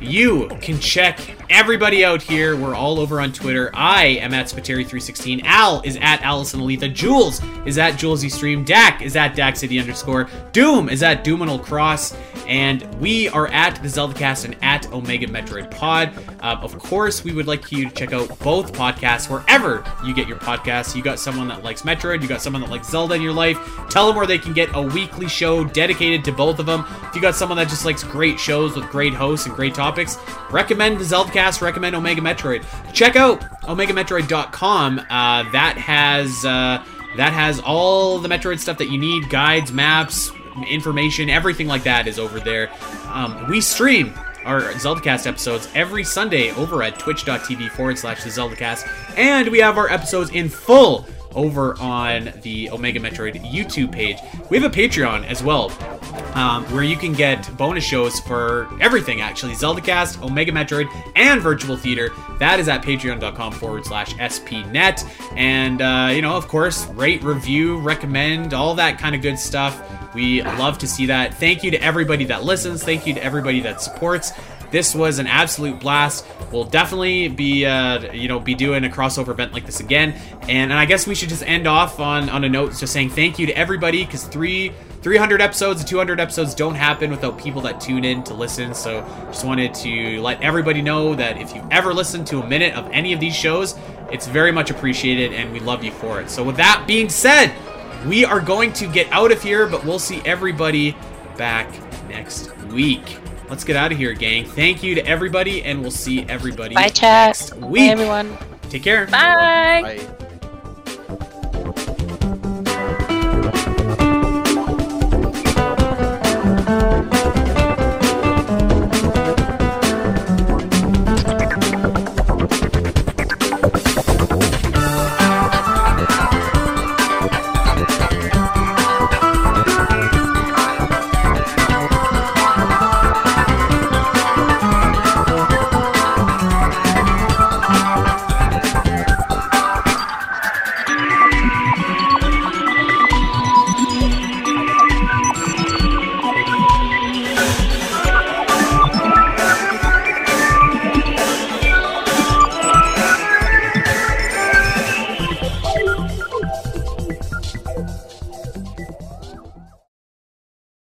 Speaker 1: you can check everybody out here. We're all over on Twitter. I am at Spateri316. Al is at Allison Aletha. Jules is at Julesy Stream. Dak is at Dak City underscore. Doom is at Doominal Cross. And we are at the Zeldacast and at Omega Metroid Pod. Um, of course, we would like you to check out both podcasts wherever you get your podcasts. You got someone that likes Metroid, you got someone that likes Zelda in your life. Tell them where they can get a weekly show dedicated to both of them. If you got someone that just likes great shows with great hosts and great topics, recommend the Zeldcast, recommend Omega Metroid. Check out omegametroid.com. Uh, that has uh, that has all the Metroid stuff that you need, guides, maps, information, everything like that is over there. Um, we stream our Zeldacast episodes every Sunday over at twitch.tv forward slash the Zeldacast, and we have our episodes in full over on the Omega Metroid YouTube page. We have a Patreon as well. Uh, um, where you can get bonus shows for everything actually ZeldaCast, Omega Metroid, and Virtual Theater. That is at patreon.com forward slash spnet. And, uh, you know, of course, rate, review, recommend, all that kind of good stuff. We love to see that. Thank you to everybody that listens. Thank you to everybody that supports. This was an absolute blast. We'll definitely be, uh, you know, be doing a crossover event like this again. And, and I guess we should just end off on on a note, just saying thank you to everybody because three 300 episodes, 200 episodes don't happen without people that tune in to listen. So just wanted to let everybody know that if you ever listen to a minute of any of these shows, it's very much appreciated and we love you for it. So with that being said, we are going to get out of here, but we'll see everybody back next week. Let's get out of here, gang. Thank you to everybody, and we'll see everybody
Speaker 6: Bye, chat.
Speaker 1: next
Speaker 6: Bye,
Speaker 1: week.
Speaker 6: everyone.
Speaker 1: Take care.
Speaker 2: Bye.
Speaker 4: Bye.